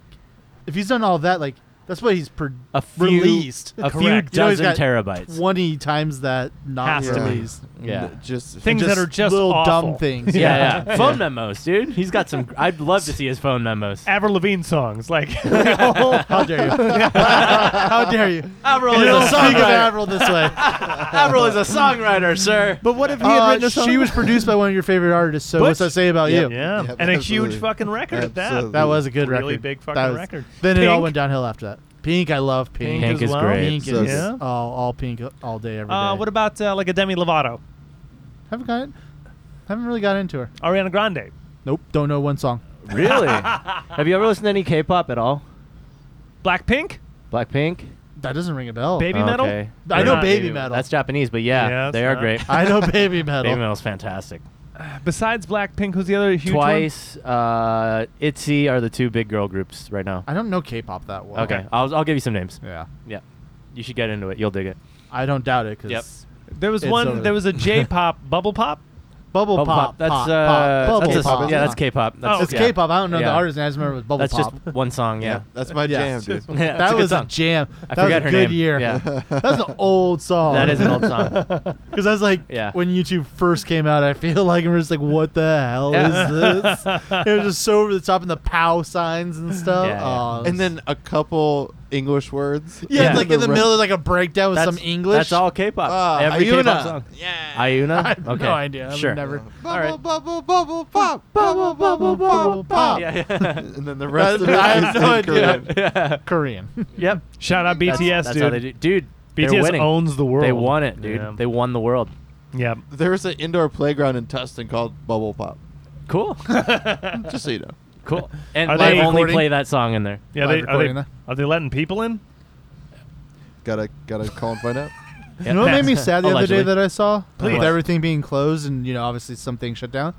if he's done all that, like that's what he's per a few, released. a Correct. few You know, he's dozen got terabytes. twenty times that not Has to be. released. Yeah. N- just Things Just that are just little awful. dumb things. Yeah, yeah. phone memos, dude. He's got some. I'd love to see his phone memos. Avril Lavigne songs, like oh, How dare you? How dare you? Avril You is don't a speak of songwriter. Avril this way. Avril is a songwriter, sir. But what if he had uh, written a She song? was produced by one of your favorite artists, so what's Butch? that say about Yep. you? yeah, Yep, and a absolutely. huge fucking record at that. Absolutely. That was a good Really record. big fucking That was- record. Then it all Pink. went downhill after that. Pink, I love pink. Pink as is well. great. Pink So is good. all, all pink all day every day. Uh, what about uh, like a Demi Lovato, haven't got haven't really got into her. Ariana Grande? Nope, don't know one song. Really? Have you ever listened to any K-pop at all? Blackpink, Blackpink. That doesn't ring a bell. Baby Metal. Oh, Okay. I They're know not baby new. metal. That's Japanese, but yeah, Yeah, it's they are not- great. I know baby metal. Baby metal's fantastic. Besides Blackpink, who's the other huge Twice, uh, ITZY are the two big girl groups right now. I don't know K-pop that well. Okay, I'll, I'll give you some names. Yeah. Yeah, you should get into it. You'll dig it. I don't doubt it because Yep. one? There was It's one. over. There was a J-pop, bubble pop. Bubble, Bubble pop, That's pop, uh, pop, bubble that's a- pop. yeah, that's K-pop. That's, Oh, It's yeah. K-pop. I don't know the Yeah. artist. I just remember it was bubble That's pop. just one song. Yeah, yeah, that's my Yeah. jam, dude. Yeah, it's a that good was a song. jam. I that was forgot a her good name. year. Yeah. That's an old song. that is an old song. Because I was like, Yeah. when YouTube first came out, I feel like we we're just like, what the hell Yeah. is this? it was just so over the top and the pow signs and stuff. Yeah, yeah. Oh, And then a couple English words. yeah, Yeah. it's like in the middle of like a breakdown with That's some English. That's all K-pop. Ah, Every Ayuna. K-pop song. Yeah. Ayuna. I have okay. no idea. I've Sure. never. Bubble, All right. bubble, bubble, pop, bubble, bubble, bubble, pop. Yeah, yeah. And then the rest of it I have is no in idea. Korean. yeah. Korean. Yep. Shout out BTS, That's dude. how they do. Dude, they're BTS winning. owns the world. They won it, dude. Yeah. They won the world. yeah. There was an indoor playground in Tustin called Bubble Pop. Cool. Just so you know. cool. And Are they, they only recording? play that song in there. Yeah, Live they, are, recording they, that. are they letting people in? Gotta gotta call and find out. You know what made me sad the other day Allegedly. that I saw? Please. With everything being closed and, you know, obviously something shut down.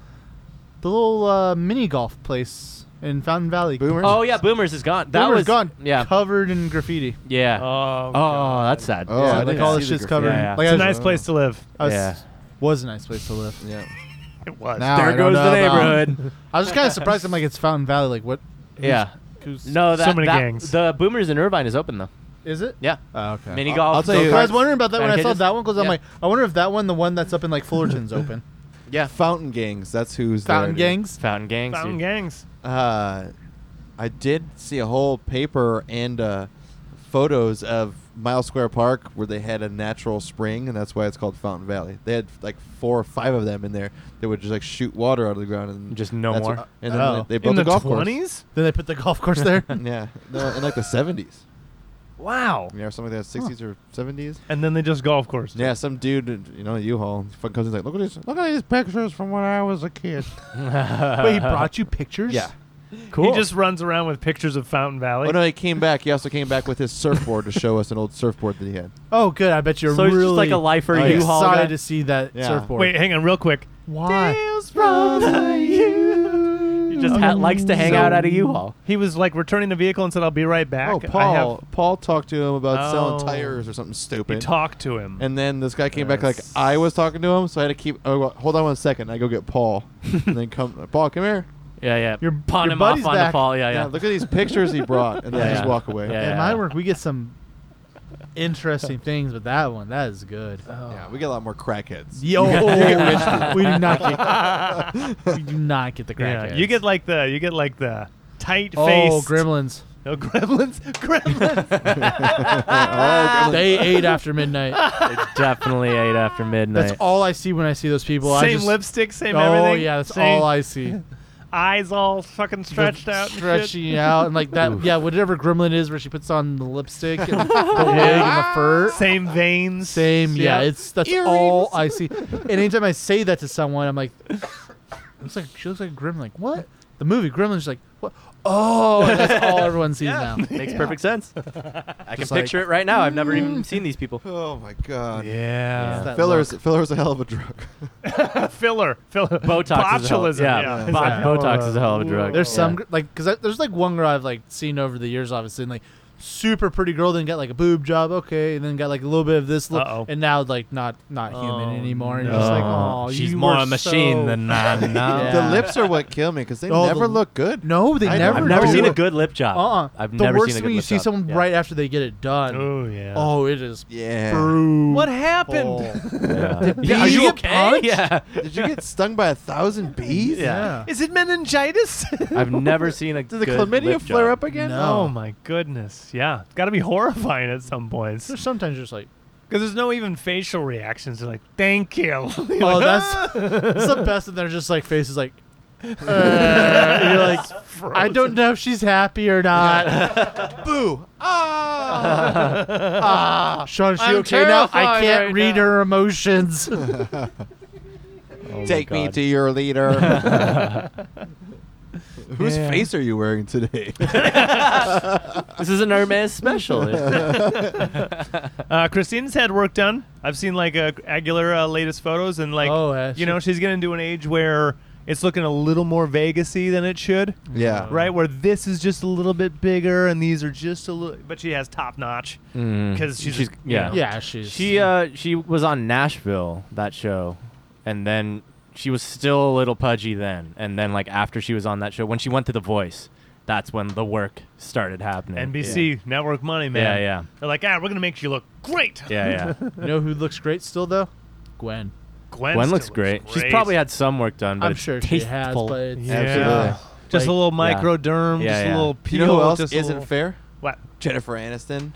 The little uh, mini golf place in Fountain Valley. Boomer? Oh yeah, Boomers is gone. That Boomer's was gone. Yeah. Covered in graffiti. yeah. Oh, oh, that's sad. Oh, yeah, I like didn't all see this the shit's covered. graffiti. Yeah, yeah. it's Like, I uh, a was- nice place to live. I was, Yeah. was a nice place to live. Yeah. It was. Now I there don't goes know the about- neighborhood. I was just kind of surprised. I'm like, it's Fountain Valley. Like, what? yeah. Who's, No, that, So many that- gangs. The Boomers in Irvine is open though. is it? Yeah. Oh, okay. Mini I'll- golf. I'll tell you- So I was go-karts, wondering about that when I saw bandages. that one because I'm Yeah. like, I wonder if that one, the one that's up in like Fullerton's, open. yeah, Fountain gangs. That's who's there, Fountain dude. gangs. fountain gangs. Fountain dude. gangs. Uh, I did see a whole paper and uh, photos of Mile Square Park where they had a natural spring, and that's why it's called Fountain Valley. They had like four or five of them in there. They would just like shoot water out of the ground and Just no that's more. what- and then Oh. they, they built In the a golf course. 20s? Then they put the golf course there. Yeah, no, in like the seventies. Wow. Yeah, or something like that, sixties or seventies. And then they just golf course. Yeah, some dude, you know, U-Haul, fucking comes in like, look at these, look at these pictures from when I was a kid. Wait, he brought you pictures? yeah. Cool. He just runs around with pictures of Fountain Valley. Oh no, he came back. He also came back with his surfboard to show us an old surfboard that he had. Oh, good. I bet you're so really he's just like a lifer Oh, yeah. U-Haul excited guy. to see that Yeah. surfboard. Wait, hang on, real quick. why? He just ha- likes to hang So- out at a U-Haul. He was like returning the vehicle and said, "I'll be right back." Oh, I Paul. have- Paul talked to him about selling Oh. tires or something he stupid. talked to him. and then this guy came back like I was talking to him, so I had to keep. Oh, well, hold on one second. I go get Paul, and then come. Paul, come here. Yeah, yeah. Your- pawn your him off buddy's on the back. fall. Yeah, Yeah, yeah. look at these pictures he brought, and then I Yeah, just yeah. walk away. Yeah. At my work, we get some interesting things, but that one, that is good. Uh, Yeah, we get a lot more crackheads. Yo, Yeah. we do not get, we do not get the yeah, crackheads. you get like the you get like the tight face. oh gremlins. No, gremlins. Gremlins. Oh, They ate after midnight. They definitely ate after midnight. That's all I see when I see those people. I same just, lipstick. Same oh everything. yeah, that's same all I see. Eyes all fucking stretched out. and shit. stretching out, and like that. Yeah, whatever gremlin is where she puts on the lipstick, and the wig, and Ah! the fur. Same veins. Same, yeah. Yeah. It's that's all I see. And anytime I say that to someone, I'm like, looks like she looks like a gremlin. Like what? The movie Gremlins, like what? Oh, and that's all everyone sees now. Makes perfect sense. I can Just like- Mm. picture it right now. I've never even seen these people. Uh, oh my God. Yeah. That Filler's look. Filler's a hell of a drug. Filler. Filler. Botox is a hell, Botulism, yeah. yeah. Bo- Yeah. Botox is a hell of a drug. There's Yeah. some gr- like because there's like one girl I've like seen over the years, obviously, and like super pretty girl, then got like a boob job, okay, and then got like a little bit of this, li- Uh-oh. and now like not not human Oh, anymore. And you're just like, no. oh, she's more a machine than not. No. Yeah. The lips are what kill me because they Oh, the never l- look good. No, they I know. never. I've never do seen a it. good lip job. Uh-uh. I've the never worst seen a good thing you lip see job. someone Yeah. right after they get it done. Oh yeah. Oh, it is Yeah. brutal. What happened? Yeah. Yeah, Are you you get okay? punched? Yeah. Did you get stung by a thousand bees? Yeah. Is it meningitis? I've never seen a Did the good chlamydia lip flare job. up again? No. oh my goodness. Yeah. It's got to be horrifying at some points. There's sometimes you're just like, Because there's no even facial reactions. They're like, thank you. You're oh, like, that's, that's the best. And they're just like faces like, uh, you're like, I don't know if she's happy or not. Boo! Ah! Ah, Sean, is she I'm okay now? terrified I can't right read now. her emotions. Oh my Take me God. to your leader. Whose Yeah. face are you wearing today? This is an Hermes special. Uh, Christine's had work done. I've seen like uh, Aguilera latest photos, and like Oh, yeah, you know, she's getting to an age where it's looking a little more Vegasy than it should, yeah. Uh. right? Where this is just a little bit bigger, and these are just a little. But she has top notch Mm. because she's, She's- you yeah. know, yeah, she's She uh she was on Nashville that show, and then she was still a little pudgy then, and then like after she was on that show, when she went to The Voice, that's when the work started happening. NBC network money, man. Yeah, yeah, They're like, ah, we're gonna make you look great. yeah, yeah. You know who looks great still though? Gwen. Gwen, Gwen still looks great. She's probably had some work done, but I'm it's sure she has, tasteful. but it's, Yeah. Absolutely. just a like- little yeah. microderm, Yeah, just yeah. a little You peel. know who else just a isn't little- fair? What? Jennifer Aniston.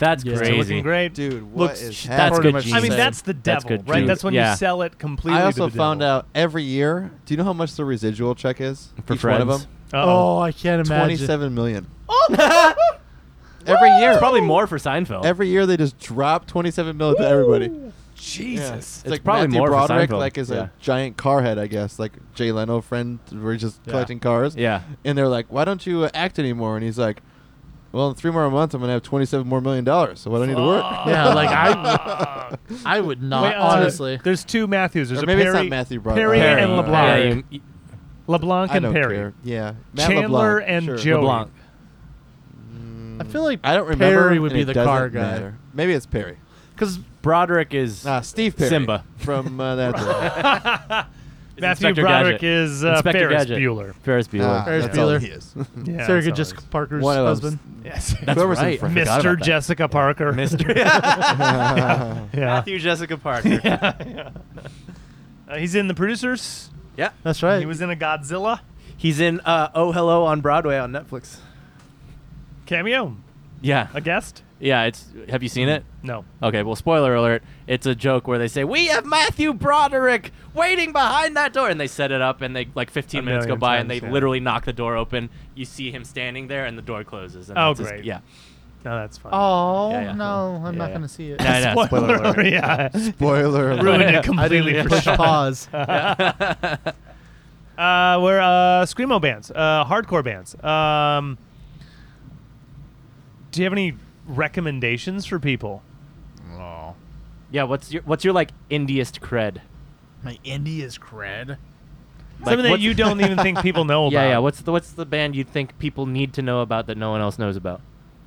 that's Yeah. Still crazy. looking great. Dude, what Looks- is sh- That's happening? pretty good. much Gene I mean, Jesus. then. that's the That's devil, good right? juice. That's when Yeah. you sell it completely. I also to the found devil. out every year. Do you know how much the residual check is For Each one of Friends? them? Oh, I can't imagine. Twenty-seven million. every year. Oh! It's probably more for Seinfeld. Every year they just drop twenty-seven million to everybody. Yeah. Jesus. It's like probably Matthew more for Broderick, Seinfeld. like is Yeah. a giant car head, I guess. Like Jay Leno friend, we're just Yeah. collecting cars. yeah. And they're like, "Why don't you uh, act anymore?" And he's like, "Well, in three more months, I'm gonna have twenty-seven more million dollars, so I don't need to work." Yeah, like I, Ah. I would not Wait, uh, honestly. there's two Matthews. There's Or a maybe Perry, it's not Matthew Broderick. Perry Perry. and Uh, LeBlanc. Yeah, you- LeBlanc I and don't Perry. care. Yeah, Matt Chandler LeBlanc, and sure. Joey. LeBlanc. I feel like I don't remember. Perry would and be it the doesn't car guy matter. Maybe it's Perry. because Broderick is Ah, Steve Perry. Simba. from uh, that. thing. Matthew Inspector Broderick Gadget. is uh, Inspector Ferris Gadget. Bueller. Ferris Bueller. Ah, Ferris that's all Bueller. he is. Yeah, Sarah that's Jessica all Parker's One of husband. them. it is. Yes. Whoever's right. in front. Forgot about Mr. that. Jessica Parker. yeah. Matthew Jessica Parker. Uh, he's in The Producers. yeah. That's right. He was in a Godzilla He's in uh, Oh Hello on Broadway on Netflix. cameo. Yeah. A guest? Yeah, it's have you seen it? No. Okay, well spoiler alert, it's a joke where they say, "We have Matthew Broderick waiting behind that door." And they set it up and they like 15 A minutes go million by and they times, yeah. literally knock the door open. You see him standing there and the door closes. And Oh, that's his- great. yeah. No, that's fine. Oh Yeah, yeah. no, I'm Yeah, not yeah. gonna see it. Yeah, I know. Spoiler, spoiler alert. alert, yeah. Spoiler alert. Ruined Yeah. it completely I for didn't push Sean. pause. Uh, we're uh, screamo bands, uh, hardcore bands. Um, do you have any recommendations for people? Yeah, what's your what's your like indiest cred? My indie is cred. Like, Something that what's- you don't even think people know about. Yeah, yeah, what's the what's the band you think people need to know about that no one else knows about?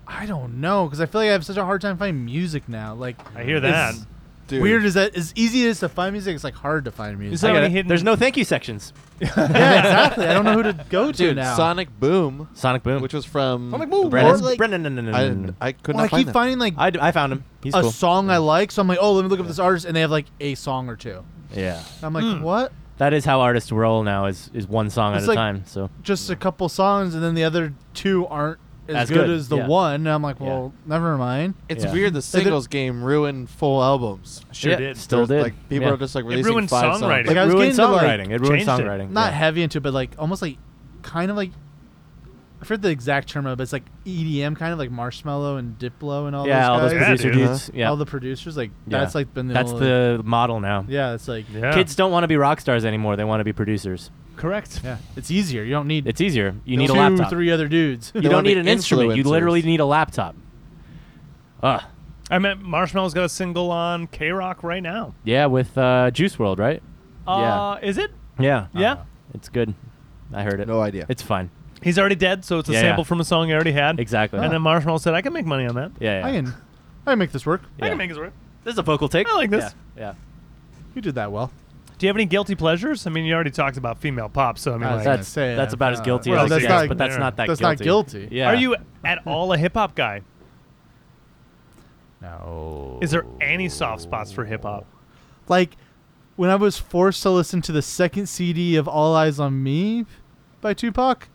I don't know because I feel like I have such a hard time finding music now. Like I hear that. It's Dude. weird is that as easy as to find music, it's like hard to find music. Is that- So I got many it. hidden- There's no thank you sections. yeah, exactly. I don't know who to go to Dude, now. Sonic Boom, Sonic Boom. which was from Sonic Boom. Brennan? Or, like- Brennan, no, no, I, no, no, no, no. didn't- I could Well, I not find keep that. finding like I, d- I found him. He's a cool. song I like, so I'm like, oh, let me look up this artist, and they have like a song or two. Yeah. And I'm like, what? That is how artists roll now is is one song at It's a like- time. So Just a couple songs, and then the other two aren't as, As good, good, as the yeah. one. And I'm like, Yeah. well, never mind. It's Yeah. weird the singles game ruined full albums. Sure Yeah, did. There's, Still did. Like people Yeah. are just like It releasing ruined five songs. songwriting. Like, I it was ruined getting to, like, songwriting. it ruined changed it. songwriting. Not yeah. heavy into, it, but like almost like kind of like I forget the exact term of, it, but it's like EDM, kind of like Marshmallow and Diplo and all yeah, all those those guys. Yeah, producer dude. dudes. Yeah, all the producers. Like Yeah. that's like been the that's only- the model now. yeah. It's like Yeah. Kids don't want to be rock stars anymore. They want to be producers. Correct. yeah, it's easier. You don't need It's easier. You need two, a laptop. three other dudes. you don't wanna need be an instrument. You influencers. literally need a laptop. Uh, I meant Marshmallow's got a single on K Rock right now. yeah, with uh, Juice World, right? Uh, Is it? Yeah. Uh-huh. Yeah. It's good. I heard it. No idea. It's fine. He's already dead, so it's a Yeah, sample yeah. from a song he already had. Exactly. And then Marshmallow said, "I can make money on that. yeah, yeah. I can, I can make this work. I Yeah. can make this work." This is a vocal take. I like this. Yeah. You did that well. Do you have any guilty pleasures? I mean, you already talked about female pop, so I mean, I was like, gonna That's say, that's uh, about as guilty well, as it that's gets, not- but that's yeah. not that That's guilty. not guilty. Yeah. are you at all a hip hop guy? No. Is there any soft spots for hip hop? like when I was forced to listen to the second CD of All Eyes on Me by Tupac?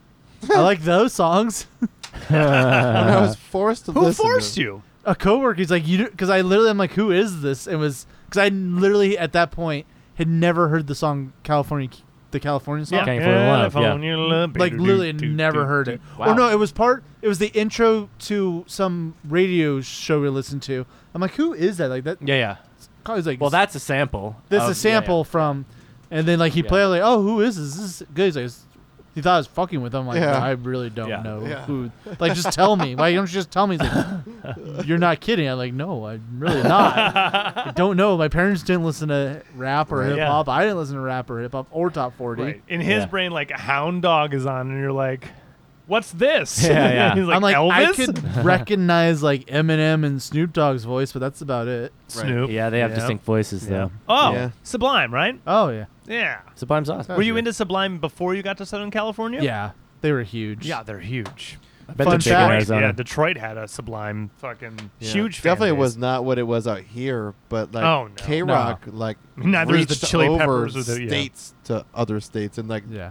I like those songs. when I was forced to Who listen. forced to, you? A coworker, he's like, you, because I literally, I'm like, who is this? It was because I literally at that point had never heard the song California, the California song. Okay. California Love, yeah. California Love, Like literally do, do, never do, heard do. it. Wow. Or no, it was part. It was the intro to some radio show we listened to. I'm like, who is that? Like that. Yeah, yeah. I was like, Well, that's a sample. This of- is a sample yeah, from, and then like he Yeah. played like, oh, who is this? This is good. He's like, "It's-" he thought I was fucking with him. I'm like, Yeah. I really don't Yeah. know Yeah. who. Like, just tell me. Why don't you just tell me? He's like, you're not kidding. I'm like, no, I'm really not. I don't know. My parents didn't listen to rap or Right. hip hop. I didn't listen to rap or hip hop or top forty. Right. In his Yeah. brain, like a hound dog is on, and you're like, "What's this?" Yeah, yeah. He's like, I'm like, Elvis, I could recognize like Eminem and Snoop Dogg's voice, but that's about it. Snoop. Yeah, they have Yeah. distinct voices though. Oh, Yeah. Sublime, right? Oh yeah, Yeah. Sublime sauce. Were you into Sublime before you got to Southern California? yeah, they were huge. Yeah, they're huge. I bet Fun they're big in fact. Arizona. Yeah, Detroit had a Sublime fucking Yeah. huge. Fan Definitely base. was not what it was out here, but like Oh, no. K Rock like Neither is the reached Chili over Peppers or the- yeah. states to other states and like Yeah.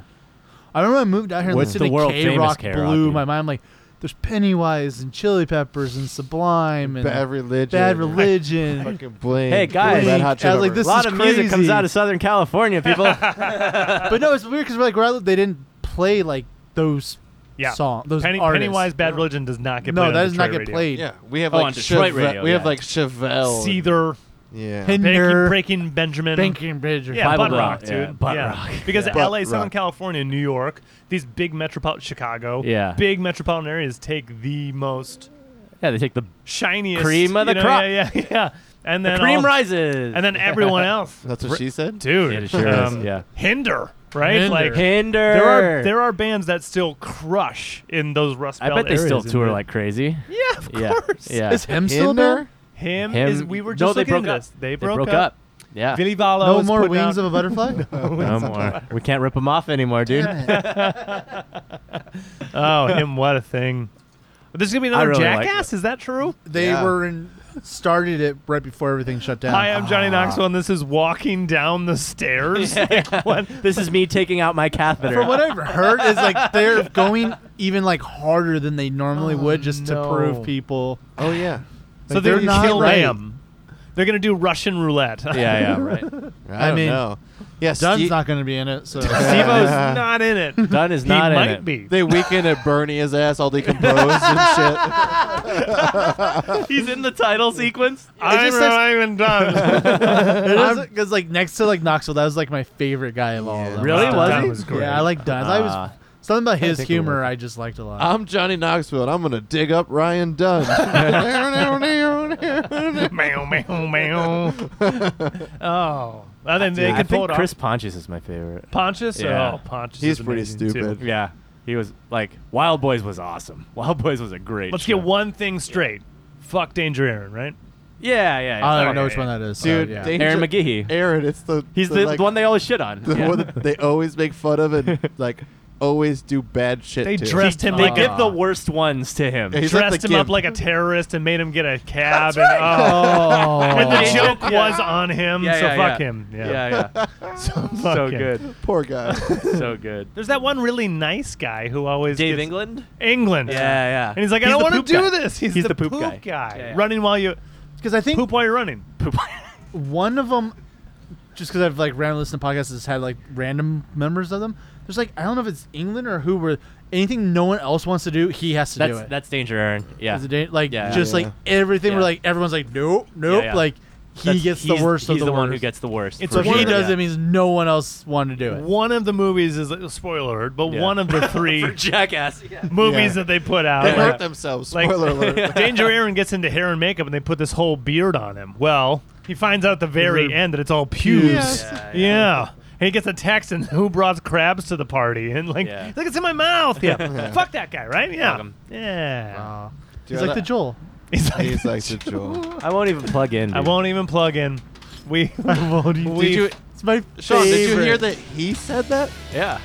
I remember I moved out here and What's listening the world to K Rock famous K-Rock, blew dude? my mind. I'm like, there's Pennywise and Chili Peppers and Sublime and bad religion. Bad or Religion. Fucking Blink. Hey, guys. Red Hot I Chili was like, Peppers. this a lot is of music comes crazy. out of Southern California, people. but no, it's weird because like where I live, they didn't play like those Yeah. songs. Those Penny, artists. Pennywise, Bad Religion does not get no, played. that on does not Detroit get radio. played. Yeah, we have Oh, like on Detroit Cheve- radio, We have yeah. like Chevelle. and- Seether, Yeah. Hinder, Breaking, Breaking Benjamin, Banking Bridge, Yeah, Bible butt rock, rock, dude. yeah, butt Yeah. rock. Because Yeah. Butt L.A., Southern rock. California, New York, these big metropolitan Chicago, Yeah. big metropolitan areas take the most yeah, they take the, shiniest Cream of you the know, crop. Yeah, yeah, yeah. And the then cream all- rises. and then everyone else, That's what she said. dude. um, It sure is, yeah. Hinder, right? Hinder. Like Hinder. there are there are bands that still crush in those Rust I Belt bet they still areas, tour isn't it? like crazy. yeah, of Yeah. course. Yeah. Is him still Hinder. there? Him, Him- is. We were just no, they looking at broke up. this. They They broke, broke up. Yeah. Billy Valo. No has more put Wings out- of a Butterfly. No more. We can't rip them off anymore, dude. Oh, him! What a thing. There's gonna be another really like jackass. is that true? They Yeah. were in started it right before everything shut down. Hi, I'm Ah. Johnny Knoxville, and this is walking down the stairs. Like, what? This is me taking out my catheter. From what I've heard, is like they're going even like harder than they normally Oh, would just no. to prove people. Oh yeah. So Like, they're, they're gonna not kill right. Ram. They're gonna do Russian roulette. yeah, yeah, right. I, I don't mean, know. Yeah, Dunn's Steve- not going to be in it, so Stevo's not in it. He Dunn is not in might it. be. they weaken at Bernie his ass all decomposed and shit. He's in the title sequence. I'm just says- Ryan Dunn. because like next to like Knoxville, that was like my favorite guy of all. Yeah. Of them. Really? Uh, Was Dunn he? was great. Yeah, I like Dunn. I was Ah. something about his take a humor look. Uh, I just liked a lot. I'm Johnny Knoxville, and I'm gonna dig up Ryan Dunn. meow, meow, meow. Oh, and then they Dude, I could pull think it Chris off. Pontius is my favorite. Pontius. Yeah. Oh, Pontius. He's is pretty amazing, stupid. Too. Yeah, he was like Wild Boys was awesome. Wild Boys was a great. Let's show. get one thing straight. Fuck Danger Aaron, right? Yeah, yeah. yeah. I don't Okay. know which one that is. so, Dude, yeah. they- Aaron McGehee. Aaron, it's the He's the, like, one they always shit on. the Yeah. one that they always make fun of and like always do bad shit. They to. dressed him they up. give the worst ones to him. He's like dressed the Oh. him up Gimp. like a terrorist and made him get a cab. and, oh, oh. and the Yeah. joke Yeah. was on him, Yeah, so yeah, fuck yeah. him. Yeah, yeah, yeah. so, fuck so him. good, Poor guy. so good. There's that one really nice guy who always Dave gets- England. England. Yeah, yeah. And he's like, I He's don't the want poop to do guy. this. He's, He's the, the poop guy. guy. Yeah, yeah. Running while you because I think poop while you're running. Poop. one of them just because I've like randomly listened to podcasts that's had like random members of them. There's like I don't know if it's England or who were anything no one else wants to do, he has to do That's it. that's danger, Aaron. Yeah. Is it da- like Yeah. just Yeah. like everything where Yeah. like everyone's like nope, nope, yeah. like he That's- gets the he's- worst of He's the, the, one who worst. gets the worst. It's So for if he sure. does Yeah. it means no one else wanted to do it. One of the movies is uh, spoiler alert, but Yeah. one of the three for jackass. Yeah. movies Yeah. that they put out. Oh, they like- hurt themselves. like- Spoiler alert. Danger Aaron gets into hair and makeup, and they put this whole beard on him. Well, he finds out at the very They're- end that it's all pubes. Yes. Yeah, Yeah, yeah. And he gets a text and who brought crabs to the party? And like, Yeah. look, it's in my mouth. Yeah. Fuck that guy, right? Yeah. Fuck him. Yeah. Uh, Dude, he's I like the thought- Joel. He's like, He's like the Joel. I won't even plug in. I dude. won't even plug in. We, won't even- Did you, It's my Sean, did you hear favorite. that he said that? Yeah.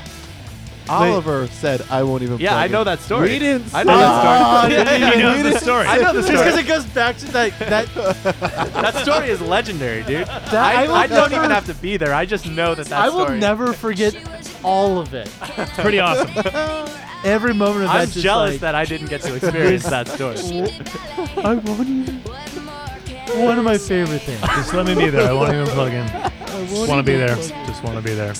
Oliver said, "I won't even." Ah, Yeah, plug I know it." that story. We didn't. I know say that it. story. Yeah, he knows the story. I know the Just because story. it goes back to that that that story is legendary, dude. I I, will I don't never- even have to be there. I just know that that I will story- never forget all of it. It's pretty awesome. Every moment of that. I'm just jealous like, that I didn't get to experience that story. I won't even. One of my favorite things. Just let me be there. I won't even plug in. Just want to be there. Just want to be there.